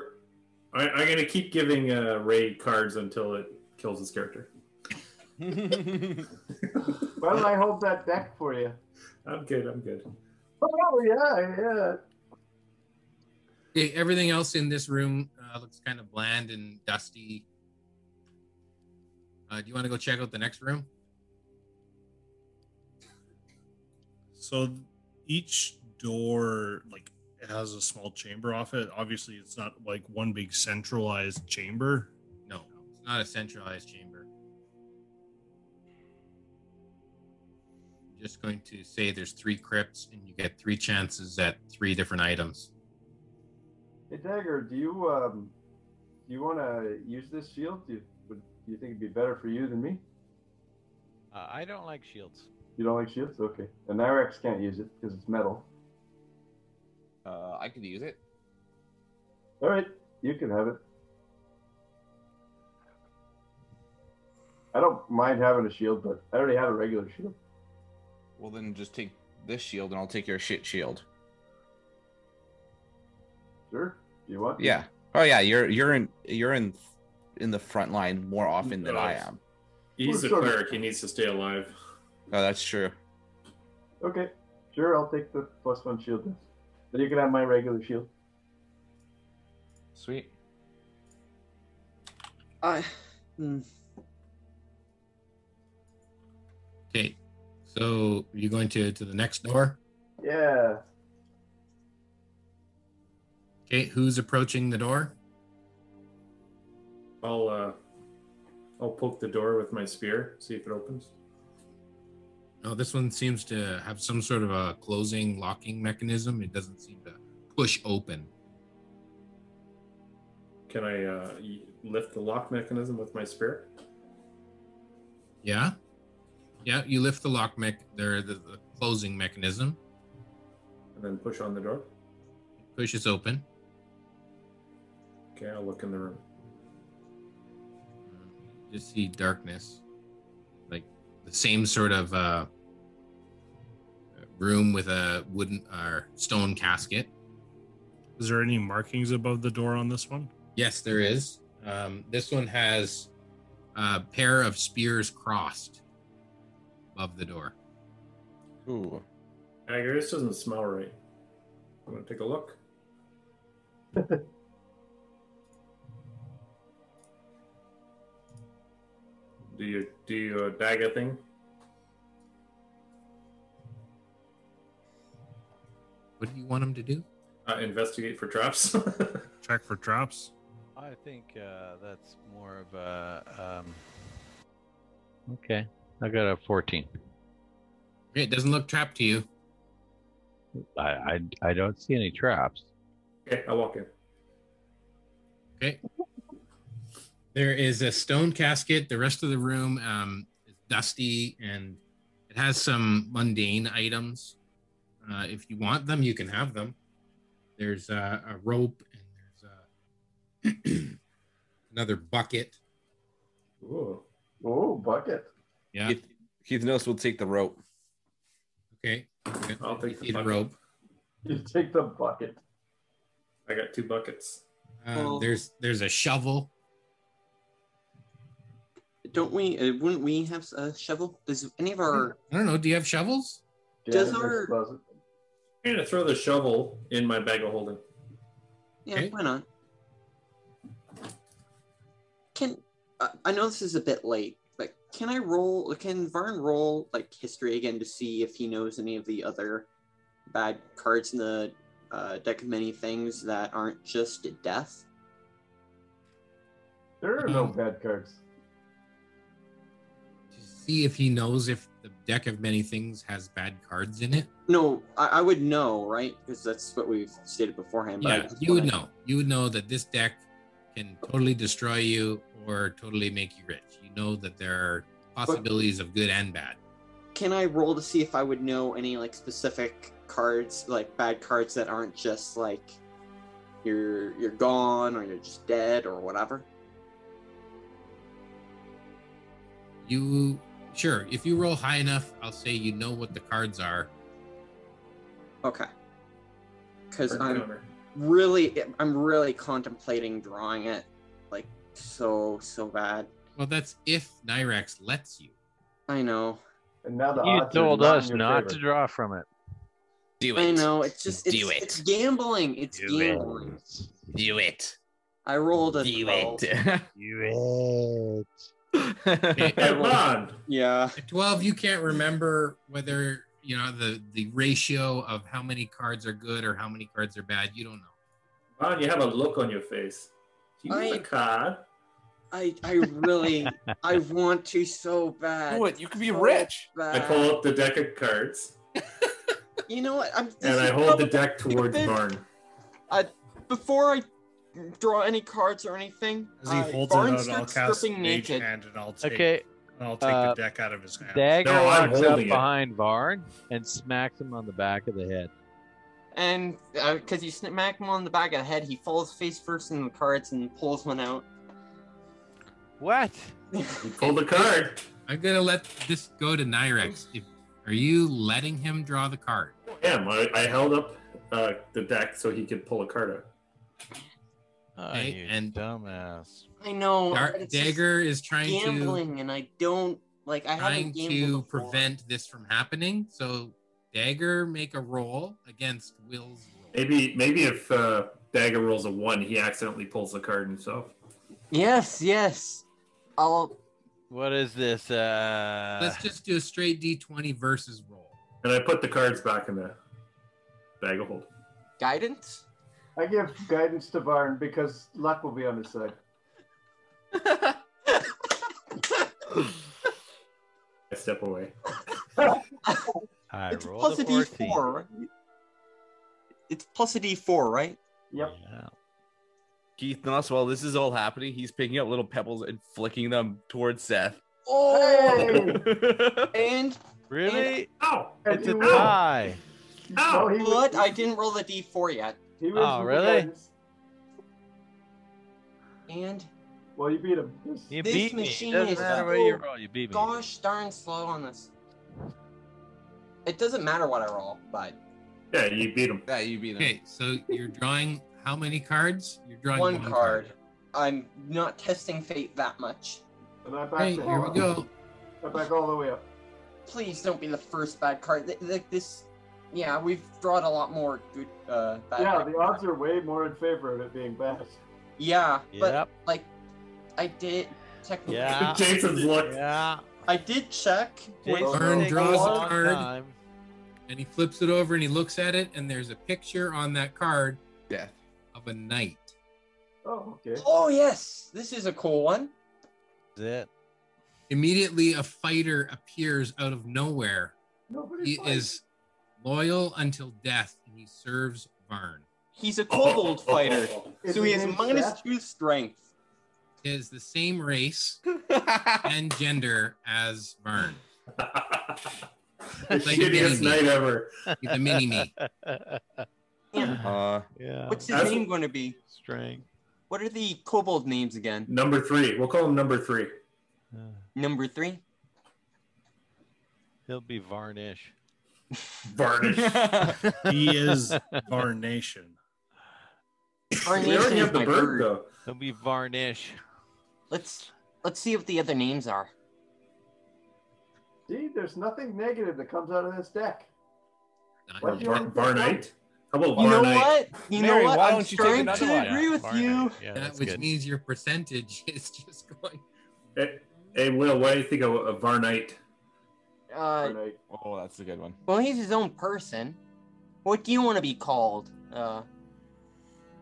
H: I, I'm gonna keep giving uh, Ray cards until it kills his character.
D: well I hold that back for you.
H: I'm good. I'm good.
D: Oh yeah, yeah.
C: Okay, e, everything else in this room uh, looks kind of bland and dusty. Uh, do you want to go check out the next room?
G: So each door like it has a small chamber off it. Obviously, it's not like one big centralized chamber.
C: No, it's not a centralized chamber. I'm just going to say there's three crypts, and you get three chances at three different items.
D: Hey Dagger, do you um do you wanna use this shield? Do you would do you think it'd be better for you than me?
E: Uh, I don't like shields.
D: You don't like shields? Okay. And Nyrex can't use it because it's metal.
I: Uh, I could use it.
D: Alright, you can have it. I don't mind having a shield, but I already have a regular shield.
I: Well, then just take this shield and I'll take your shit shield.
D: Sure. Do you want?
I: Yeah. Oh yeah, you're you're in you're in in the front line more often than I
H: Nice.
I: am.
H: He's a
D: Sure.
H: cleric. He needs to stay alive.
I: Oh, that's true.
D: Okay, sure, I'll take the plus one shield then. Then you can have my regular shield.
I: Sweet.
F: I, hmm.
C: Okay, so you're going to to the next door.
D: Yeah.
C: Okay, who's approaching the door?
H: I'll uh, I'll poke the door with my spear. See if it opens.
C: No, this one seems to have some sort of a closing locking mechanism. It doesn't seem to push open.
H: Can I uh, y- lift the lock mechanism with my spear?
C: Yeah. Yeah, you lift the lock mech, there the, the closing mechanism
H: and then push on the door.
C: pushes open.
H: Okay, I'll look in the room.
C: Hmm, Just see darkness, like the same sort of uh, room with a wooden or stone casket.
G: Is there any markings above the door on this one?
C: Yes, there is. Um, this one has a pair of spears crossed above the door.
I: Ooh.
H: Agger, this doesn't smell right. I'm gonna take a look. do you do you uh, dagger thing?
C: What do you want him to do?
H: Uh, investigate for traps.
G: Check for traps.
E: I think uh, that's more of a. Um... Okay, I got a fourteen.
C: Okay, It doesn't look trapped to you.
E: I, I I don't see any traps.
H: okay, I'll walk in.
C: There is a stone casket. The rest of the room um, dusty and it has some mundane items. Uh, if you want them, you can have them. There's uh, a rope and there's uh another bucket.
H: Ooh.
D: Oh, bucket.
C: Yeah.
I: Keith, Keith knows we'll take the rope.
C: okay. okay.
H: I'll take
C: Need
H: the
C: a
H: bucket.
C: rope.
D: You take the bucket.
H: I got two buckets.
C: Um,
F: Well-
C: there's there's a shovel.
F: Don't we? Uh, wouldn't we have a shovel? Does any of our?
C: I don't know. Do you have shovels?
D: Get
F: Does
D: in this
F: our-
D: closet.
H: I'm gonna throw the shovel in my bag of holding.
F: Yeah,
C: Okay.
F: why not? Can I I know this is a bit late, but can I roll? Can Varn roll like history again to see if he knows any of the other bad cards in the uh, deck of many things that aren't just death?
D: There are no
C: Um,
D: bad cards.
C: to see if he knows if the deck of many things has bad cards in it.
F: No, I, I would know, right? Because that's what we've stated beforehand. But I
C: Yeah,
F: just
C: you would
F: wanna-
C: know. You would know that this deck can totally destroy you or totally make you rich. You know that there are possibilities of good and bad.
F: Can I roll to see if I would know any like specific cards, like bad cards that aren't just like you're you're gone or you're just dead or whatever?
C: You sure if you roll high enough, I'll say you know what the cards are.
F: Okay. Because
H: Or
F: I'm
H: counter.
F: really, I'm really contemplating drawing it, like so, so bad.
C: Well, that's if Nyrex lets you.
F: I know,
D: And now the
E: You
D: odds
E: told
D: are
E: us
D: not, in your
E: not to
D: favor.
E: draw from it.
I: Do
F: I know. It's just, it's,
I: Do it.
F: it's gambling. It's
E: Do it.
F: gambling.
I: Do it.
F: I rolled a 12.
E: You
H: Hey,
F: rolled-
H: Ron!
F: Yeah.
C: At 12, you can't remember whether, you know, the the ratio of how many cards are good or how many cards are bad. You don't know.
H: Ron, you have a look on your face. Do you
F: I-
H: need a card?
F: I, I really, I want to so bad.
I: Do it. You could be
F: so
I: rich.
H: I
F: bad.
H: pull up the deck of cards
F: You know what? I'm.
H: and I hold the deck towards Barn.
F: Before I draw any cards or anything,
G: As he
F: uh,
G: holds
F: Varn
G: it out, I'll
F: starts
G: cast
F: stripping
G: mage
F: naked.
G: hand, and I'll take,
E: Okay,
G: and I'll take
E: uh,
G: the deck out of his hand.
E: Dagger
H: No, I'm
E: walks up
H: holding it.
E: behind Varn and smacks him on the back of the head.
F: And because you smack him on the back of the head, he falls face first in the cards and pulls one out.
E: What?
H: You pull the card.
C: I'm gonna let this go to Nyrex. If are you letting him draw the card?
H: Oh, Damn, I, I held up uh, the deck so he could pull a card out.
E: Oh,
C: Hey,
E: you
C: and-
E: dumbass.
F: I know.
C: Dar-
F: but it's just
C: Dagger is trying to
F: gambling, and I don't like. I
C: trying
F: haven't gambled
C: to
F: before.
C: prevent this from happening. So Dagger make a roll against Will's roll.
H: Maybe maybe if uh, Dagger rolls a one, he accidentally pulls the card himself.
F: Yes, yes. I'll.
E: What is this? Uh,
C: Let's just do a straight D20 versus roll.
H: And I put the cards back in the bag of hold.
F: Guidance?
D: I give guidance to Varn because luck will be on his side.
H: I step away.
E: I
F: it's
E: rolled
F: plus
E: a
F: a
E: 14.
F: d4, right? It's plus a d4, right?
D: Yep.
E: Yeah.
I: Keith Noss, while this is all happening, he's picking up little pebbles and flicking them towards Seth.
F: Oh!
D: Hey!
F: and
E: Really?
H: Ow!
E: It's a
D: Ow!
E: tie.
D: No,
H: Ow!
D: Oh, he
F: what?
D: was-
F: I didn't roll the d4 yet.
D: He wins
E: Oh,
D: with the
E: really?
D: guidance.
F: And
D: Well, you beat him. Yes.
E: You
F: This
E: beat me.
F: machine
E: Doesn't
F: is
E: matter what you
F: so
E: roll, you beat me.
F: gosh darn slow on this. It doesn't matter what I roll, but
H: Yeah, you beat him.
I: Yeah, you beat him.
C: Okay, so you're drawing how many cards? You're drawing
F: one card. I'm not testing fate that much.
D: And I backed
C: Okay,
D: him
C: here
D: up.
C: we go.
D: I back all the way up.
F: Please don't be the first bad card. Th- th- This, yeah, we've drawn a lot more good uh, bad.
D: Yeah,
F: cards.
D: the odds are way more in favor of it being bad.
F: Yeah, but
E: Yep.
F: like, I did technically.
E: Yeah.
H: Jason's look.
E: Yeah.
F: I did check.
D: Jason
E: Jason
D: Burn
E: takes a
C: draws a
E: long
C: card.
E: time.
C: And he flips it over and he looks at it, and there's a picture on that card
I: Death.
C: of a knight.
D: Oh, okay.
F: Oh yes, this is a cool one.
E: That's it.
C: Immediately, a fighter appears out of nowhere.
D: Nobody
C: He is loyal until death, and he serves Varn.
F: He's a kobold fighter,
D: Is
F: so he
D: his
F: has
D: name
F: minus
D: Seth?
F: two strength.
C: is the same race. and gender as Vern.
H: the
C: Like a
H: shittiest
C: mini-me.
H: night ever.
C: He's a mini me.
F: Yeah.
I: Uh,
E: yeah.
F: What's his
H: That's-
F: name going to be?
E: Strength.
F: What are the kobold names again?
H: Number three. We'll call him number three.
E: Uh,
F: Number three.
E: he'll be varnish.
H: Varnish.
G: He is Varnation.
F: Our
H: we
F: nation
H: already
F: is
H: have the
F: my
H: bird,
F: bird.
H: though.
E: He'll be varnish.
F: Let's let's see what the other names are.
D: See, there's nothing negative that comes out of this deck.
H: Or
D: What do you
H: Var-
D: want?
H: Varnite. How about
F: You know
H: Varnite?
F: what? You
I: Mary,
F: know what?
I: why
F: I'm
I: don't you take
F: starting
I: another
F: to
I: one?
F: agree with you.
E: varnish. Yeah,
C: that
E: that's
C: which
E: good.
C: means your percentage is just going.
H: Hey, hey, Will, what do you think of, of Varnite?
F: Uh,
D: Varnite.
I: Oh, that's a good one.
F: well, he's his own person. What do you want to be called? Uh,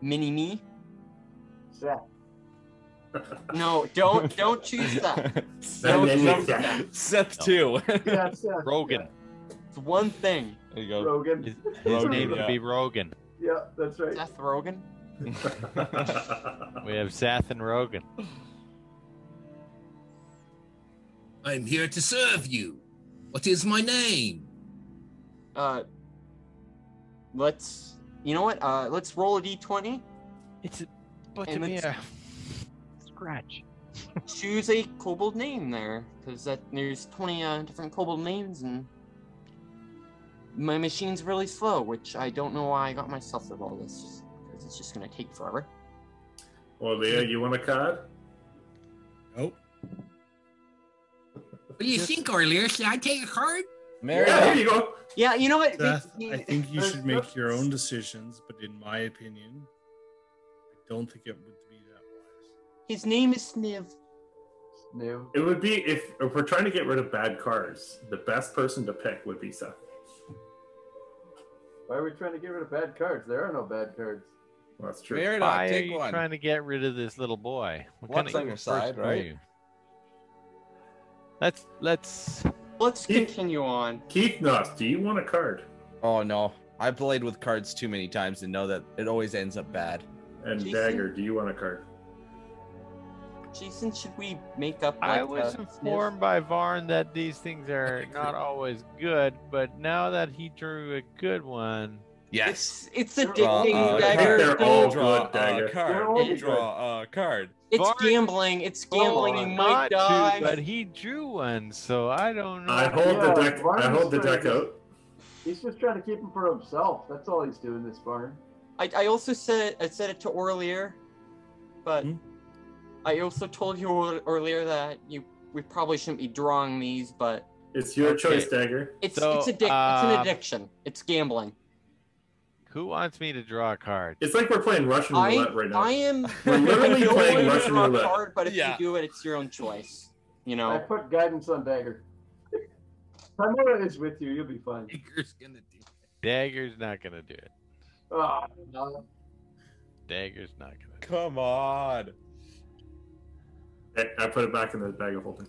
F: mini me?
D: Seth.
F: No, don't don't choose that.
I: Seth,
F: Don't
I: number-
F: choose that.
I: Seth two.
D: Yeah, Seth.
E: Rogan.
F: It's one thing.
I: There you
D: Yeah.
I: go.
D: Rogan.
E: His, his
I: Rogan,
E: name
I: yeah.
E: would be Rogan.
D: Yeah, that's right.
F: Seth Rogen.
E: We have Seth and Rogan.
C: I'm here to serve you. What is my name?
F: Uh, let's. You know what? Uh, let's roll a d20.
E: It's a but uh,
F: And it's-
E: scratch.
F: Choose a kobold name there, because that there's 20 uh, different kobold names, and my machine's really slow, which I don't know why I got myself with all this, because it's just gonna take forever.
H: well, Leah, you want a card?
G: Nope.
C: What do you think, Orlier? Should I take a card?
I: Mary,
H: yeah, there you go.
F: Yeah, you know what? We-
G: Seth,
F: we-
G: I think you should make your own decisions, but in my opinion, I don't think it would be that wise.
F: his name is Sniv.
D: New.
H: It would be if, if we're trying to get rid of bad cards, the best person to pick would be Seth.
D: Why are we trying to get rid of bad cards? There are no bad cards.
H: Well, that's true.
I: Mary,
E: Why are
I: take
E: you
I: one.
E: trying to get rid of this little boy? What
I: One's on your
E: evil person
I: side, right?
E: are you? Let's let's.
F: Let's
H: He-
F: continue on.
H: Keith Noss, do you want a card?
I: Oh no, I played with cards too many times to know that it always ends up bad.
H: And
F: Jason?
H: Dagger, do you want a card?
F: Jason, should we make up?
E: I
F: like,
E: was
F: uh, Sniv?
E: informed by Varn that these things are not always good, but now that he drew a good one,
I: Yes.
F: It's, it's a
D: They're all-
F: dictating
D: uh,
F: dagger.
H: they're all-
F: It's-
I: draw
H: good, Dagger.
I: a card.
D: They're all
I: You draw a card.
F: It's
E: Varn-
F: gambling. It's gambling. You
E: Well, not
F: might
E: to,
F: die.
E: but he drew one, so I don't know.
H: I hold
D: Yeah,
H: the deck.
D: why
H: I
D: don't
H: hold the
D: you
H: deck
D: try
H: out.
D: He's just trying to keep him for himself. That's all he's doing this barn.
F: I, I also said I said it to Orlier, but
G: Hmm?
F: I also told you ear- earlier that you we probably shouldn't be drawing these, but
H: It's your
E: Okay.
H: choice, Dagger.
F: it's
E: So,
F: it's addic- it's
E: uh,
F: an addiction. It's gambling.
E: Who wants me to draw a card?
H: It's like we're playing Russian
F: I
H: roulette right now.
F: I am
H: We're literally
F: I don't
H: playing
F: want to
H: Russian
F: draw a
H: roulette.
F: Card, but if
I: Yeah.
F: you do it, it's your own choice. You
D: I
F: know.
D: put guidance on Dagger. Tamara is with you. You'll be fine.
C: Baker's gonna do.
E: Dagger's not gonna do it.
D: Ah, no.
E: Dagger's not gonna. Do
I: Come on.
H: I, I put it back in the bag of holding.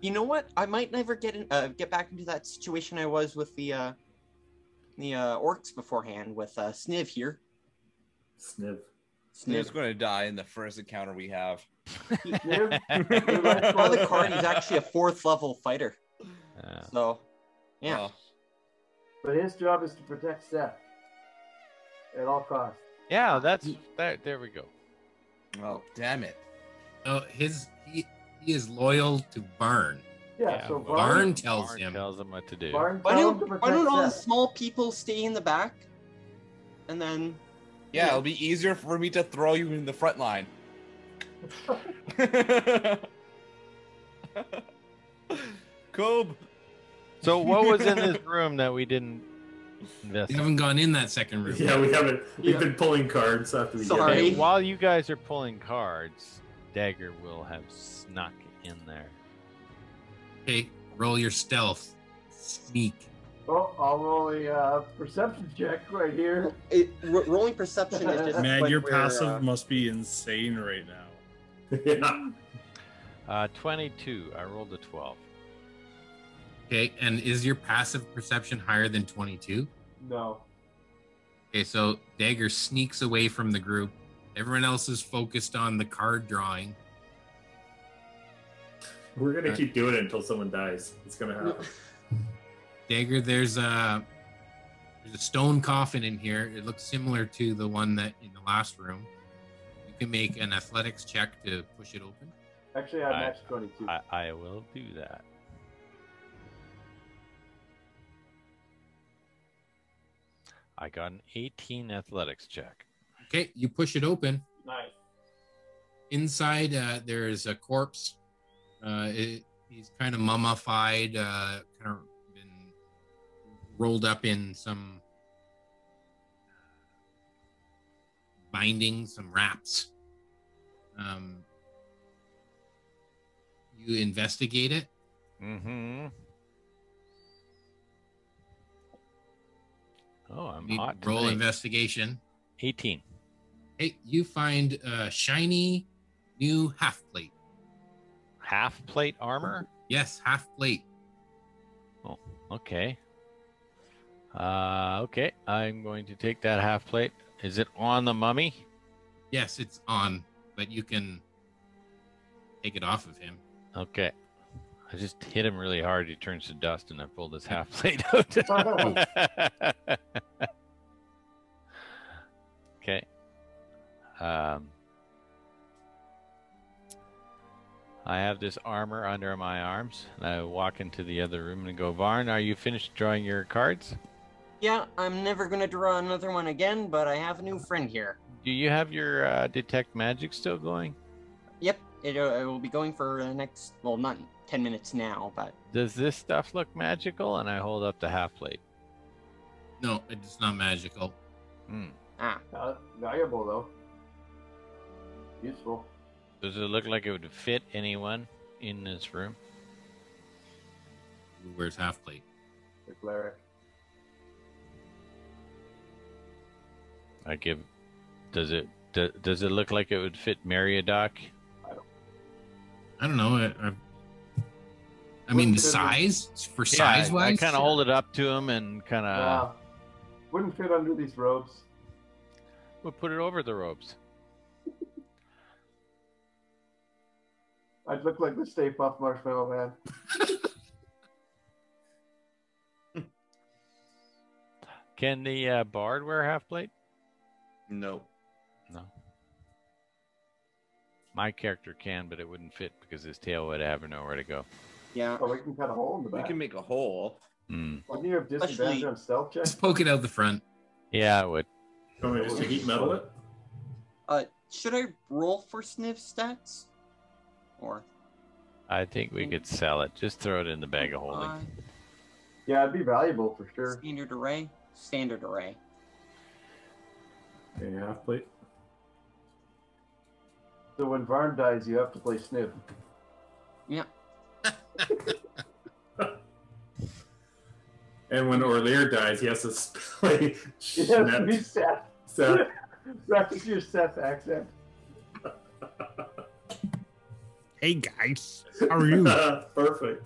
F: You know what? I might never get in, uh, get back into that situation I was with the uh, the uh, orcs beforehand with uh, Sniv here. Sniv.
H: Sniv.
I: Snape's going to die in the first encounter we have.
D: Sniv,
E: it.
F: By the card, he's actually a fourth level fighter.
E: Uh,
F: So, yeah.
I: Oh,
D: But his job is to protect Seth at all costs.
E: yeah, that's that. There we go.
I: oh, damn it.
C: No, his he, he is loyal to Varn.
D: Yeah,
E: Yeah,
D: so
E: well,
D: Barn,
C: Varn tells
E: Varn
C: him.
E: tells him what to do.
D: Barn
F: Why
D: tells him
F: don't
D: to
F: why don't all the
D: protect Seth.
F: small people stay in the back, and then
I: Yeah, it'll be easier for me to throw you in the front line. Cob.
E: So what was in this room that we didn't invest?
C: We haven't gone in that second room.
H: Yeah, we haven't. We've
F: Yeah.
H: been pulling cards after we
F: Sorry.
H: get
E: Okay,
H: it.
E: while you guys are pulling cards, Dagger will have snuck in there.
C: Okay, roll your stealth, sneak.
D: Oh, I'll roll a uh, perception check right here.
F: it, ro- rolling perception is just
G: Man,
F: like
G: your
F: where,
G: passive
F: uh,
G: must be insane right now.
H: Yeah.
E: Uh, 22. I rolled a 12.
C: Okay, and is your passive perception higher than 22?
D: No.
C: Okay, so Dagger sneaks away from the group. Everyone else is focused on the card drawing.
H: We're gonna keep doing it until someone dies. It's gonna happen.
C: Dagger, there's a there's a stone coffin in here. It looks similar to the one that in the last room. You can make an athletics check to push it open.
D: Actually, I
E: I-
D: matched 22.
E: I, I will do that. I got an 18 athletics check.
C: Okay, you push it open.
D: Nice.
C: Inside, uh, there is a corpse. Uh, it, he's kind of mummified, uh, kind of been rolled up in some uh, binding, some wraps. Um, you investigate it.
E: Mm-hmm. Oh, I'm
C: You
E: hot.
C: roll
E: tonight.
C: investigation.
E: 18.
C: Hey, you find a shiny new half plate.
E: Half plate armor?
C: Yes, half plate.
E: Okay. Uh, okay. I'm going to take that half plate. Is it on the mummy?
C: Yes, it's on, but you can take it off of him.
E: Okay. I just hit him really hard. He turns to dust, and I pulled his half plate out. okay. Um, I have this armor under my arms, and I walk into the other room and go, Varn, are you finished drawing your cards?
F: Yeah, I'm never gonna draw another one again, but I have a new friend here.
E: Do you have your uh, detect magic still going?
F: Yep, it, uh, it will be going for the next, well, not 10 minutes now, but
E: Does this stuff look magical? And I hold up the half plate.
C: No, it's not magical.
E: Hmm.
F: ah.
D: Uh, valuable, though. Useful.
E: Does it look like it would fit anyone in this room?
C: Who wears half plate?
D: The cleric.
E: I give. Does it do, does it look like it would fit Meriadoc?
C: I don't know. I, I, I mean, the
D: Wouldn't fit
C: size for size
E: I
C: wise.
E: kind of hold it up to him and kind of
D: yeah. Wouldn't fit under these robes.
E: we'll put it over the robes.
D: I'd look like the Stay Puff Marshmallow Man.
E: Can the uh, bard wear half plate?
I: No.
E: No. My character can, but it wouldn't fit because his tail would have nowhere to go.
F: Yeah.
D: Oh, we can cut a hole in the
I: We
D: back.
I: can make a hole.
E: Hmm.
D: Wouldn't you have disadvantage
F: Especially-
D: on stealth check?
C: Just poke it out the front.
E: Yeah, it would.
H: You want me just to heat metal it?
F: Uh, should I roll for sniff stats? Or
E: I think we could sell it. Just throw it in the bag of holding.
F: uh,
D: Yeah, it'd be valuable for sure.
F: standard array? Standard array.
H: Yeah, half plate.
D: So when Varn dies, you have to play Sniv.
F: Yeah.
H: And when Orlear dies, he has to play
D: You have to be
H: Shnep.
D: Seth.
H: So
D: Practice your Seth accent.
G: Hey guys, how are you?
H: perfect.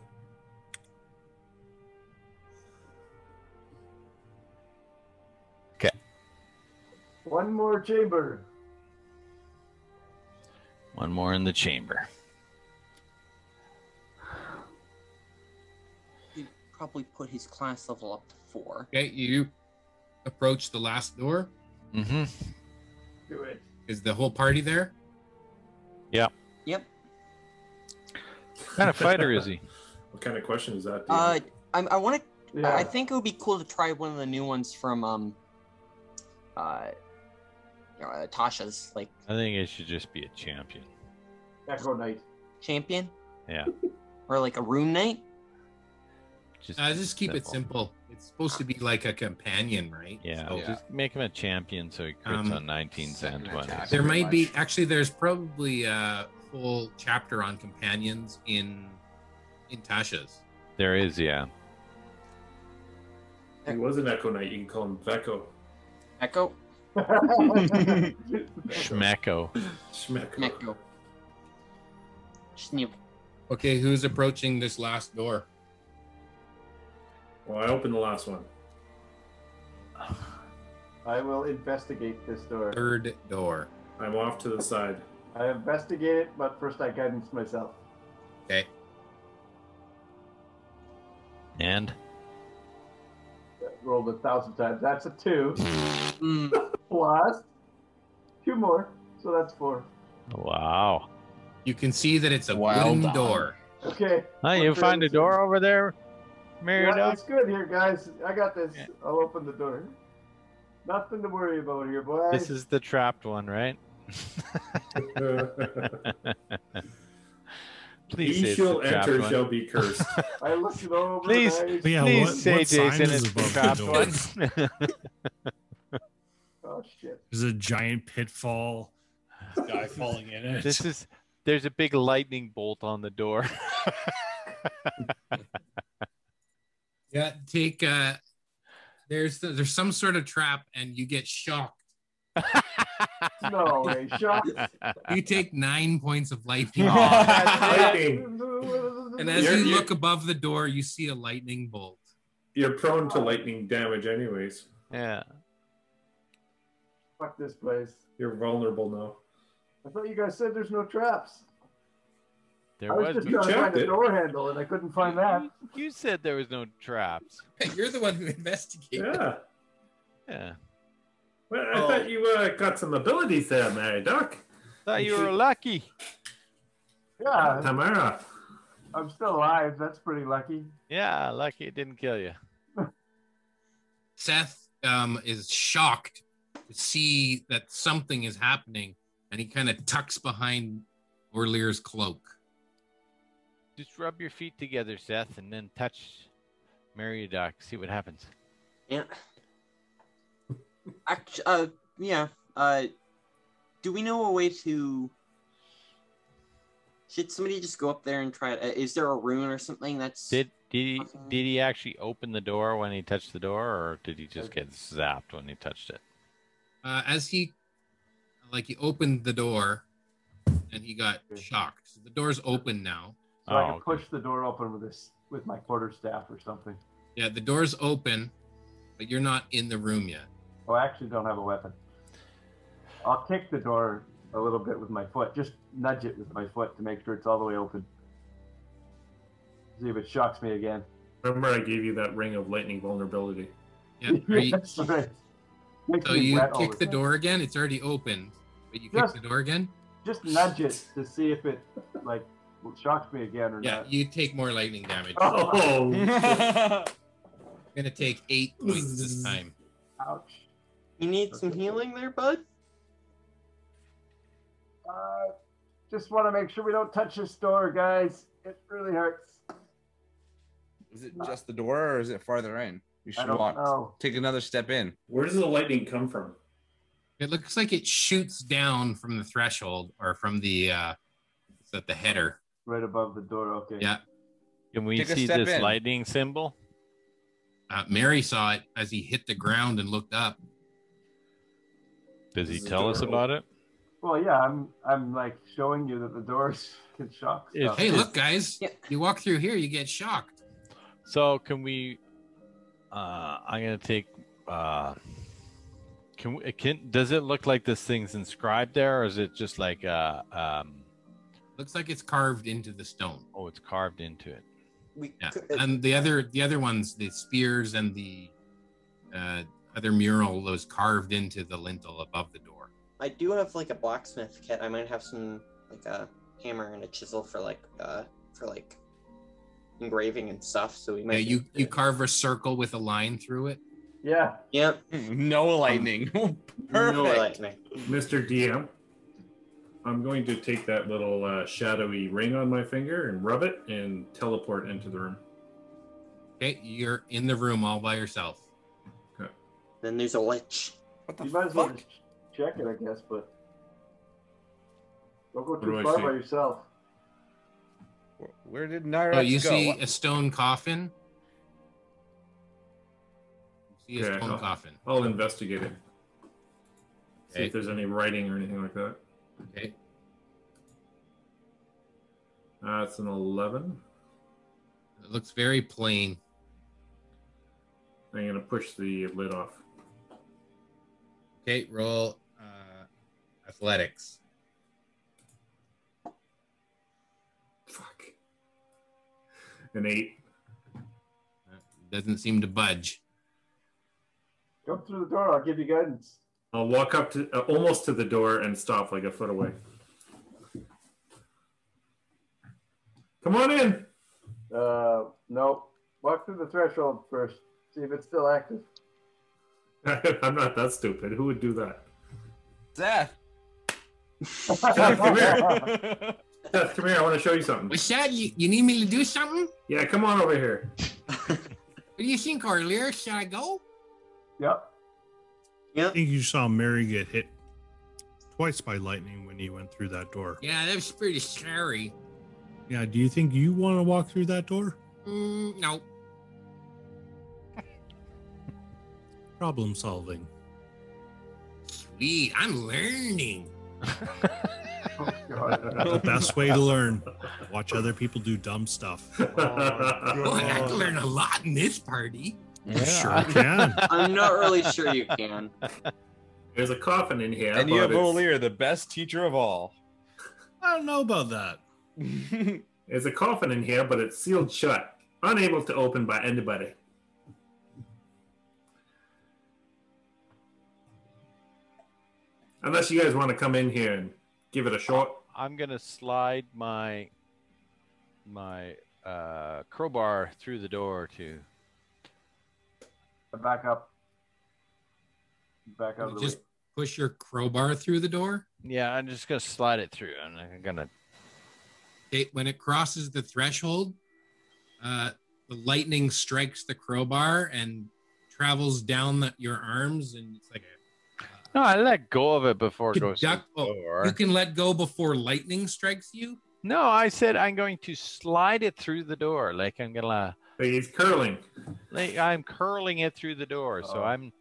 D: One more chamber.
E: One more in the chamber.
F: He'd probably put his class level up to four.
C: Okay, you approach the last door.
E: Mm-hmm.
D: Do it.
C: Is the whole party there?
F: Yep.
E: What kind of fighter is he?
H: What kind of question is that? dude?
F: Uh, I, I want to
D: Yeah.
F: I think it would be cool to try one of the new ones from um, uh, you know, uh, Tasha's like
E: I think it should just be a champion.
D: Echo Knight.
F: champion.
E: Yeah.
F: Or like a room night.
E: Just,
C: Uh, just keep it simple. It's supposed to be like a companion, right?
E: Yeah,
C: So-
E: just make him a champion so he crits
C: Um,
E: on 19s and
B: second attack.
E: 20s.
C: There
B: pretty
C: might be
B: much.
C: actually. There's probably a whole chapter on companions in in Tasha's.
E: There is, yeah.
H: he was an Echo Knight. You can call him Veko.
F: Echo.
E: Schmecko.
H: Schmecko.
F: Echo. Sneep.
C: Okay, who's approaching this last door?
H: Well, I opened the last one.
D: I will investigate this door.
C: Third door.
H: I'm off to the side.
D: I investigate it, but first I guidance myself.
C: Okay.
E: And
D: rolled a thousand times. That's a two.
F: mm,
D: Plus two more. So that's four.
E: wow.
C: You can see that it's a
B: Well
C: wooden
B: done.
C: door.
D: Okay.
E: Hey, you
D: Look for
E: find a
D: it.
E: door over there,
D: Yeah,
E: Mary Doc?
D: it's good here, guys. I got this.
E: Yeah.
D: I'll open the door. Nothing to worry about here, boys.
E: This is the trapped one, right? Please say
H: he
E: it's
H: shall
E: the trapped
H: enter
E: one.
H: shall be cursed.
D: I looked it over.
E: Please.
D: and
G: But yeah,
E: Please
G: what,
E: say
G: what sign
E: Jason
G: is
E: it's the
G: above
E: trapped
G: the door?
E: one.
D: I, oh shit.
G: There's a giant pitfall. Guy falling in it.
E: this is there's a big lightning bolt on the door.
C: Yeah, take uh there's there's some sort of trap and you get shocked.
D: No way. Shots.
C: You take 9 points of lightning.
E: Aw.
D: Oh.
C: and as
H: You're-
C: you
H: you're-
C: look above the door, you see a lightning bolt.
H: You're prone to lightning damage, anyways.
E: yeah.
D: Fuck this place.
H: You're vulnerable now.
D: I thought you guys said there's no traps.
E: There
D: I was,
E: was,
D: just trying to find
H: checked
D: a
H: it.
D: door handle and I couldn't find that.
E: You said there was no traps.
C: You're the one who investigated.
H: Yeah.
E: Yeah.
H: Well, I thought you uh, got some abilities there, Mary Doc.
E: Thought
H: You
E: you were
H: should-
E: lucky.
D: Yeah,
H: Tamara.
D: I'm still alive. That's pretty lucky.
E: Yeah, lucky it didn't kill you.
C: Seth um, is shocked to see that something is happening, and he kind of tucks behind Orlear's cloak.
E: Just rub your feet together, Seth, and then touch Mary Doc. See what happens.
F: Yeah. Act- uh, yeah. Uh, do we know a way to? Should somebody just go up there and try it? Uh, is there a rune or something that's?
E: Did did he,
I: Uh-huh.
F: Awesome.
E: did he actually open the door when he touched the door, or did he just get zapped when he touched it?
C: Uh, as he, like, he opened the door, and he got shocked. So the door's open now.
D: So I
E: Oh,
D: could
E: okay.
D: push the door open with this with my quarter staff or something.
C: Yeah, the door's open, but you're not in the room yet.
D: Oh, I actually don't have a weapon. I'll kick the door a little bit with my foot. Just nudge it with my foot to make sure it's all the way open. See if it shocks me again.
H: Remember, I gave you that ring of lightning vulnerability.
C: Yeah, are you-
D: That's right. Makes
C: so
D: me
C: you
D: wet all
C: kick the
D: time.
C: door again. It's already open, but you
D: Yes.
C: kick the door again.
D: Just nudge it to see if it like shocks me again or
C: Yeah,
D: not.
C: you take more lightning damage. You're
D: Oh,
C: gonna take eight points this time.
D: ouch.
F: you need some healing there, bud?
D: Uh, just want to make sure we don't touch this door, guys. It really hurts.
I: Is it just the door or is it farther in? You
D: I
I: should
D: don't
I: walk.
D: know.
I: Take another step in.
H: Where does the lightning come from?
C: It looks like it shoots down from the threshold or from the uh is that the header.
D: Right above the door. Okay.
C: Yeah.
E: Can we
I: Take a
E: see
I: step
E: this
I: in.
E: lightning symbol?
C: Uh, Mary saw it as he hit the ground and looked up.
E: Does he
H: This is
E: tell us
H: adorable.
E: about it?
D: Well, yeah. I'm I'm like showing you that the doors can shock
E: It's-
D: stuff.
C: Hey, look, guys!
F: Yeah.
C: You walk through here, you get shocked.
E: So can we? Uh, I'm gonna take. Uh, can we? Can does it look like this thing's inscribed there, or is it just like uh, um?
C: Looks like it's carved into the stone.
E: Oh, it's carved into it.
F: We
C: Yeah,
F: could- uh,
C: and the other the other ones, the spears and the uh, other mural, those carved into the lintel above the door.
F: I do have like a blacksmith kit. I might have some like a hammer and a chisel for like uh for like engraving and stuff. So we might.
C: Yeah,
F: be
C: you
F: able to-
C: you carve a circle with a line through it.
D: Yeah.
F: Yep.
I: No lightning.
F: No
I: Perfect.
F: lightning.
H: Mr. DM, I'm going to take that little uh, shadowy ring on my finger and rub it and teleport into the room.
C: Okay, you're in the room all by yourself.
F: Then there's a lich.
I: What
D: You
I: the
D: might as well
I: fuck?
D: just check it, I guess, but don't go
H: What do
D: too
H: I
D: far
H: see?
D: by yourself.
I: Where did Naira
C: So Oh, you
I: go?
C: see a stone coffin. You see a
H: Okay,
C: stone
H: I'll-
C: coffin.
H: I'll investigate it. See
C: Okay.
H: if there's any writing or anything like that.
C: Okay.
H: That's an 11.
C: It looks very plain.
H: I'm going to push the lid off.
C: Okay, roll uh, athletics.
H: Fuck. An 8.
C: Uh, doesn't seem to budge.
D: Come through the door. I'll give you guidance.
H: I'll walk up to uh, almost to the door and stop like a foot away. Come on in.
D: Uh, no. Walk through the threshold first. See if it's still active.
H: I'm not that stupid. Who would do that?
I: Seth.
H: Seth, come here. Seth, come here. I want to show you something.
C: What's that? You, you need me to do something?
H: Yeah, come on over here.
C: What do you think, Orlear? Should I go?
D: Yep.
G: I think you saw Mary get hit twice by lightning when he went through that door.
C: Yeah, that was pretty scary.
G: Yeah, do you think you want to walk through that door?
C: Mm, no.
G: Problem solving.
C: Sweet. I'm learning.
D: Oh, God.
G: The best way to learn. Watch other people do dumb stuff.
C: Oh, I got to learn a lot in this party.
G: You sure can.
F: I'm not really sure you can.
H: There's a coffin in here.
I: and you
H: but
I: have
H: it's-
I: O'Lear, the best teacher of all.
G: I don't know about that.
H: There's a coffin in here, but it's sealed shut, unable to open by anybody. Unless you guys want to come in here and give it a shot.
E: I'm gonna slide my my uh, crowbar through the door to.
D: Back up. Back out of the
C: Just
D: way.
C: push your crowbar through the door.
E: Yeah, I'm just gonna slide it through. I'm not gonna.
C: It, when it crosses the threshold, uh, the lightning strikes the crowbar and travels down the, your arms, and it's like
E: No, I let go of it before it
C: You
E: goes through
C: duck-
E: the
C: oh,
E: door.
C: you can let go before lightning strikes you.
E: No, I said I'm going to slide it through the door. Like I'm gonna,
H: He's curling.
E: like I'm curling it through the door. So
D: Oh.
E: I'm.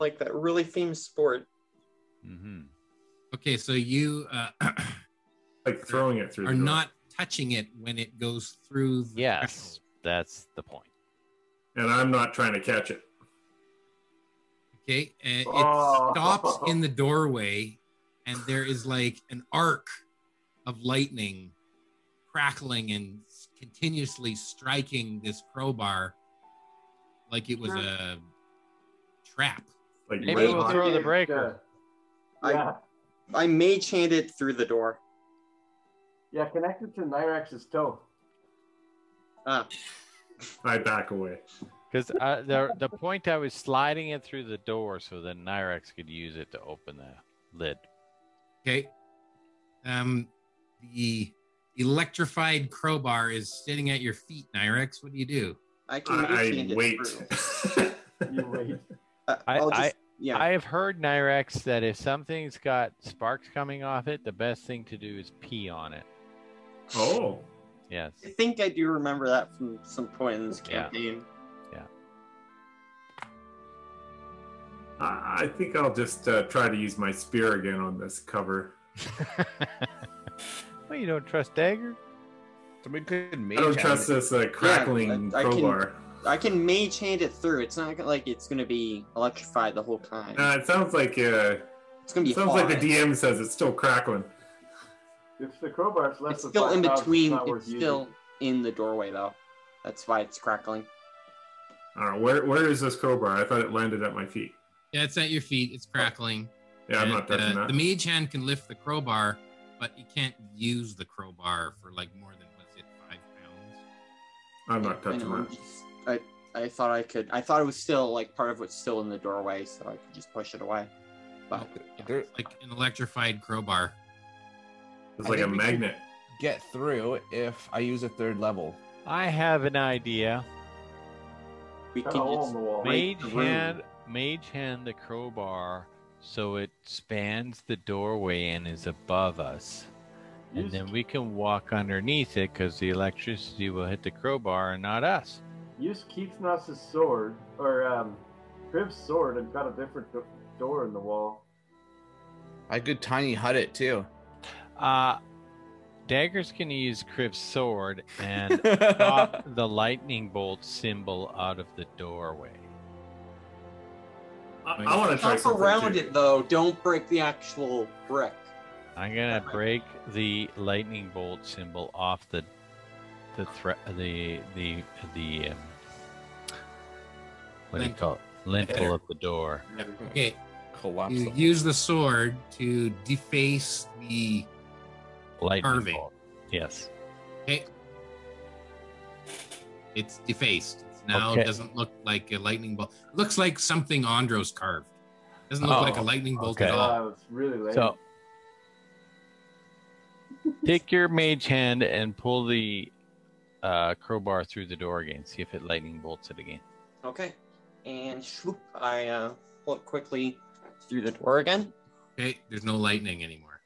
F: Like that really famous sport.
C: Mm-hmm.
E: hmm
C: Okay, so you uh,
H: Like throwing it through
C: are
H: the door.
C: not touching it when it goes through. The
E: Yes, that's the point.
H: And I'm not trying to catch it.
C: Okay, and it
D: Oh.
C: stops in the doorway, and there is like an arc of lightning crackling and continuously striking this crowbar like it was a trap.
H: Like
E: Maybe
H: red
E: we'll
H: hot.
E: throw the
D: Yeah.
E: breaker.
F: I-
D: Yeah,
F: I may chant it through the door.
D: yeah, connected to Nyrax's toe.
F: Ah,
H: I back away.
E: Because uh, the the point I was sliding it through the door so that Nyrex could use it to open the lid.
C: Okay. Um, the electrified crowbar is sitting at your feet, Nyrex. What do you do?
F: I can
H: I,
F: chant
H: I
F: it
H: wait.
F: through.
D: You wait.
F: Uh,
E: I-
F: I'll just,
E: I-
F: yeah.
E: I have heard Nyrex that if something's got sparks coming off it, the best thing to do is pee on it.
H: oh.
E: Yes.
F: I think I do remember that from some point in this
E: Yeah.
F: campaign.
H: I, I think I'll just uh, try to use my spear again on this cover.
E: well, you don't trust Dagger?
I: Somebody could make
H: I don't trust this uh, crackling
F: I- I can-
H: crowbar.
F: I can may chant it through. It's not like it's gonna be electrified the whole time.
H: Uh, it sounds like uh,
F: it's gonna be
H: sounds
F: hard.
H: like the DM says it's still crackling.
D: If the crowbar's less
F: It's
D: than
F: still in
D: 5,000,
F: between.
D: not worth
F: It's
D: using.
F: still in the doorway though. That's why it's crackling.
H: I don't know where where is this crowbar? I thought it landed at my feet.
C: Yeah, it's at your feet. It's crackling.
H: Yeah, I'm
C: And,
H: not touching
C: uh,
H: that.
C: The mage hand can lift the crowbar, but you can't use the crowbar for like more than what's it five pounds.
H: I'm
F: I,
H: not touching
F: know, I'm
H: that.
F: just- I I thought I could. I thought it was still like part of what's still in the doorway, so I could just push it away. But
C: Yeah,
I: There-
C: it's like an electrified crowbar.
H: It's
I: I
H: like a
I: think we can-
H: magnet.
K: Get through if I use a third level.
E: I have an idea.
F: we
D: Got
F: can
D: a hole in
F: just
D: the wall.
E: Mage
H: through.
E: hand, mage hand the crowbar so it spans the doorway and is above us. And
D: Use-
E: then we can walk underneath it because the electricity will hit the crowbar and not us.
D: Use Keithnos's sword or um, Crib's sword and got a different do- door in the wall.
K: I could tiny hut it too.
E: Uh, Dagger's going to use Crib's sword and
K: I
E: pop the lightning bolt symbol out of the doorway.
H: I, want to try
F: jump
H: something
F: around
H: too.
F: it though. Don't break the actual brick.
E: I'm gonna
F: Alright.
E: break the lightning bolt symbol off the the thre- the the the um, What do you call it? Lintel up the door.
C: Okay,
I: Collapse.
C: you
I: the-
C: use the sword to deface the
E: Lightning
C: Carving.
E: bolt. Yes.
C: Okay. It's defaced. It's now
E: Okay.
C: doesn't look like a lightning bolt. Looks like something Andros carved. Doesn't look
E: Oh,
C: like a lightning bolt
E: okay.
C: at all.
D: Wow, Uh, it's really late.
E: So take your mage hand and pull the uh, crowbar through the door again. See if it lightning bolts it again.
F: Okay. And swoop, I uh, pull it quickly through the door again.
C: Okay, there's no lightning anymore.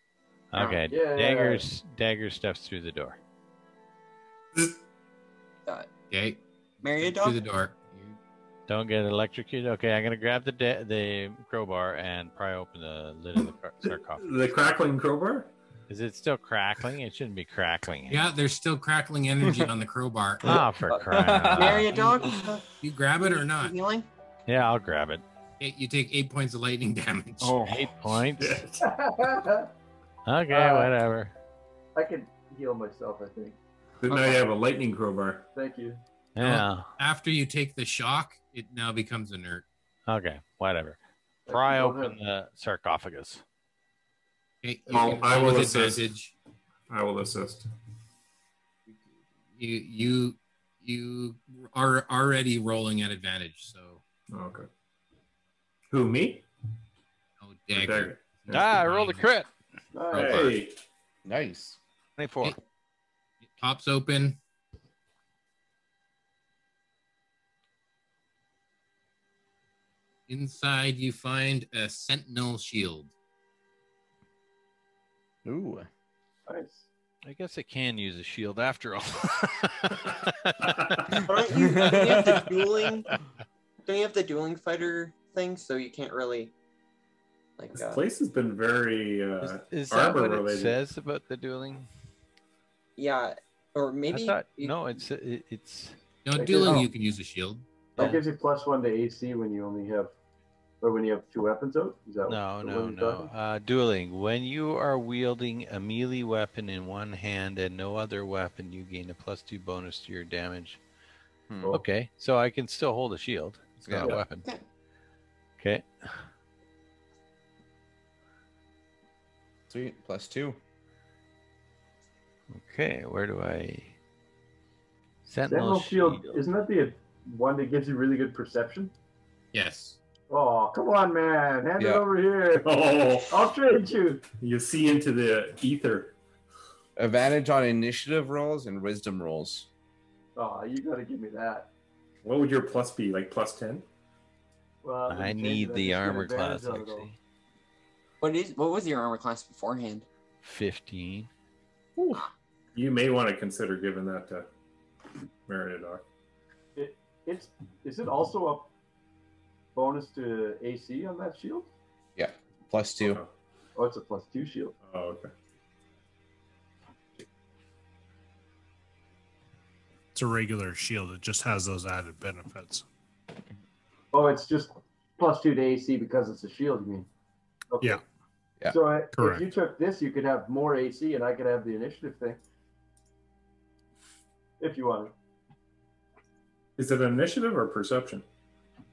E: Okay.
D: yeah.
E: Daggers dagger stuffs through the door.
C: Okay,
F: Marriott
C: through the
F: Uh, dog.
C: door.
E: Don't get electrocuted. Okay, I'm gonna grab the da- the crowbar and pry open the lid of the car- sarcophagus.
H: The crackling crowbar?
E: Is it still crackling? It shouldn't be crackling.
C: Yeah, there's still crackling energy on the crowbar.
E: Ah, for crying out loud.
F: Marriott dog. uh,
C: You grab it or not?
F: Healing.
E: Yeah, I'll grab it.
C: Okay, you take eight points of lightning damage.
H: Oh.
E: Eight points.
D: I
E: Okay,
D: Uh,
E: whatever.
D: can heal myself, I think.
H: Then now you have a lightning crowbar.
D: Thank you.
H: uh,
E: Yeah.
C: After you take the shock, it now becomes inert.
E: Okay, whatever. Pry
D: Go ahead.
E: open the sarcophagus.
C: Okay, you
H: Well,
C: can
H: I
C: roll
H: will
C: with
H: assist.
C: advantage.
H: I will assist.
C: You you you are already rolling at advantage, so
H: Oh, okay. Who, me?
C: no
H: Or
C: dagger.
E: Ah, I rolled a crit.
D: Alright.
H: Hey,
K: Nice.
E: 24.
C: It pops open. Inside, you find a sentinel shield.
K: Ooh.
D: Nice.
E: I guess it can use a shield after all.
F: Aren't you, don't you have the dueling? Don't you have the dueling fighter thing? So you can't really like.
H: this
F: Uh,
H: place has been very.
E: Is,
H: Uh,
E: is that
H: Arbor
E: what it
H: related.
E: says about the dueling?
F: yeah, or
E: I
F: maybe
E: thought-
F: you-
E: no, it's it, it's
C: No,
D: Like
C: dueling,
D: this.
C: you can use a shield.
D: That gives you plus one to AC when you only have, or when you have two weapons out. Is that
E: no,
D: what
E: no,
D: you're
E: no.
D: talking?
E: Uh, dueling. When you are wielding a melee weapon in one hand and no other weapon, you gain a plus two bonus to your damage.
K: Hmm.
D: Oh.
E: Okay, so I can still hold a shield. It's not
K: Yeah.
E: a weapon.
F: Okay.
E: Okay.
K: Sweet. Plus two.
E: Okay, where do I?
D: Sentinel shield, isn't that the one that gives you really good perception?
C: Yes.
D: Oh, come on, man. Hand
K: Yeah.
D: it over here.
H: oh,
D: I'll trade you.
H: you see into the ether.
K: Advantage on initiative rolls and wisdom rolls.
D: Oh, you got to give me that.
H: What would your plus be? Like plus 10?
D: Well,
E: I
D: let me change it.
E: need
D: I
E: the
D: just got
E: armor
D: advantage
E: class
D: on it all.
E: actually.
F: what is what was your armor class beforehand?
E: Fifteen.
H: You may want to consider giving that to Meridoc.
D: It's is it also a bonus to AC on that shield?
K: Plus two.
D: Oh, it's a plus two shield.
H: Oh, okay.
G: It's a regular shield. It just has those added benefits.
D: Oh, it's just plus two to AC because it's a shield. You mean? Okay.
G: Yeah.
K: Yeah.
D: So I, if
G: Correct.
D: you took this, you could have more AC, and I could have the initiative thing. If you wanted
H: Is it initiative or perception?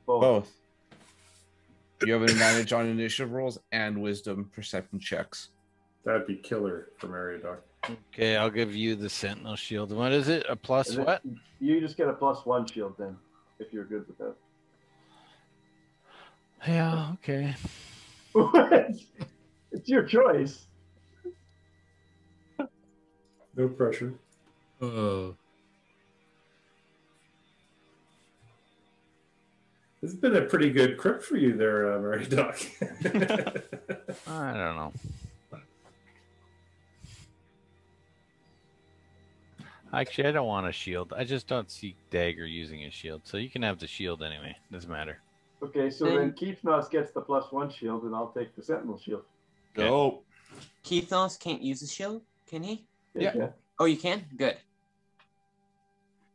D: both.
K: Both. You have an advantage on initiative rolls and wisdom perception checks.
H: That'd be killer for Meridoc.
E: Okay, I'll give you the sentinel shield. What is it? A plus
D: And then
E: what?
D: You just get a plus one shield then, if you're good with that.
E: Yeah, okay.
D: it's your choice.
H: No pressure.
C: Oh.
H: This has been a pretty good crypt for you there, uh, Meridoc.
E: I don't know. Actually, I don't want a shield. I just don't see Dagger using a shield. So you can have the shield anyway. Doesn't matter.
D: Okay, so then Keefnos gets the plus one shield, and I'll take the Sentinel shield.
K: Go.
F: Keithos can't use a shield, can he?
K: Yeah.
F: Oh, you can. Good.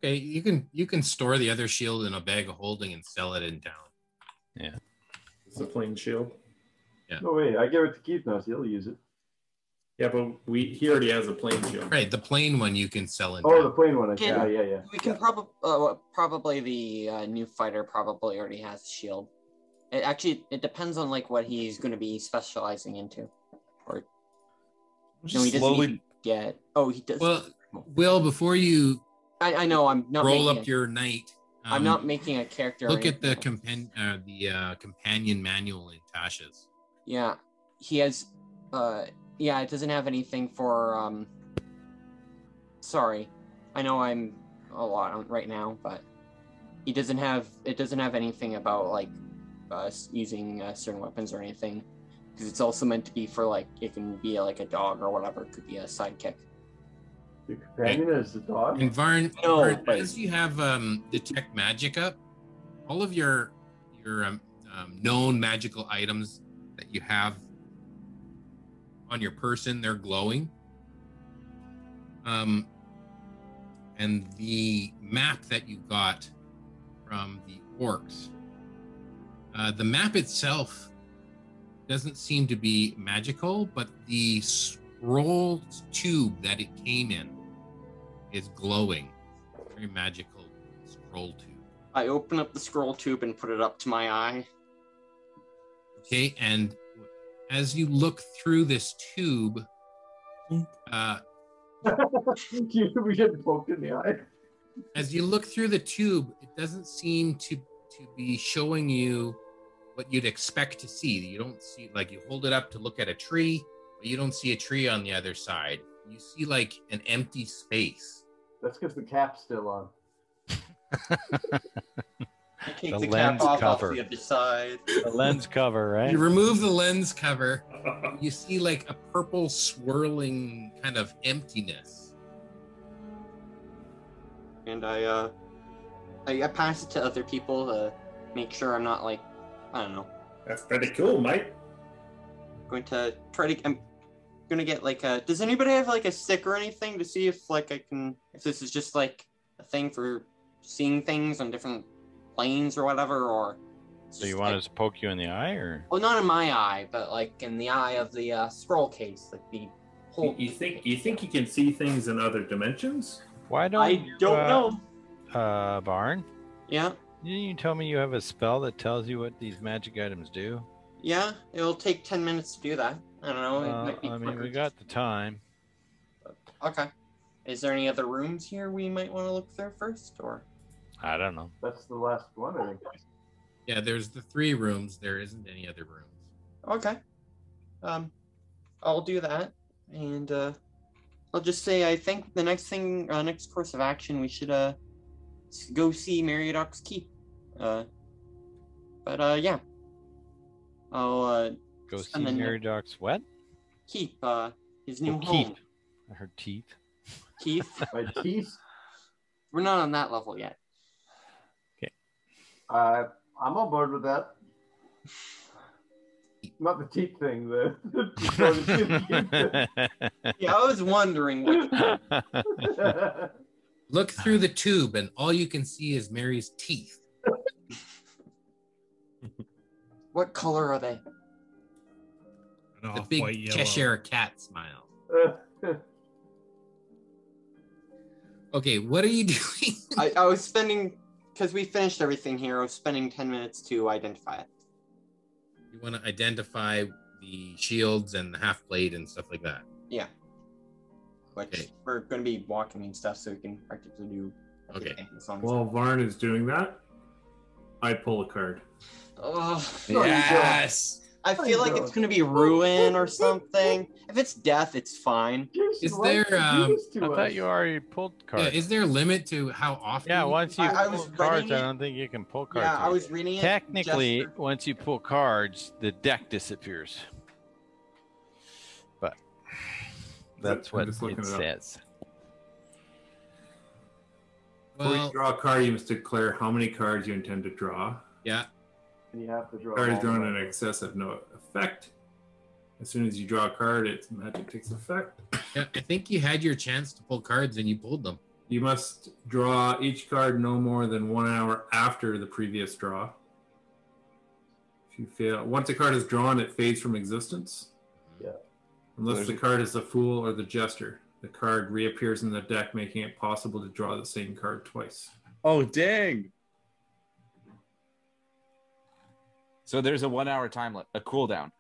C: Okay, you can you can store the other shield in a bag of holding and sell it in town.
H: it's a plain shield.
D: No way. I give it to Keefnos. He'll use it.
H: Yeah, but we he already has a plane shield.
C: Right, the plain one you can sell in.
D: Oh, the plain one.
F: Can-
D: Yeah, yeah, yeah.
F: We can probably uh, probably the uh, new fighter probably already has shield. It actually it depends on like what he's going to be specializing into, or no, he doesn't
I: slowly-
F: even get. Oh, he does.
C: Well, Will, before you
F: I, I know. I'm not
C: roll
F: making
C: up
F: a-
C: your knight,
F: I'm
C: um,
F: not making a character. or
C: Look at the compen-
F: anything.
C: uh, the uh, companion manual in Tasha's.
F: Yeah, he has. Uh, yeah, it doesn't have anything for. Um, sorry, I know I'm a lot on right now, but he doesn't have. It doesn't have anything about like us using uh, certain weapons or anything, because it's also meant to be for like it can be like a dog or whatever. It could be a sidekick.
D: The companion is the dog.
C: And Varn,
F: No,
C: Varn,
F: but-
C: as Oh, you have um, detect magic up, all of your your um, um, known magical items that you have on your person, they're glowing. Um, and the map that you got from the orcs, uh, the map itself doesn't seem to be magical, but the scroll tube that it came in is glowing. Very magical scroll tube.
F: I open up the scroll tube and put it up to my eye.
C: Okay, and as you look through this tube, uh,
D: You- we get poked in the eye.
C: as you look through the tube, it doesn't seem to to be showing you what you'd expect to see. You don't see like you hold it up to look at a tree, but you don't see a tree on the other side. You see like an empty space.
D: That's because the cap's still on.
F: I take
E: The
F: the,
E: lens
F: cap off, off
E: cover.
F: the other side.
E: The lens cover, right?
C: You remove the lens cover, you see like a purple swirling kind of emptiness.
F: and I uh I, I pass it to other people to make sure I'm not like I don't know
H: That's pretty cool, mate.
F: going to try to I'm gonna get like a does anybody have like a stick or anything to see if like I can if this is just like a thing for seeing things on different planes or whatever or it's
E: So you
F: just,
E: want
F: like,
E: us to poke you in the eye, or
F: well not in my eye but like in the eye of the uh, scroll case like the whole
H: You, you think you think you can see things in other dimensions?
E: why don't
F: I
E: you,
F: don't
E: uh,
F: know
E: Uh, Barn,
F: yeah
E: didn't you tell me you have a spell that tells you what these magic items do?
F: yeah it'll take 10 minutes to do that I don't know Oh, it
E: Uh,
F: might be
E: I mean,
F: quicker.
E: we got the time.
F: Okay. Is there any other rooms here we might want to look through first, or?
E: I don't know.
D: That's the last one, I think.
C: Yeah, there's the three rooms. There isn't any other rooms.
F: Okay. Um, I'll do that, and uh, I'll just say I think the next thing, uh, next course of action, we should uh s- go see Marriott's Keep. Uh, but uh, yeah. I'll uh
E: Go
F: Just
E: see
F: on the
E: Mary Doc's what?
F: keep uh his new
E: Oh,
F: home,
E: Keith. Her teeth.
F: Keith.
D: My teeth.
F: We're not on that level yet.
D: Uh, I'm on board with that. Not the teeth thing, the, the
F: Yeah, I was wondering what.
C: Look
E: Uh,
C: through the tube, and all you can see is Mary's teeth.
F: What color are they?
G: An
C: The
E: Oh,
G: off
C: big
G: white yellow.
C: Cheshire cat smile.
D: teeth.
C: Okay, what are you doing?
F: I, I was spending because we finished everything here. I was spending ten minutes to identify it.
C: you want to identify the shields and the half blade and stuff like that.
F: Yeah, which
C: Okay.
F: we're going to be walking and stuff, so we can practically do.
C: Okay.
F: everything as long as-
H: While Varn is doing that, I pull a card.
F: Ugh.
D: Yes!
F: Oh, I feel like it's going to be ruin or something. If it's death, it's fine.
D: Jason
C: Is
D: likes
C: there,
D: to do
C: um,
D: this to
E: I
D: us.
E: thought you already pulled
C: Yeah,
E: cards. Yeah,
C: is there a limit to how often? you-
E: once you
F: I- I
E: pull
F: was
E: cards,
F: reading
E: I
F: it-
E: don't think you can pull cards.
F: Yeah, I
E: anymore.
F: was reading it.
E: Technically,
F: just for-
E: once you pull cards, the deck disappears. But that's
H: I'm
E: what it
H: just looking it up.
E: says.
H: Before
C: Well,
H: you draw a card, you must declare how many cards you intend to draw.
C: yeah.
D: And you have to draw.
H: Card is
D: all
H: drawn
D: of
H: in
D: them.
H: excess of no effect. As soon as you draw a card, its magic takes effect.
C: yeah. I think you had your chance to pull cards and you pulled them.
H: You must draw each card no more than one hour after the previous draw. If you fail, once a card is drawn, it fades from existence.
D: Yeah.
H: Unless the card is the fool or the jester. The card reappears in the deck, making it possible to draw the same card twice.
I: Oh dang! So there's a one-hour time limit, a cooldown.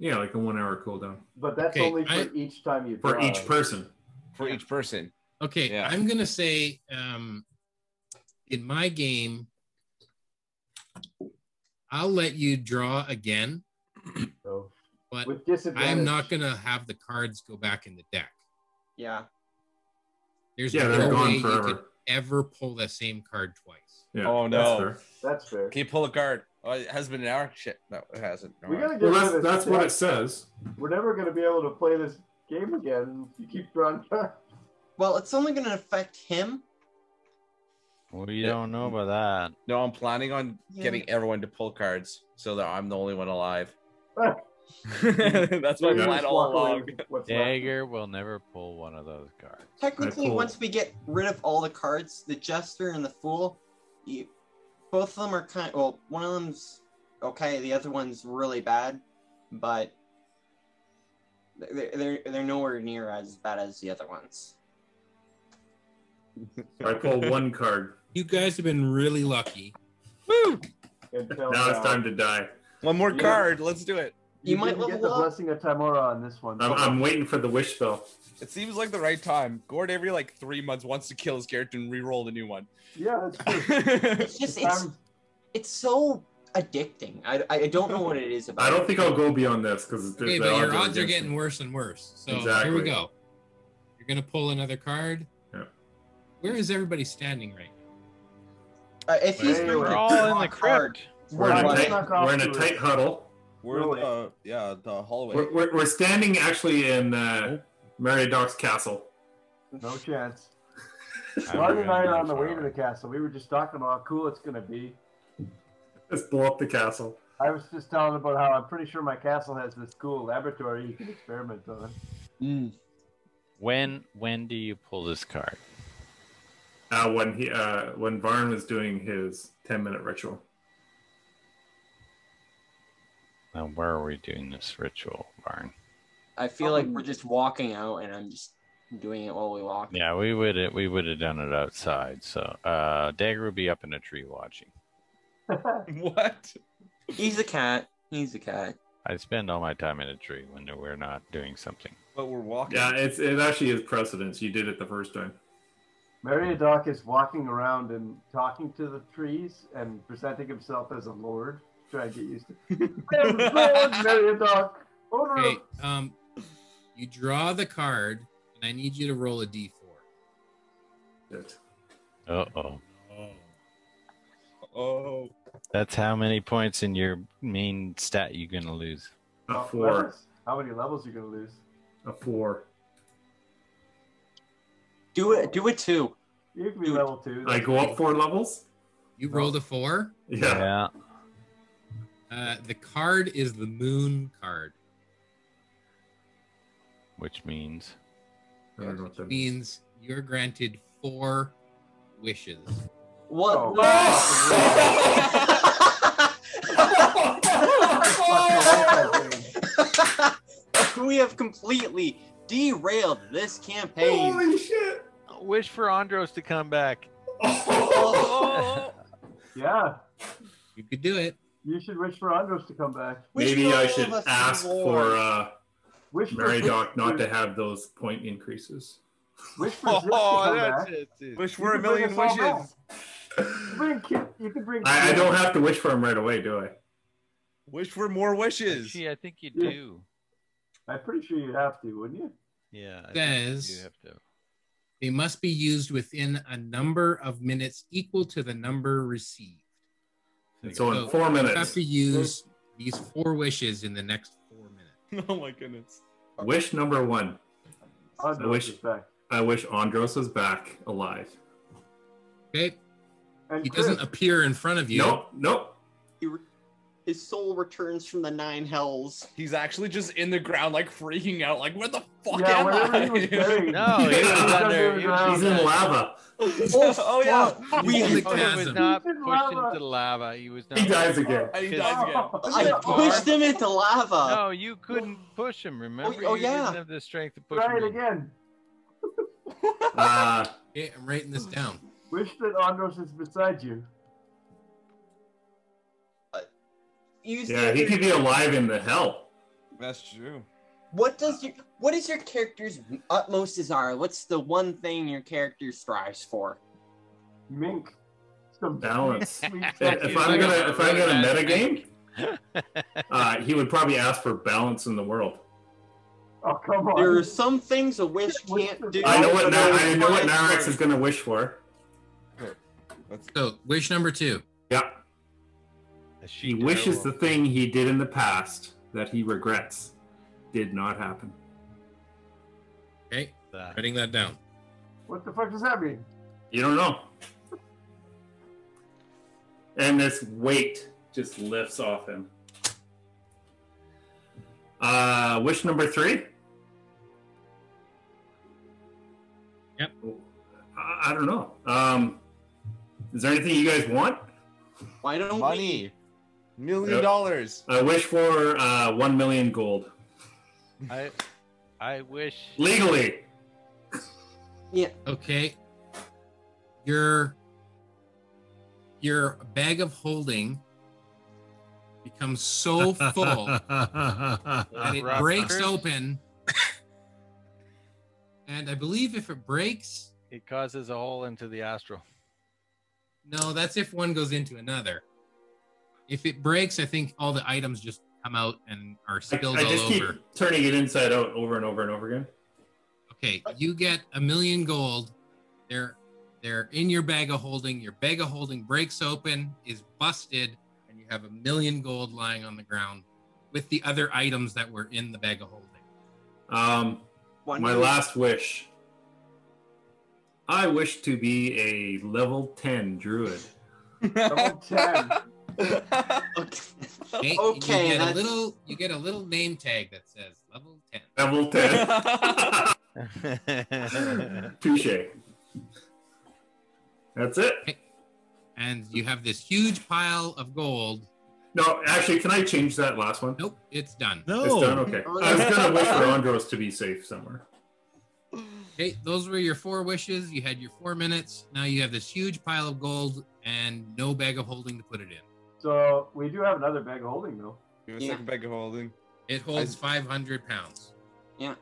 H: Yeah, like a one hour cooldown
D: But that's
C: Okay,
D: only for
C: I-
D: each time you
H: for
D: draw.
H: each person.
I: for each person.
C: Okay,
I: Yeah.
C: I'm gonna say um, in my game, I'll let you draw again,
D: So
C: but
D: with disadvantage.
C: I'm not gonna have the cards go back in the deck.
F: Yeah.
C: There's
H: Yeah, they're
C: no way
H: gone
C: you could
H: forever.
C: ever pull the same card twice.
H: Yeah,
I: Oh,
H: that's
I: no.
H: fair.
D: That's fair.
I: Can you pull a card? Oh, it has been an hour. Shit, no, it hasn't. Never
D: We
I: mind.
D: gotta get
H: Well,
D: rid of
H: that's that's
D: this
H: what
D: deck.
H: it says.
D: We're never gonna be able to play this game again. if You keep drawing cards.
F: Well, it's only going to affect him.
E: We
I: Yeah.
E: don't know about that.
I: No, I'm planning on
F: Yeah.
I: getting everyone to pull cards so that I'm the only one alive. That's my
D: You
I: plan
D: just
I: all
D: walk away
I: along.
D: with what's left.
E: Dagger will never pull one of those cards.
F: Technically,
H: Alright, cool.
F: once we get rid of all the cards, the Jester and the Fool, you, both of them are kind. Well, one of them's okay. The other one's really bad, but they're they're, they're nowhere near as bad as the other ones.
H: I pull one card.
C: You guys have been really lucky.
D: Until
H: Now it's time to die.
I: One more
D: Yeah.
I: card. Let's do it.
F: You might
D: didn't get
F: level
D: the
F: up.
D: blessing of Timora on this one.
H: I'm, I'm waiting for the wish spell.
I: It seems like the right time. Gord every like three months wants to kill his character and re-roll the new one.
D: Yeah, that's true.
I: I
F: It's just
D: Um,
F: it's it's so addicting. I, I don't know what it is about.
H: I don't think I'll go beyond this because
C: Okay, but your odds are getting worse and worse. So here
H: Exactly.
C: we go. You're gonna pull another card.
H: Yeah.
C: Where is everybody standing right now?
F: Uh, if he's
D: Hey,
F: not
E: We're
D: We're
F: gonna
E: all in
F: draw
E: the
F: a card,
E: crypt.
H: We're in a
D: Well,
F: Right.
H: tight,
D: knock off
H: we're in a
D: to it.
H: tight huddle.
I: We're in the yeah the hallway.
H: We're, we're, we're standing actually in uh, Meriadoc's castle.
D: No chance.
E: I'm
D: Marty and I
E: gonna
D: on the
E: go
D: way
E: far.
D: to the castle, we were just talking about how cool it's gonna be.
H: Let's blow up the castle.
D: I was just telling about how I'm pretty sure my castle has this cool laboratory you can experiment on.
E: When when do you pull this card?
H: Uh, when he uh, when Varn was doing his ten minute ritual,
E: Now where are we doing this ritual, Barn?
F: I feel like we're just walking out, and I'm just doing it while we walk.
E: Yeah, we would uh, we would have done it outside. So uh Dagger would be up in a tree watching.
I: what?
F: He's a cat. He's a cat.
E: I spend all my time in a tree when we're not doing something.
I: But we're walking.
H: yeah, it's it actually is precedence. You did it the first time.
D: Meriadoc is walking around and talking to the trees and presenting himself as a lord. Try and get used to I am Lord Meriadoc, owner of-
C: Okay, um, you draw the card, and I need you to roll a d4.
H: It-
E: Uh oh.
G: Oh,
I: Oh,
E: That's how many points in your main stat you're gonna lose.
H: A
D: How-
H: four,
D: levels- How many levels are you going to lose?
H: a four.
F: Do it. Do it too.
D: You can be
F: Dude,
D: level two.
H: I go up four levels. Oh.
C: You rolled a four.
H: Yeah.
C: Uh, the card is the moon card,
E: Which means
H: I don't know what
C: which
H: that-
C: means you're granted four wishes.
F: What?
D: Oh.
F: we have completely derailed this campaign.
H: Holy shit!
E: wish for Andros to come back.
D: Yeah,
C: You could do it.
D: you should wish for Andros to come back.
F: We
H: Maybe
F: should
H: I
F: all
H: should
F: of us be
H: ask for
F: lords.
H: uh,
D: Wish for
H: Meriadoc not to have those point increases.
D: Wish
E: Oh,
D: for Zip to come back.
I: wish
D: You
I: for a
D: can bring
I: million
D: us all back.
I: wishes.
D: Bring Kit- You can bring.
H: I, I
D: Kit.
H: don't have to wish for him right away, do I?
I: Wish for more wishes.
E: Gee, I think you
D: Yeah.
E: do.
D: I'm pretty sure you'd have to, wouldn't you?
E: Yeah. I think
C: Says-
E: you have to.
C: They must be used within a number of minutes equal to the number received.
H: So in
C: So,
H: four
C: You have
H: minutes,
C: to use these four wishes in the next four minutes.
I: oh my goodness.
H: wish number one.
D: Andros
H: wish-
D: is back.
H: I wish Andros was back alive.
C: Okay,
D: And
C: he
D: Chris,
C: doesn't appear in front of you.
H: Nope, nope.
F: He re- His soul returns from the nine hells.
I: He's actually just in the ground, like freaking out, like where the fuck
D: yeah,
I: am
D: whenever
I: I?
D: he was buried.
E: No, he was under. He was
H: He's in lava.
F: Oh,
I: oh yeah,
F: we
C: in the
E: Oh, he was
C: chasm.
E: not
D: He's in
E: pushed
D: lava.
E: into lava. He was not.
H: He dies again.
I: and he
E: His-
I: dies again.
F: I pushed him into lava.
E: No, you couldn't push him. Remember?
F: Uh, oh,
E: You
F: yeah.
E: didn't have the strength to push
D: Try
E: him.
D: it
E: in.
D: again.
H: Uh,
C: Okay, I'm writing this down.
D: Wish that Andros is beside you.
F: Use
H: yeah, he
F: the,
H: could be alive in the hell.
I: That's true.
F: what does your what is your character's utmost desire? What's the one thing your character strives for?
D: Mink. Some
H: Balance. Eh,
D: sweet, sweet
H: If if I'm gonna if I'm gonna metagame, uh, he would probably ask for balance in the world.
D: Oh come on.
F: There are some things a wish can't do.
H: I know what
D: No,
H: Na-
D: no,
H: I know what
D: no,
H: Narex is gonna wish for.
C: So wish number two.
H: Yeah,
E: A sheet
H: he wishes the
E: arrow.
H: thing he did in the past that he regrets did not happen.
C: Okay,
E: That-
C: writing that down.
D: What the fuck does that mean?
H: You don't know. And this weight just lifts off him. Uh, wish number three.
C: Yep.
H: I, I don't know. Um, is there anything you guys want?
F: Why don't we?
L: Money. Million
H: Yep.
L: dollars.
H: I wish for uh, one million gold
E: I, I wish.
H: legally.
C: Okay. Your your bag of holding becomes so full that it
E: Rough
C: breaks
E: cruise.
C: open. and I believe if it breaks,
E: It causes a hole into the astral.
C: no, that's if one goes into another. If it breaks, I think all the items just come out and are
H: I,
C: spilled
H: I
C: all
H: just
C: over.
H: keep turning it inside out over and over and over again.
C: Okay, you get a million gold. They're they're in your bag of holding. Your bag of holding breaks open, is busted, and you have a million gold lying on the ground with the other items that were in the bag of holding.
H: Um,
F: One
H: My last wish. I wish to be a level 10 druid.
D: Double ten.
F: Okay.
C: Okay, and you get
F: Okay,
C: a
F: that's-
C: little you get a little name tag that says level ten.
H: Level 10. Touche. That's it.
C: And you have this huge pile of gold.
H: No, actually, can I change that last one?
C: Nope, it's done.
H: It's done?
G: No.
H: Okay. I was going to wish for Andros to be safe somewhere.
C: Okay, those were your four wishes. You had your four minutes. Now you have this huge pile of gold and no bag of holding to put it in.
D: So we do have another bag of holding though.
I: Give me a second bag of holding.
C: It holds five hundred pounds.
E: and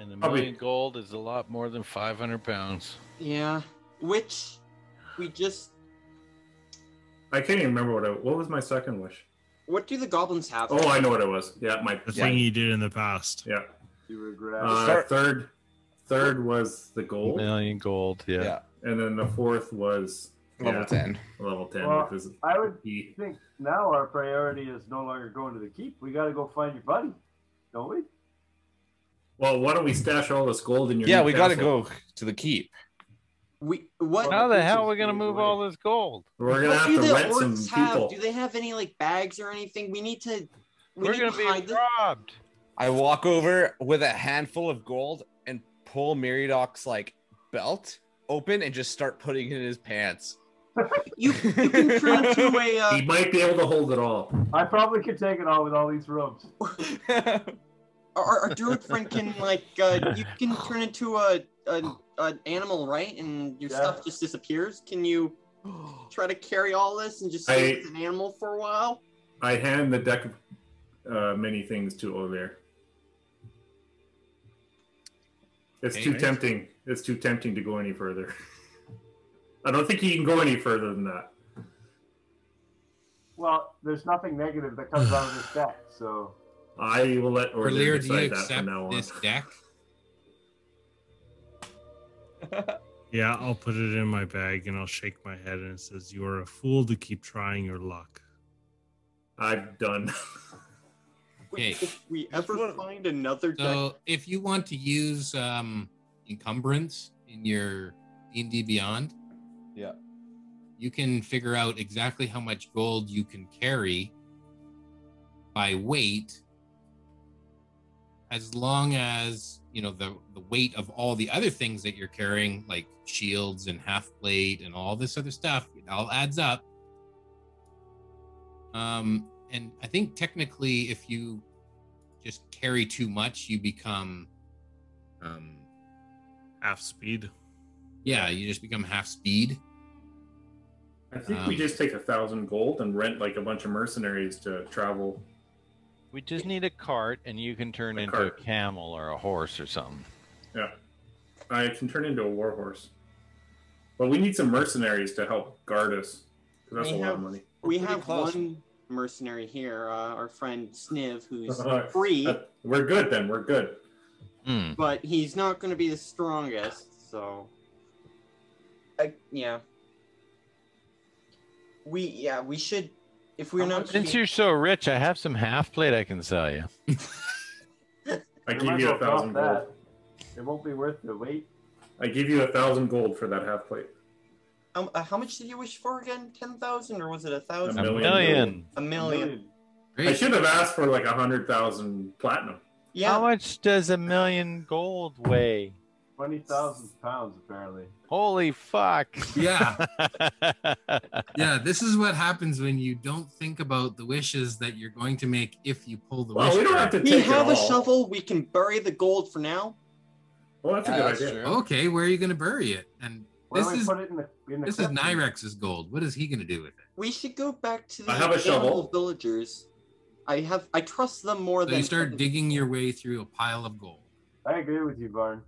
E: a
H: Probably-
E: million gold is a lot more than 500 pounds.
F: Yeah. Which we just.
H: I can't even remember what I, what was my second wish.
F: What do the goblins have?
H: Oh, I know what it was. Yeah, my
G: The thing you did in the past.
H: yeah.
D: You regret.
H: Uh, third, third was the gold,
E: million gold, yeah.
L: Yeah.
H: and then the fourth was
L: Level
H: yeah,
L: 10.
H: Level ten
D: Well,
H: because
D: I would
H: he
D: think now our priority is no longer going to the keep. We got to go find your buddy, don't we?
H: Well, why don't we stash all this gold in your?
I: Yeah,
H: new
I: we gotta
H: castle?
I: go to the keep.
F: We what?
E: How the
D: This
E: hell
D: is
E: are we going to
D: getting
E: move
D: away.
E: all this gold?
H: We're gonna
F: what
H: have
F: do
H: to
F: the
H: rent some
F: orcs have?
H: people.
F: Do they have any like bags or anything? We need to. We
E: We're
F: need
E: going
F: to
E: to be
F: hide this.
E: robbed.
I: I walk over with a handful of gold and pull Meridoc's like belt open and just start putting it in his pants.
F: You, you can turn into a. Uh,
H: He might be able to hold it all.
D: I probably could take it all with all these robes.
C: Um,
F: our, our druid friend can like uh, you can turn into a, a an animal, right? And your
D: Yeah.
F: stuff just disappears. Can you try to carry all this and just stay
H: I-
F: as an animal for a while?
H: I hand the deck of uh, many things to Olivier. It's
C: Okay,
H: too
C: nice.
H: tempting. It's too tempting to go any further. I don't think he can go any further than that.
D: Well, there's nothing negative that comes out of this deck, so
H: I will let Orlear
C: Earlier, do you
H: decide that from
C: accept
H: now on.
C: this deck?
G: Yeah, I'll put it in my bag and I'll shake my head and it says, "You are a fool to keep trying your luck."
H: I'm done.
C: Okay.
F: We- If we ever find another deck,
C: So, if you want to use um, encumbrance in your D&D Beyond,
L: Yeah.
C: you can figure out exactly how much gold you can carry by weight as long as you know the the weight of all the other things that you're carrying like shields and half plate and all this other stuff it all adds up um and i think technically if you just carry too much you become um
M: half speed.
C: yeah you just become half speed
H: I think we
C: Um,
H: just take a thousand gold and rent like a bunch of mercenaries to travel.
E: We just need a cart, and you can turn
H: A
E: into
H: cart.
E: a camel or a horse or something.
H: I can turn into a warhorse, but we need some mercenaries to help guard us. 'cause That's
F: We
H: a lot
F: have-
H: of money.
F: We
K: pretty
F: have
K: close.
F: one mercenary here, uh, our friend Sniv, who's
H: Alright.
F: free,
H: Uh, We're good then. We're good.
E: Hmm.
F: but he's not going to be the strongest. So, I yeah, we yeah we should if we're
K: How
F: not.
K: much?
E: Since you're so rich, I have some half plate I can sell you.
H: I
D: You might
H: give
D: as
H: you a
D: well drop
H: thousand
D: that.
H: gold.
D: It won't be worth the wait.
H: I give you a thousand gold for that half plate.
F: Um, uh, how much did you wish for again? Ten thousand, or was it a thousand?
E: A
H: million.
E: million.
F: A million.
H: I should have asked for like a hundred thousand platinum.
F: Yeah.
E: How much does a million gold weigh?
D: Twenty thousand pounds apparently.
E: Holy fuck.
C: yeah yeah this is what happens when you don't think about the wishes that you're going to make if you pull the
H: Well,
C: wish
H: we don't
C: card.
H: have to
F: We
H: take
F: have
H: it
F: a
H: all.
F: shovel. We can bury the gold for now.
H: Well, that's a
K: Yeah,
H: good
K: that's
H: idea.
K: true.
C: okay where are you going to bury it and
D: Why
C: this
D: don't we
C: is
D: put it in the in the
C: this is
D: crypt?
C: nyrex's gold what is he going to do with it
F: We should go back to the
H: I have a
F: animal
H: shovel.
F: villagers. I have. I trust them more
C: so
F: than
C: you start digging your way through a pile of gold
D: I agree with you, Barn.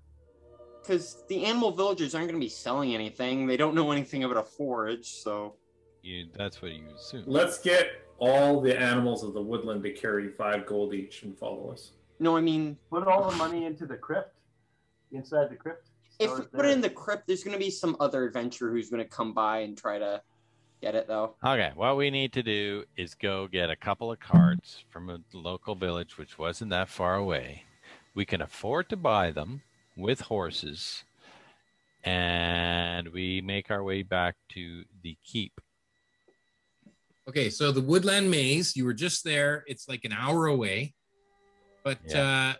F: because the animal villagers aren't going to be selling anything. They don't know anything about a forage, so
E: You, that's what you assume.
H: Let's get all the animals of the woodland to carry five gold each and follow us.
F: no. I mean,
D: Put all the money into the crypt. Inside the crypt.
F: if
D: Store
F: we
D: it
F: put
D: there.
F: it in the crypt, there's going to be some other adventurer who's going to come by and try to get it, though.
E: Okay, what we need to do is go get a couple of carts from a local village which wasn't that far away. We can afford to buy them with horses, and we make our way back to the keep.
C: Okay, so the Woodland Maze, you were just there. It's like an hour away. But uh,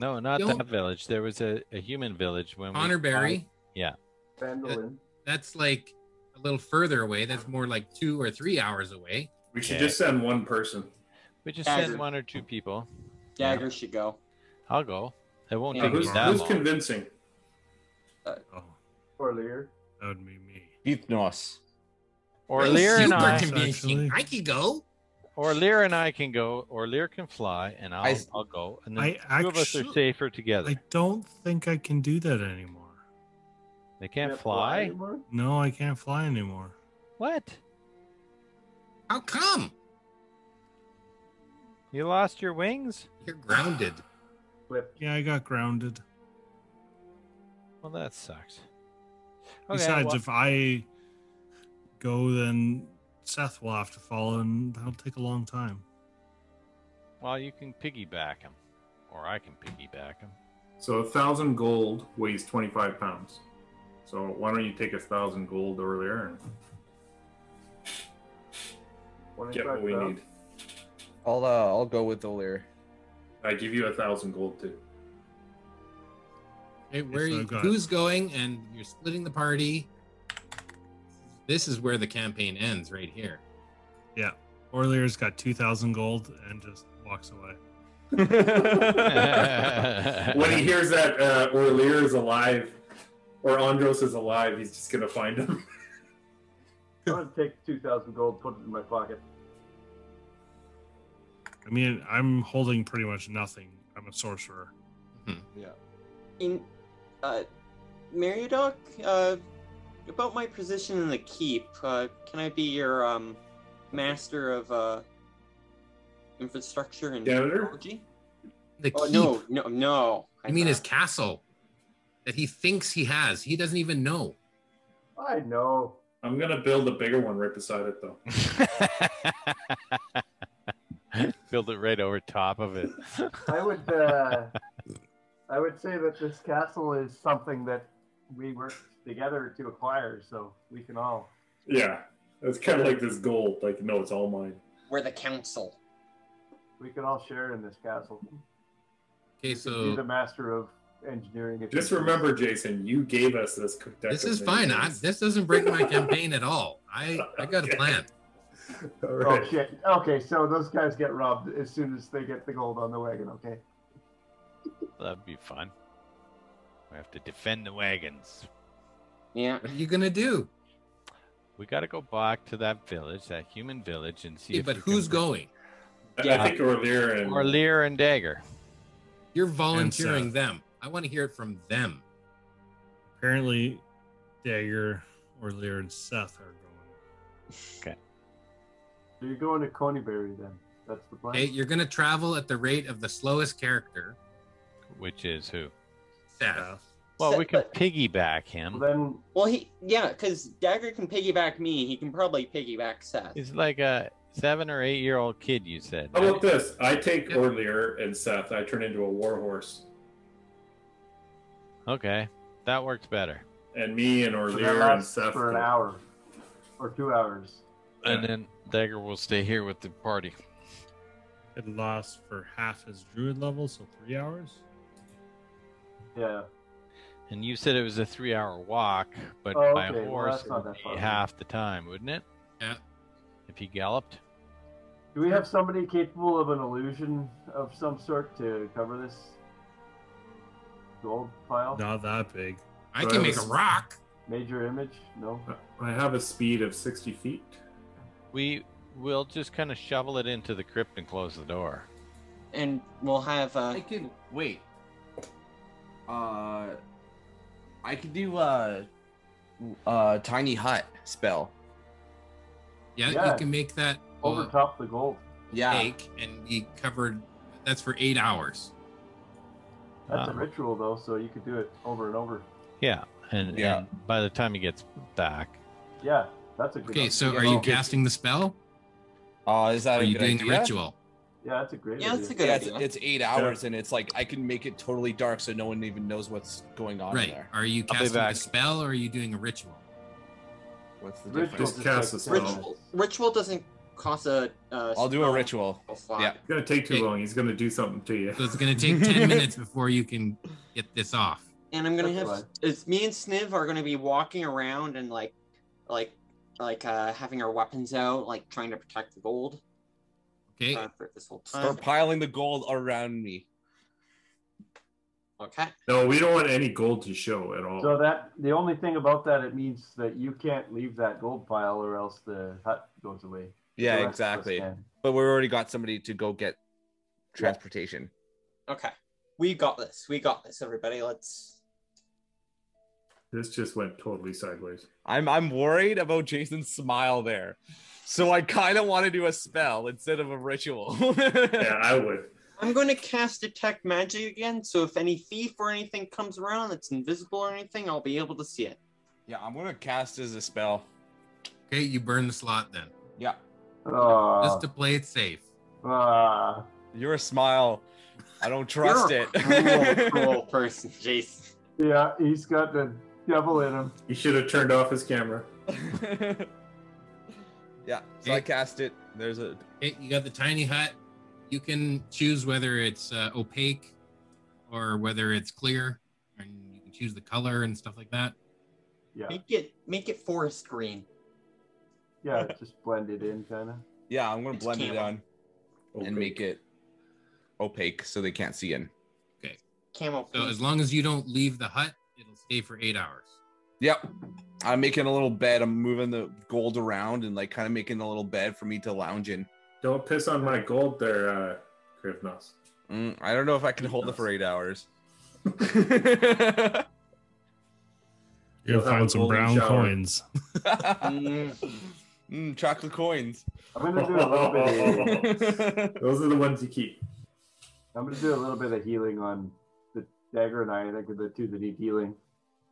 E: No, not
C: Don't-
E: that village. There was a, a human village when
C: uh,
E: we
C: Honorberry, Uh,
D: Vandalin.
C: that's like a little further away. That's more like two or three hours away.
H: We should
E: Okay.
H: just send one person.
E: We just
F: Dagger.
E: send one or two people.
F: Dagger should go.
E: I'll go. It won't
F: Yeah.
E: take me
H: who's
E: that
H: who's
E: long.
H: convincing?
G: Oh,
D: Or Lear.
G: that would be me.
K: Beefnos.
E: or
C: I'm
E: Lear and
C: super
E: I,
C: convincing.
G: actually.
C: I could go.
E: or Lear and I can go, or Lear can fly, and I'll, I,
K: I-
E: will i will go, and then
G: I
E: two of us are
G: actu-
E: safer together.
G: I don't think I can do that anymore.
E: they can't
D: Can't
E: fly.
D: anymore?
G: No, I can't fly anymore.
E: What?
C: How come?
E: You lost your wings?
C: You're grounded.
G: Yeah, I got grounded.
E: Well, that sucks.
G: Besides,
E: well,
G: if I go, then Seth will have to follow, and that'll take a long time.
E: well, you can piggyback him, or I can piggyback him.
H: So a thousand gold weighs twenty-five pounds. So why don't you take a thousand gold earlier and get what we
D: 25,000.
H: need?
K: I'll uh, I'll go with O'Lear.
H: I give you a thousand gold too.
C: Okay, where
G: so
C: you,
G: I've got-
C: who's going and you're splitting the party. This is where the campaign ends right here.
G: Orlear's got two thousand gold and just walks away.
H: When he hears that uh, Orlear is alive, or Andros is alive, he's just gonna find him.
D: I'm gonna take two thousand gold, put it in my pocket.
G: I mean, I'm holding pretty much nothing. I'm a sorcerer.
F: in uh Meriadoc, uh about my position in the keep, uh can I be your um master of uh infrastructure and
H: Janitor?
F: technology?
C: The
F: Oh
C: keep,
F: no, no, no.
C: I mean his
F: thought-
C: castle that he thinks he has. He doesn't even know.
D: I know.
H: I'm gonna build a bigger one right beside it though.
E: Build it right over top of it.
D: I would uh, I would say that this castle is something that we worked together to acquire, so we can all
H: Yeah, it's kind of like this gold. Like, no, it's all mine.
F: we're the council.
D: We can all share in this castle.
C: Okay,
D: You're the
C: so
D: master of engineering. if
H: Just
D: you-
H: remember, Jason, you gave us this cooked
C: this is fine. I, this doesn't break my campaign at all. I I got a plan.
H: All
D: Oh
H: right.
D: shit. Okay, so those guys get robbed as soon as they get the gold on the wagon. Okay.
E: That'd be fun. We have to defend the wagons.
F: Yeah.
C: What are you gonna do?
E: We got to go back to that village, that human village, and see.
C: Okay,
E: if
C: but
E: we can
C: who's
E: bring-
C: going?
H: I- I think Orlear and
E: Or Lear and Dagger.
C: You're volunteering
G: Seth.
C: them. I want to hear it from them.
G: Apparently, Dagger or Lear and Seth are going.
D: So you're going to Coneyberry then. That's the plan.
C: Okay, you're gonna travel at the rate of the slowest character,
E: Which is who?
C: Seth.
E: Well,
F: Seth,
E: we can
F: but-
E: piggyback
D: Well,
E: him.
D: then
F: Well, he yeah, because Dagger can piggyback me. He can probably piggyback Seth.
E: He's like a seven or eight year old kid. You said.
H: how
E: right?
H: about this? I take Orlear and Seth. I turn into a war horse,
E: Okay, that works better.
H: and me and
D: so that
H: Orlear and
D: lasts
H: Seth.
D: for an
H: go-
D: hour or two hours.
E: And then Dagger will stay here with the party.
G: It lasts for half his druid level, so three hours.
D: Yeah.
E: And you said it was a three hour walk, but
D: Oh,
E: by
D: okay, well,
E: horse
D: that's not
E: it would
D: that
E: be
D: far.
E: half the time, wouldn't it?
C: Yeah.
E: If he galloped.
D: Do we have somebody capable of an illusion of some sort to cover this gold pile?
G: Not that big.
C: I
H: So
C: can
H: I
C: make a
H: was-
C: rock.
D: Major image? No.
H: I have a speed of sixty feet.
E: We will just kind of shovel it into the crypt and close the door.
F: and we'll have uh,
I: I can wait. Uh, I can do a uh tiny hut spell.
C: Yeah,
D: Yeah.
C: you can make that
D: Over
C: uh,
D: top the gold.
I: Yeah.
C: cake and be covered. That's for eight hours.
D: That's a
E: Uh,
D: ritual though, so you could do it over and over.
E: Yeah, and,
I: Yeah.
E: and by the time he gets back,
D: Yeah, that's a good
C: Okay,
D: idea.
C: so
I: Yeah,
C: are you
I: okay.
C: casting the spell?
I: Uh, is that
C: Or are
I: a
C: you
I: good
C: doing
I: idea?
C: the ritual?
D: Yeah, that's a great
F: yeah,
D: idea.
F: that's a good
I: Yeah, it's,
F: idea.
I: it's eight hours, and it's like I can make it totally dark, so no one even knows what's going on
C: Right.
I: there.
C: Are you
E: I'll be
C: casting a
E: back.
C: spell or are you doing a ritual?
I: What's the
D: Ritual
I: difference?
H: Just
D: is
H: cast
D: like-
H: a
D: Ritual.
H: spell.
F: ritual. Ritual doesn't cost a. Uh,
I: I'll do a
F: spell
I: ritual.
F: slot.
I: Yeah.
H: It's gonna take too
C: Okay.
H: long. He's gonna do something to you.
C: So it's going to take 10 minutes before you can get this off.
F: and I'm gonna
D: That's
F: have
D: right.
F: it's me and Sniv are gonna be walking around and like like like uh having our weapons out, like trying to protect the gold
C: Okay.
F: uh, for this whole time.
I: Start piling the gold around me.
F: Okay.
H: No, we don't want any gold to show at all.
D: So that the only thing about that it means that you can't leave that gold pile or else the hut goes away. The
I: Yeah,
D: rest of us
I: exactly.
D: can.
I: But we already got somebody to go get transportation.
F: Okay. We got this. We got this, everybody. Let's
H: this just went totally sideways.
I: I'm I'm worried about Jason's smile there. So I kind of want to do a spell instead of a ritual.
H: Yeah, I would.
F: I'm gonna cast detect magic again, so if any thief or anything comes around that's invisible or anything, I'll be able to see it.
I: Yeah, I'm gonna cast as a spell.
C: Okay, you burn the slot then.
I: Yeah,
D: Ah,
C: Just to play it safe.
D: ah.
I: your smile. I don't trust
F: You're a
I: it.
F: Cruel, cruel person, Jason.
D: yeah, he's got the devil in him.
H: He should have turned off his camera.
I: yeah, so I cast it. There's a
C: Okay, you got the tiny hut. You can choose whether it's uh, opaque or whether it's clear, and you can choose the color and stuff like that.
D: Yeah,
F: Make it make it forest green.
D: yeah, just blended in kind of.
I: yeah. I'm gonna
F: It's
I: blend it
F: camel.
I: on and make it opaque so they can't see in.
F: Camel.
C: So
F: pink.
C: as long as you don't leave the hut, it'll stay for eight hours.
I: Yep. I'm making a little bed. I'm moving the gold around and like kind of making a little bed for me to lounge in.
H: Don't piss on my gold there, uh, Krivnos.
I: Mm, I don't know if I can hold it for eight hours.
G: You're
H: You'll
G: gonna
H: have a
G: find some
H: golden
G: brown
H: shower.
G: coins.
I: mm, chocolate coins.
D: I'm gonna do a little bit. Of,
H: Those are the ones you keep.
D: I'm gonna do a little bit of healing on the dagger and I. I think are the two that need healing.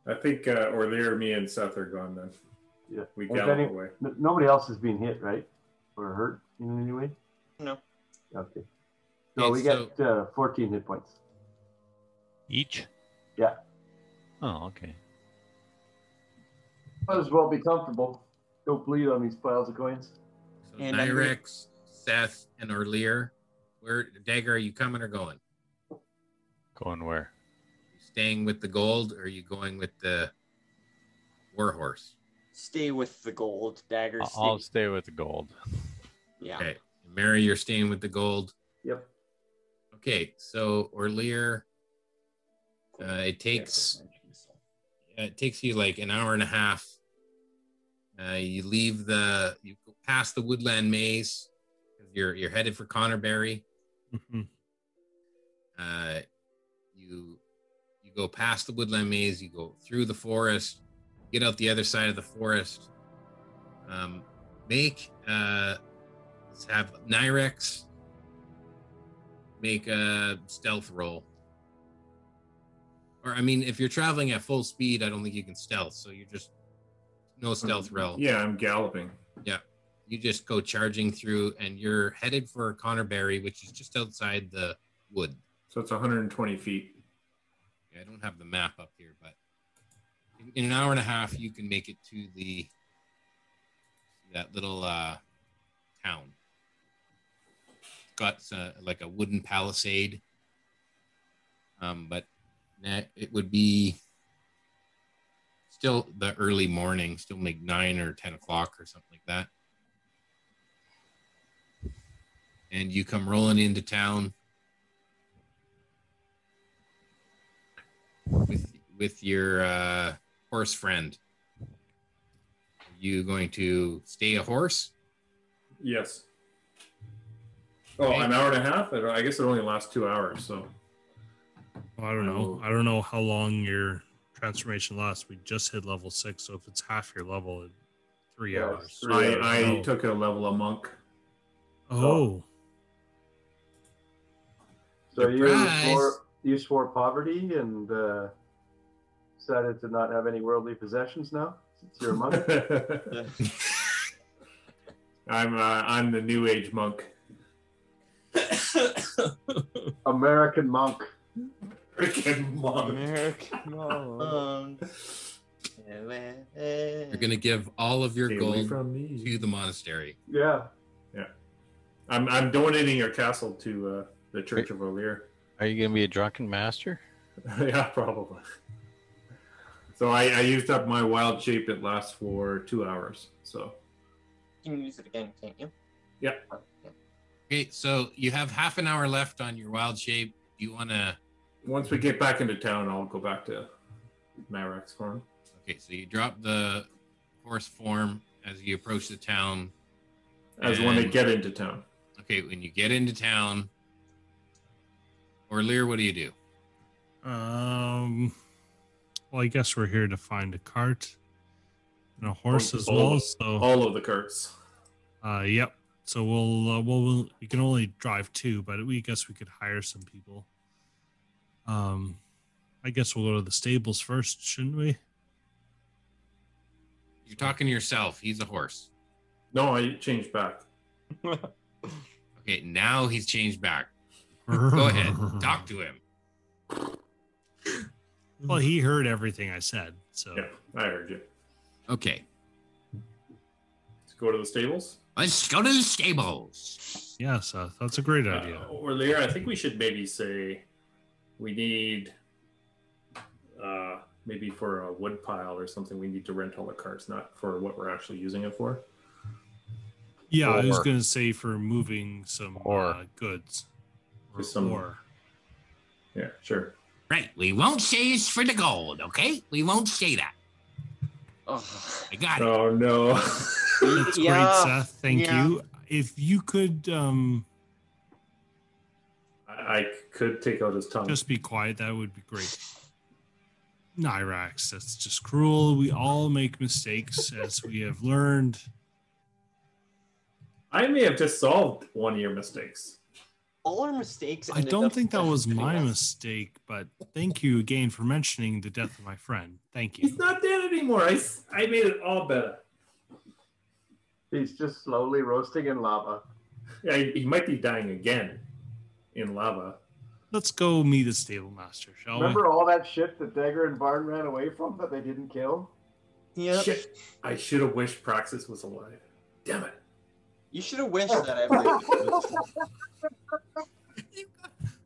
H: I think uh, Orlear, me, and Seth are gone then.
D: Yeah.
H: We
D: If
H: gallop
D: any-
H: away.
D: n- nobody else is being hit, right? Or hurt in any way?
F: No.
D: Okay. So
C: Okay,
D: we
C: so-
D: get uh, 14 hit points.
E: each.
D: Yeah.
E: Oh, okay.
D: Might as well be comfortable. Don't bleed on these piles of coins.
C: So
F: And I'm gonna-
C: Nyrex, Seth, and Orlear Where dagger? Are you coming or going?
E: Going where?
C: You staying with the gold, or are you going with the warhorse?
F: Stay with the gold dagger.
E: I'll- I'll stay with the gold.
F: Yeah.
C: Okay, Mary, you're staying with the gold.
D: Yep.
C: Okay, so Orlear, uh, it takes uh, it takes you like an hour and a half. Uh, you leave the you go past the woodland maze. You're you're headed for Connerberry.
G: Mm-hmm.
C: Uh, you you go past the woodland maze. You go through the forest. Get out the other side of the forest. Um, make uh, let's have Nyrex make a stealth roll. Or I mean, if you're traveling at full speed, I don't think you can stealth. So you're just no
D: Mm-hmm.
C: stealth roll.
H: Mm-hmm. Yeah, I'm galloping.
C: You just go charging through, and you're headed for Connerberry, which is just outside the wood.
H: So it's 120 feet.
C: I don't have the map up here, but in, in an hour and a half, you can make it to the that little uh, town. Got uh, like a wooden palisade, um, but that- it would be still the early morning, still like nine or ten o'clock or something like that. And you come rolling into town. with with your uh, horse friend. Are you going to stay a horse?
H: Yes. Oh, an hour and a half? I don't- I guess it only lasts two hours. So
G: Well, I don't
H: Oh.
G: know. I don't know how long your transformation lasts. We just hit level six, so if it's half your level, in three
H: Yeah,
G: hours.
H: it's three I- hours. I
G: Oh.
H: took a level of monk.
G: Oh,
D: So you
C: Surprise.
D: swore, you swore poverty and uh, decided to not have any worldly possessions now since you're a monk.
H: I'm uh, I'm the new age monk.
D: American monk.
H: Freaking monk.
F: Um,
C: You're going to give all of your
H: Stay away
C: gold
H: from me.
C: to the monastery.
D: Yeah.
H: I'm I'm donating your castle to uh, the Church of O'Lear.
E: Are you going to be a drunken master?
H: yeah, probably. So I, I used up my wild shape. It lasts for two hours. So
F: You can use it again, can't you?
H: Yeah.
C: Okay, so you have half an hour left on your wild shape. Do you want to?
H: once we get back into town, I'll go back to Nyrax form.
C: Okay, so you drop the horse form as you approach the town.
H: As when they
C: And-
H: get into town,
C: Okay, when you get into town, or Lear, what do you do?
G: um, well, I guess we're here to find a cart and a horse as
H: all
G: well.
H: of-
G: So,
H: all of the carts.
G: uh, yep. So we'll, uh, we'll, we'll we can only drive two, but we guess we could hire some people. Um, I guess we'll go to the stables first, shouldn't we?
C: You're talking to yourself. He's a horse.
H: No, I changed back.
C: Okay, now he's changed back. Go ahead, talk to him.
H: Mm.
G: Well, he heard everything I said, so
H: Yeah, I heard you.
C: Okay,
H: Let's go to the stables.
C: let's go to the stables.
G: yes, uh, that's a great idea.
H: Uh, or Lear, I think we should maybe say we need uh, maybe for a wood pile or something. We need to rent all the carts, not for what we're actually using it for.
G: Yeah, I was
E: Or-
G: gonna say for moving some
E: Or-
G: uh, goods or,
H: Some-
G: or
H: Yeah, sure.
C: Right, we won't say it's for the gold, okay? We won't say that.
F: Ugh.
C: I got it.
H: Oh no.
G: that's
F: Yeah.
G: great, Seth. Thank
F: Yeah.
G: you. If you could um,
H: I, I could take out his tongue.
G: just be quiet, that would be great. Nyrax, that's just cruel. We all make mistakes, as we have learned.
H: I may have just solved one of your mistakes.
F: All our mistakes.
G: I
F: ended
G: don't
F: up
G: think that was
F: benefiting
G: my
F: us.
G: mistake, but thank you again for mentioning the death of my friend. Thank you.
H: He's not dead anymore. I, s- I made it all better.
D: He's just slowly roasting in lava.
H: I, he might be dying again in lava.
G: Let's go meet the stable master, shall we?
D: Remember all that shit that Dagger and Barn ran away from that they didn't kill?
F: Yep.
H: Shit. I should have wished Praxis was alive. Damn it.
F: You should have wished that every.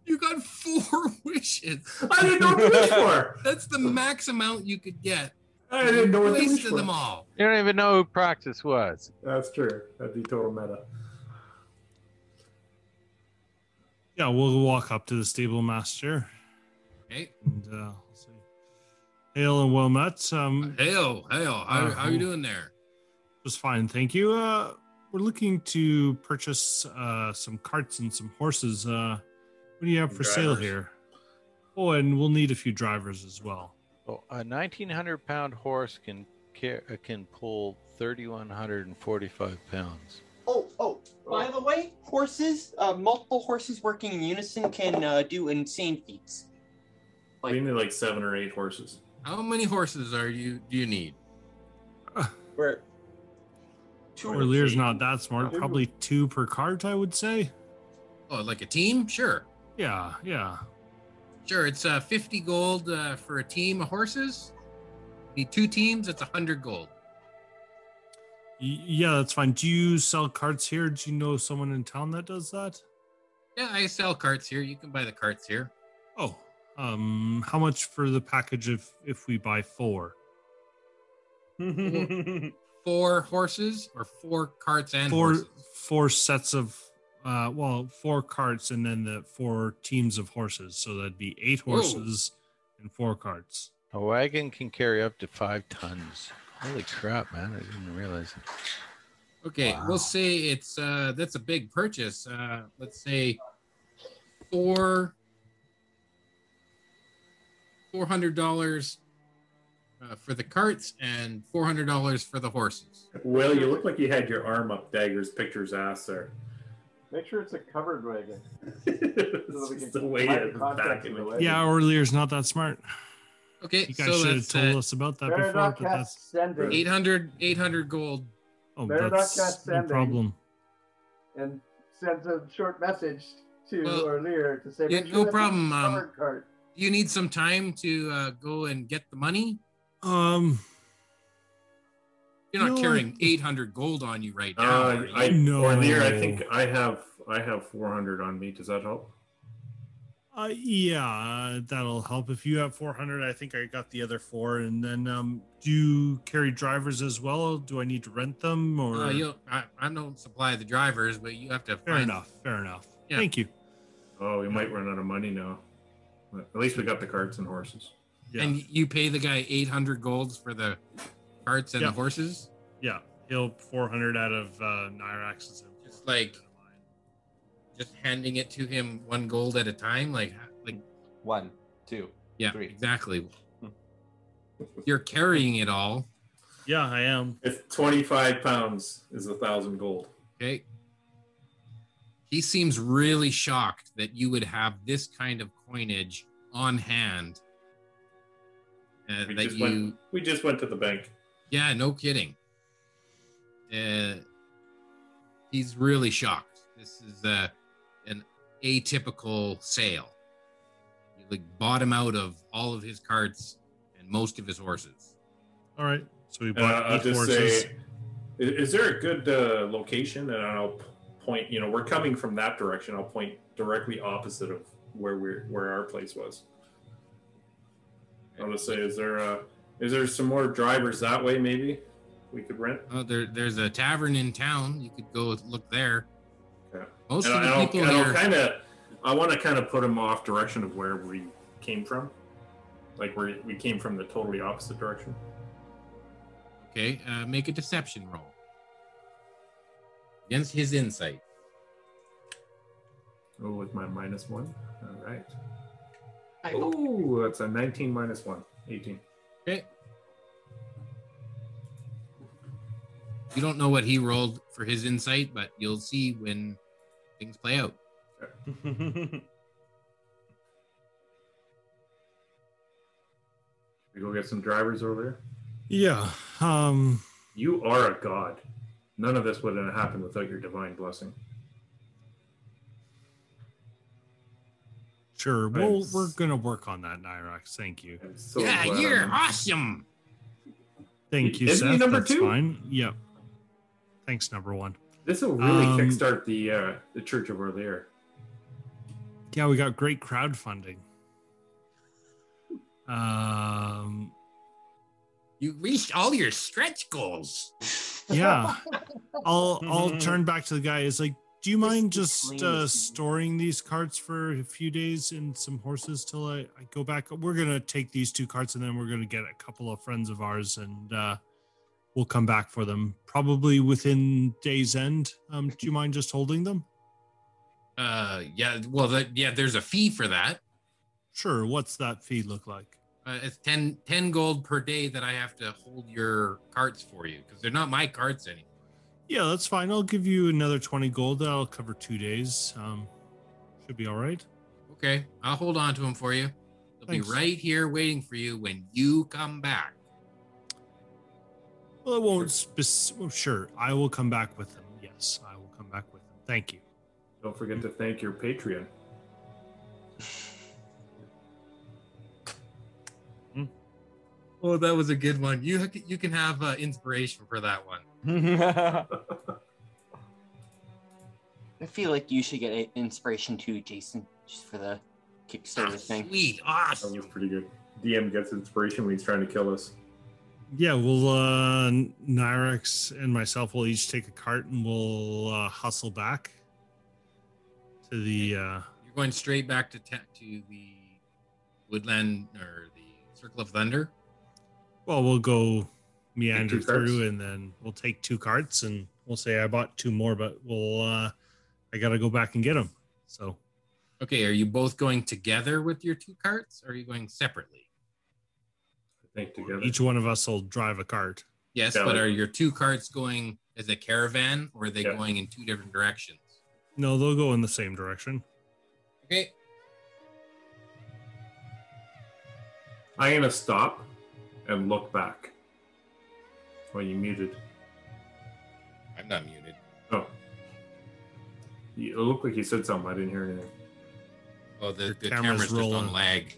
C: You got four wishes.
H: I didn't know what to wish for.
C: That's the max amount you could get.
H: I didn't know what to
C: Wasted
H: wish for.
C: them all.
E: You don't even know who Proxus was.
H: That's true. That'd be total meta.
G: Yeah, we'll walk up to the stable master
C: Okay.
G: and uh, say, "Hail and well met." Um,
C: Hail, hail. How,
G: Uh,
C: how you doing there?
G: was fine, thank you. Uh, we're looking to purchase uh, some carts and some horses. Uh, what do you have for sale
H: Drivers.
G: here? Oh, and we'll need a few drivers as well.
E: Well, Oh, a 1900 pound horse can car- uh, can pull 3145 pounds.
F: Oh, oh, by the way, horses, uh, multiple horses working in unison can uh, do insane feats.
H: We need like seven or eight horses.
C: How many horses are you do you need?
F: Where two
G: Or Lear's not that smart. Probably two per cart, I would say.
C: Oh, like a team? Sure.
G: Yeah, yeah.
C: Sure, it's uh, 50 gold uh, for a team of horses. Need two teams, it's 100 gold.
G: Y- yeah, that's fine. Do you sell carts here? Do you know someone in town that does that?
C: Yeah, I sell carts here. You can buy the carts here.
G: Oh, um, how much for the package if if we buy four?
C: Four horses or four carts and
G: four
C: horses?
G: four sets of uh well four carts and then the four teams of horses so that'd be eight
C: Whoa.
G: horses and four carts
E: A wagon can carry up to five tons. Holy crap, man! I didn't realize. It.
C: Okay,
E: Wow.
C: we'll say it's uh that's a big purchase. Uh let's say four four hundred dollars uh, for the carts and four hundred dollars for the horses.
H: Will, you look like you had your arm up Dagger's picture's ass there.
D: Make sure it's a covered wagon.
H: it's
D: we
H: just
D: can
H: the way
D: hide
H: it
D: the contacts
H: back
D: in
H: in
D: the
H: the
D: way.
G: yeah our lear's not that smart
C: Okay,
G: you guys
C: so
G: should have
C: that's
G: told
C: uh,
G: us about that
D: Better
G: before
D: not
G: but that's
D: cast sending.
C: 800, 800 gold.
G: oh
D: better not
G: that's
D: cast
G: no
D: sending.
G: problem
D: and sends a short message to
C: Well,
D: Orlear to say,
C: yeah,
D: "Make sure
C: no
D: that's a
C: problem, um,
D: covered cart."
C: You need some time to uh, go and get the money.
G: um
C: You're not
G: No, I-
C: carrying eight hundred gold on you right now.
H: Uh,
C: are you?
H: I,
G: No.
H: Or Lear, I think I have I have 400 on me. Does that help?
G: uh, yeah uh, that'll help if you have 400 i think i got the other four and then um do you carry drivers as well do i need to rent them or
C: Uh, you'll, I, I don't supply the drivers, but you have to
G: fair
C: find
G: enough fair enough
C: Yeah.
G: thank you
H: Oh, we might run out of money now. But at least we got the carts and horses.
G: yeah
C: and you pay the guy 800 golds for the carts and
G: Yeah.
C: the horses
G: yeah he'll 400 out of uh nyrax's
C: Just like- just handing it to him one gold at a time like like
I: One, two.
C: yeah
I: Three.
C: exactly you're carrying it all
G: yeah i am
H: If 25 pounds is a thousand gold.
C: okay he seems really shocked that you would have this kind of coinage on hand uh,
H: We
C: that
H: just
C: you
H: went- We just went to the bank.
C: Yeah, no kidding. Uh, he's really shocked. This is uh, an atypical sale. You like bought him out of all of his carts and most of his horses.
G: All right. So we
H: Uh,
G: bought
H: I'll
G: eight
H: just
G: horses.
H: say, i- is there a good uh, location? And I'll p- point. You know, we're coming from that direction. I'll point directly opposite of where we're where our place was. I'll just say, is there uh, is there some more drivers that way? Maybe we could rent.
C: Oh, there, there's a tavern in town. You could go look there.
H: Okay.
C: Most
H: And
C: of the
H: I'll,
C: people
H: and I'll
C: here.
H: kind of, I want to kind of put them off direction of where we came from. Like we we came from the totally opposite direction.
C: Okay, uh, make a deception roll against his insight.
H: Oh, with my minus one. All right.
F: I hope-
H: Oh, that's a 19 minus one. 18.
C: Okay. You don't know what he rolled for his insight, but you'll see when things play out.
H: We go get some drivers over there.
G: Yeah. Um.
H: You are a god. None of this would have happened without your divine blessing.
G: Sure. Well,
H: s-
G: we're gonna work on that, Nyrax. Thank you.
H: I'm so
C: yeah,
H: glad
C: you're
H: I'm-
C: awesome.
G: Thank you,
H: Isn't he
G: Seth.
H: number
G: That's
H: two?
G: fine. Yep. Thanks, number one.
B: This will really
G: Um,
B: kickstart the uh, the Church of Orlear.
G: Yeah, we got great crowdfunding. Um,
C: You reached all your stretch goals.
G: yeah, I'll I'll turn back to the guy. It's like, do you mind just
C: please.
G: uh, storing these carts for a few days and some horses till I, I go back? We're gonna take these two carts and then we're gonna get a couple of friends of ours and uh, we'll come back for them probably within day's end. Um, do you mind just holding them?
C: Uh, yeah. Well, that, yeah. There's a fee for that.
G: Sure. What's that fee look like?
C: Uh, it's 10, 10 gold per day that I have to hold your carts for you because they're not my carts anymore.
G: Yeah, that's fine. I'll give you another 20 gold. That'll cover two days. Um, should be all right.
C: Okay, I'll hold on to them for you. They'll
G: Thanks.
C: be right here waiting for you when you come back.
G: Well, it won't. Spec- well, sure, I will come back with them. Yes, I will come back with them. Thank you.
B: Don't forget to thank your Patreon.
C: Oh, that was a good one. You you can have uh, inspiration for that one.
F: I feel like you should get a- inspiration too, Jason, just for the Kickstarter thing.
C: Sweet,
B: That
C: awesome.
B: was pretty good. DM gets inspiration when he's trying to kill us.
G: Yeah, well, uh, Nyrex and myself will each take a cart and we'll uh, hustle back to the. Uh,
C: You're going straight back to ta- to the woodland or the Circle of Thunder.
G: well, we'll go meander
B: Take two carts.
G: through and then we'll take two carts and we'll say I bought two more, but we'll. Uh, I gotta go back and get them. So
C: Okay, are you both going together with your two carts, or are you going separately?
B: I think together.
G: each one of us will drive a cart.
C: Yes,
B: Yeah,
C: but
B: like-
C: are your two carts going as a caravan, or are they
B: Yeah.
C: going in two different directions?
G: No, they'll go in the same direction.
C: Okay,
B: I'm gonna stop and look back. Oh, you muted.
C: I'm not muted.
B: Oh, you, it looked like you said something. I didn't hear anything.
C: Oh, the, the
G: camera's
C: camera's, just
G: rolling.
C: on lag.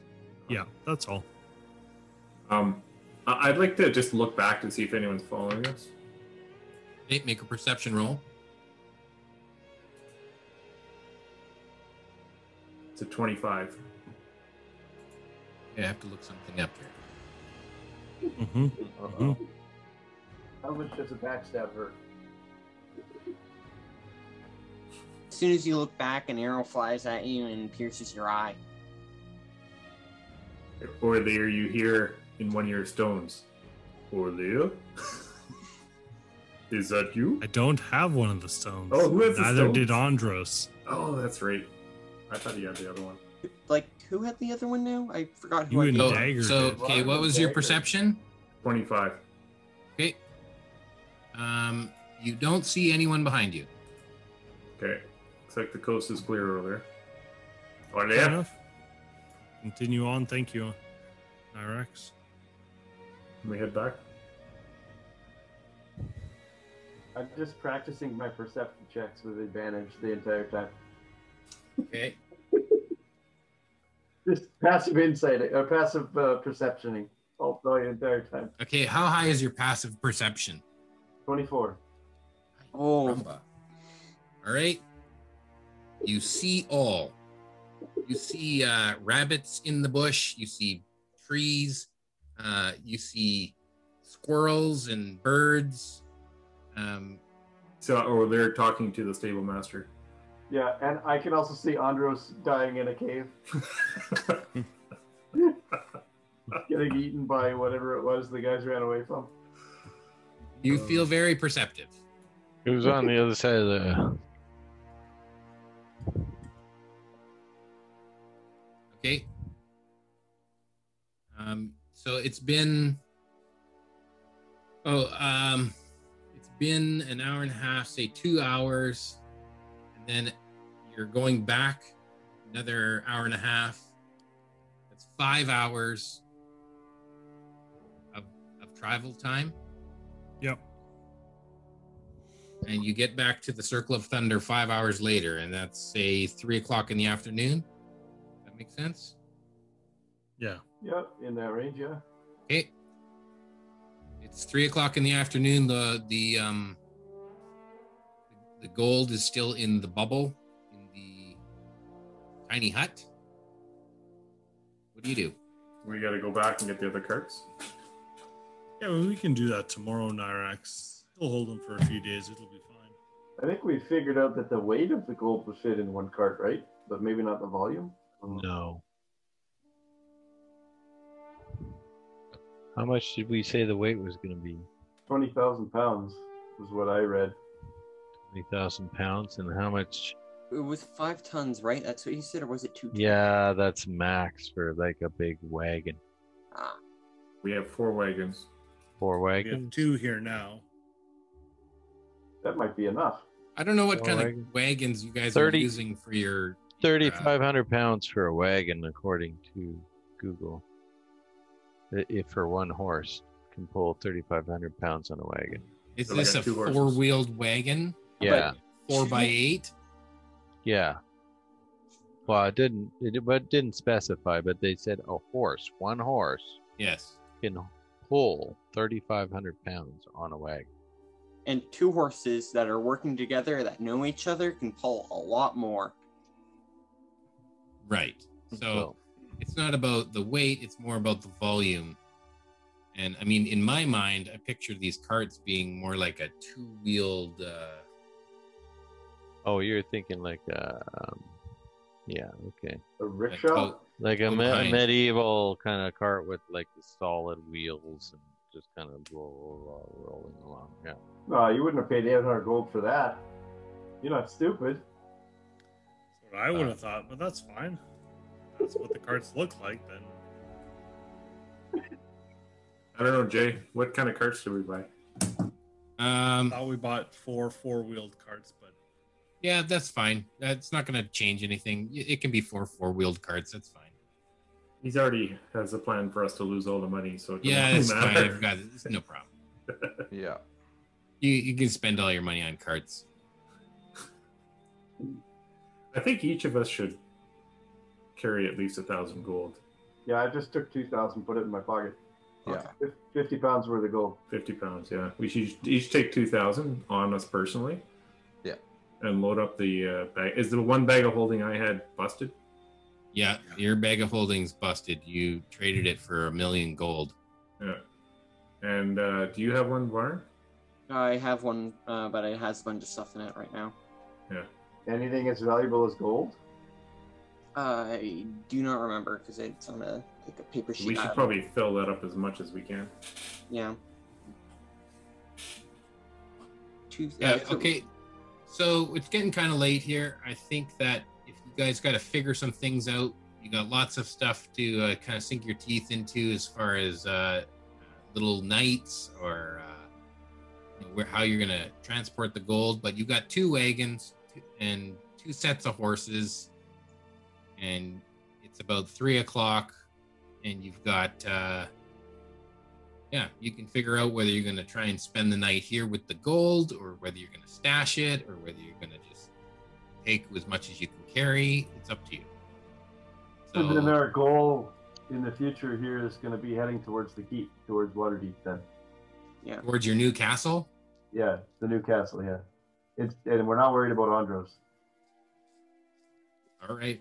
G: Yeah, that's all.
B: Um, I- I'd like to just look back to see if anyone's following us.
C: Okay, make a perception roll.
B: It's a 25.
C: Yeah, I have to look something up here.
G: hmm
D: How much does a backstab hurt?
F: As soon as you look back, an arrow flies at you and pierces your eye.
B: Or there you hear in one of your stones. Or there? Is that you?
G: I don't have one of the stones.
B: Oh, who has the
G: Neither did
B: stones?
G: Andros.
B: Oh, that's right. I thought you had the other one.
F: Like, who had the other one now? I forgot
G: You
F: who I
G: and
F: gave
C: So,
F: it.
G: Dagger
C: so,
G: did.
C: okay, what was your perception?
B: 25.
C: Okay. Um, you don't see anyone behind you.
B: Okay. Looks like the coast is clear over there. Oh,
G: Fair
B: yeah.
G: enough. Continue on. Thank you, Nyrex.
B: Can we head back?
D: I'm just practicing my perception checks with advantage the entire time.
C: Okay.
D: Just passive insight or passive uh, perceptioning all the entire time.
C: Okay, how high is your passive perception?
D: 24.
F: Oh,
C: Rumba. All right. You see all. You see uh, rabbits in the bush. You see trees. Uh, you see squirrels and birds. Um,
B: So, or they're talking to the stable master.
D: Yeah, and I can also see Andros dying in a cave, getting eaten by whatever it was the guys ran away from.
C: you feel very perceptive.
E: It was on the other side of the.
C: Okay. Um, so it's been oh um it's been an hour and a half, say two hours, and then you're going back another hour and a half. That's five hours of of travel time.
G: Yep.
C: And you get back to the Circle of Thunder five hours later, and that's say three o'clock in the afternoon. That makes sense?
G: Yeah.
D: Yep, in that range, yeah.
C: Okay. It's three o'clock in the afternoon. The the um The gold is still in the bubble in the tiny hut. What do you do?
B: We got to go back and get the other carts.
G: Yeah, well, we can do that tomorrow, Nyrax. He'll hold them for a few days. It'll be fine.
D: I think we figured out that the weight of the gold will fit in one cart, right? But maybe not the volume. Um,
E: No. How much did we say the weight was going to be?
D: Twenty thousand pounds was what I read.
E: Twenty thousand pounds, and how much?
F: It was five tons, right? That's what you said, or was it two? Tons?
E: Yeah, that's max for like a big wagon.
F: Ah,
B: We have four wagons.
E: Four
G: We have
E: wagons.
G: two here now.
D: That might be enough.
C: I don't know what
E: Well,
C: kind
E: wagon.
C: of wagons you guys are
E: 30.
C: using for your.
E: Thirty-five hundred pounds for a wagon, according to Google. I- If for one horse can pull thirty-five hundred pounds on a wagon.
C: Is
B: So we
C: this
B: got
C: a
B: two horses.
C: four-wheeled wagon,
E: Yeah,
C: four by eight?
E: yeah. Well, it didn't. It, but it didn't specify. But they said a horse, one horse,
C: Yes.
E: can pull thirty-five hundred pounds on a wagon.
F: and two horses that are working together that know each other can pull a lot more.
C: Right. So it's not about the weight; it's more about the volume. And I mean, in my mind, I picture these carts being more like a two-wheeled. Uh,
E: Oh, you're thinking like uh, um, yeah, okay,
D: A rickshaw.
C: boat.
E: like a
C: Oh,
E: me-
C: behind.
E: medieval kind of cart with like the solid wheels and just kind of roll, roll, roll, rolling along. Yeah.
D: No, you wouldn't have paid eight hundred gold for that. You're not stupid.
G: That's what I would have thought, but that's fine. That's what the carts look like. Then
B: I don't know, Jay. What kind of carts do we buy?
G: I
C: um,
G: thought we bought four four-wheeled carts, but
C: yeah, that's fine. That's not going to change anything. Y- It can be four four-wheeled carts. That's fine.
B: He's already has a plan for us to lose all the money, so it doesn't
C: Yeah, it's fine.
B: matter.
C: I've got it. It's no problem.
K: Yeah.
C: You you can spend all your money on carts.
B: I think each of us should carry at least a thousand gold,
D: Yeah, I just took two thousand, put it in my pocket.
K: Yeah.
D: Fif- Fifty pounds worth of gold.
B: fifty pounds. Yeah, we should each take two thousand on us personally.
K: Yeah.
B: and load up the uh, bag. Is the one bag of holding I had busted?
C: Yeah, your bag of holdings busted. You traded it for a million gold.
B: Yeah. And uh, do you have one, Warren?
F: I have one, uh, but it has a bunch of stuff in it right now.
D: Anything as valuable as gold?
F: I do not remember because it's on a like a paper sheet.
B: We should
F: item.
B: probably fill that up as much as we can.
F: yeah. Two,
C: Yeah.
F: so-
C: Okay. So it's getting kind of late here. I think that if you guys got to figure some things out, you got lots of stuff to uh, kind of sink your teeth into as far as uh, little nights or uh, you know, where how you're gonna transport the gold. But you got two wagons and two sets of horses, and it's about three o'clock, and you've got. Uh, yeah, you can figure out whether you're going to try and spend the night here with the gold or whether you're going to stash it or whether you're going to just take as much as you can carry. It's up to you.
D: Then
C: So,
D: our goal in the future here is going to be heading towards the keep, towards Waterdeep. Then,
F: Yeah.
C: towards your new castle,
D: yeah, the new castle. Yeah, it's and we're not worried about Andros.
C: all right.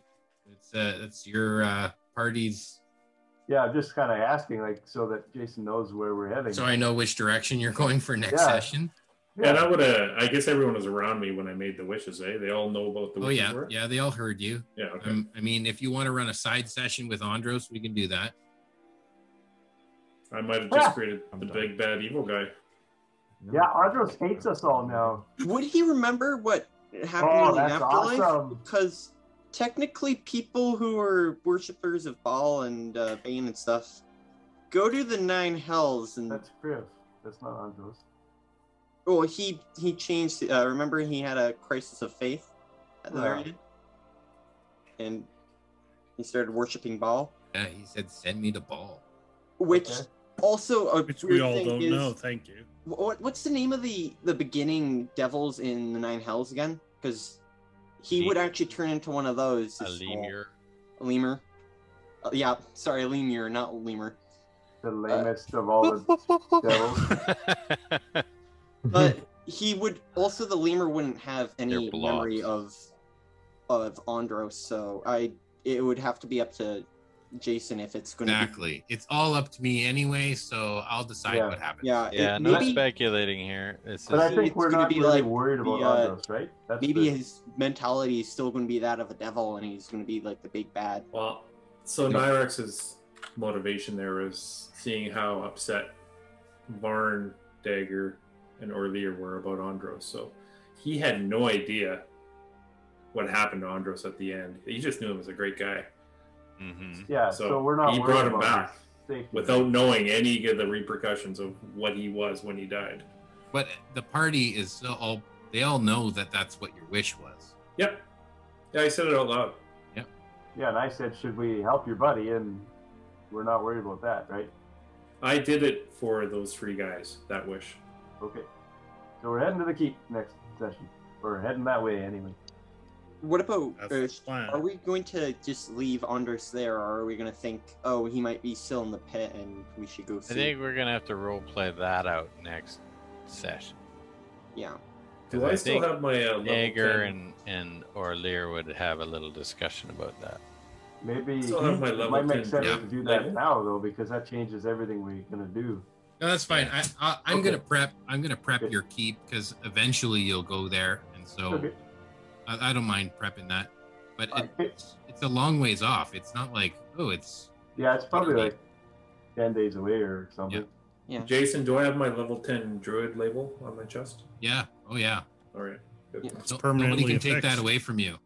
C: It's uh, that's your uh, party's.
D: Yeah, I'm just kind of asking, like, so that Jason knows where we're heading.
C: So I know which direction you're going for next
D: Yeah.
C: session.
B: Yeah, and I would have. I guess everyone was around me when I made the wishes. Eh? They all know about the
C: Oh
B: wishes.
C: yeah,
B: were?
C: yeah. They all heard you.
B: Yeah, Okay.
C: Um, I mean, if you want to run a side session with Andros, we can do that.
B: I might have just
D: Ah.
B: created
E: I'm
B: the
E: done.
B: big bad evil guy.
D: yeah, Andros hates us all now.
F: Would he remember what happened
D: Oh,
F: in the
D: that's
F: afterlife?
D: awesome.
F: Because technically, people who are worshippers of Baal and uh, Bane and stuff go to the nine hells, and
D: That's Griff. That's not Andros.
F: well, he he changed. Uh, remember, he had a crisis of faith at the very
D: Yeah.
F: end, and he started worshiping Baal,
C: Yeah, he said, "Send me the ball."
F: which
D: Okay.
F: also a
G: which we
F: weird
G: all
F: thing
G: don't
F: is,
G: know. Thank you.
F: What what's the name of the the beginning devils in the nine hells again? Because he would
E: Lemur.
F: actually turn into one of those.
E: A
F: if-
E: lemur.
F: A lemur. Uh, yeah, sorry, a lemur, not a lemur.
D: The lamest of all the devils.
F: But he would also the lemur wouldn't have any
E: They're blobs.
F: memory of of Andros, so I it would have to be up to Jason if it's going to
C: Exactly. It's all up to me anyway, so I'll decide
D: Yeah.
C: what happens.
F: be. Yeah,
E: Yeah,
F: it-
E: no
F: maybe
E: speculating here. This
D: But I
E: is
F: it's-
D: think
F: it's
D: we're
F: gonna
D: not
F: be
D: really
F: like
D: worried about
F: the, uh,
D: Andros, right? That's
F: maybe
D: the-
F: his mentality is still going to be that of a devil, and he's going to be like the big bad.
H: Well, so
N: No.
H: Nyrex's motivation there was seeing how upset Varn, Dagger, and Orlear were about Andros. So he had no idea what happened to Andros at the end. He just knew him as a great guy
E: Mhm.
D: yeah.
H: so
D: So, we're not.
H: he
D: worried
H: brought him
D: about
H: back
D: his safety.
H: without knowing any of the repercussions of what he was when he died.
C: But the party is so all they all know that that's what your wish was.
H: Yep. Yeah, I said it out loud.
D: Yeah, and I said, should we help your buddy? And we're not worried about that, right?
H: I did it for those three guys, that wish.
D: Okay. So we're heading to the keep next session. We're heading that way anyway.
F: What about
G: That's
F: uh,
G: the plan.
F: Are we going to just leave Andros there, or are we going to think, oh, he might be still in the pit and we should go
E: I
F: see?
E: think we're gonna have to role play that out next session.
F: Yeah.
E: 'Cause
H: Do I, still
E: think
H: have my uh, level
E: Jaeger
H: 10?
E: and and Orlear would have a little discussion about that.
D: Maybe
H: Still have my
D: it
H: level
D: might make
H: 10
D: sense
C: yeah.
D: to do that
H: level.
D: now, though, because that changes everything we're gonna do.
C: No, that's fine. I, I I'm gonna
D: Okay.
C: prep. I'm gonna prep
D: Okay.
C: your keep because eventually you'll go there, and so
D: Okay.
C: I, I don't mind prepping that. But it,
D: Okay.
C: it's a long ways off. It's not like oh, it's
D: Yeah, it's probably like ten days away or something.
H: Jason, do I have my level 10 druid label on my chest?
C: yeah, oh yeah.
H: All right. Good.
F: Yeah.
C: No-
G: permanently
C: nobody can take that
G: affixed.
C: away from you.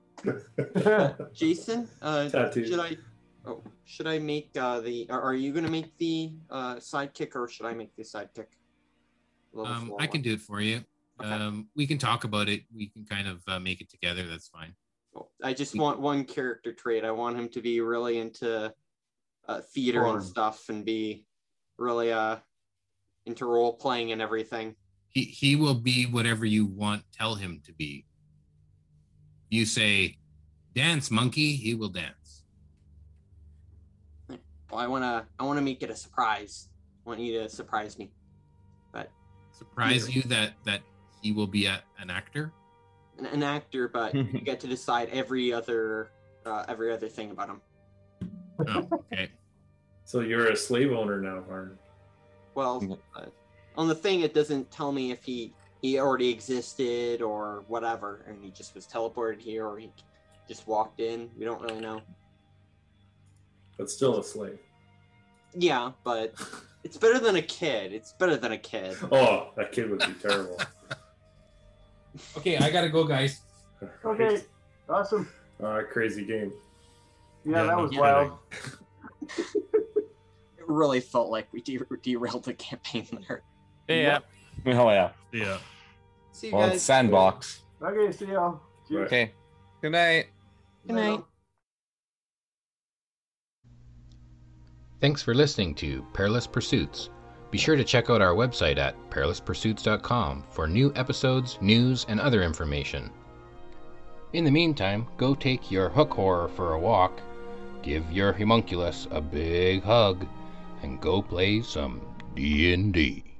F: Jason, uh,
H: Tattoo.
F: should I? Oh, should I make uh, the? Are are you going to make the uh, sidekick, or should I make the sidekick? Level
C: Um,
F: four
C: I can
F: one.
C: do it for you.
F: Okay.
C: Um, we can talk about it. We can kind of uh, make it together. That's fine.
F: Cool. I just want one character trait. I want him to be really into uh, theater
D: Porn.
F: and stuff, and be really uh, into role playing and everything.
C: He he will be whatever you want. Tell him to be. You say, dance, monkey. He will dance.
F: Well, I wanna I wanna make it a surprise. I want you to surprise me.
C: Surprise you that that he will be a, an actor.
F: An, an actor, but you get to decide every other uh, every other thing about him.
C: Oh, okay.
H: So you're a slave owner now, Varn.
F: Well, uh, on the thing it doesn't tell me if he he already existed or whatever, and he just was teleported here or he just walked in. We don't really know.
H: but still a slave.
F: Yeah, but it's better than a kid. It's better than a kid.
H: Oh, that kid would be terrible.
C: Okay, I gotta go, guys.
D: okay. Awesome.
H: Uh, crazy game.
D: Yeah,
C: Yeah,
D: that
C: no
D: was
C: kidding.
D: wild.
F: It really felt like we de- derailed the campaign there.
E: Yeah.
I: Oh yeah.
G: Yeah.
F: See you
I: Well,
F: guys.
I: it's sandbox.
D: Okay, see y'all. Cheers.
I: Okay. Good night.
F: Good night.
N: Thanks for listening to Perilous Pursuits. Be sure to check out our website at perilouspursuits.com for new episodes, news, and other information. In the meantime, go take your hook horror for a walk, give your homunculus a big hug, and go play some D&D.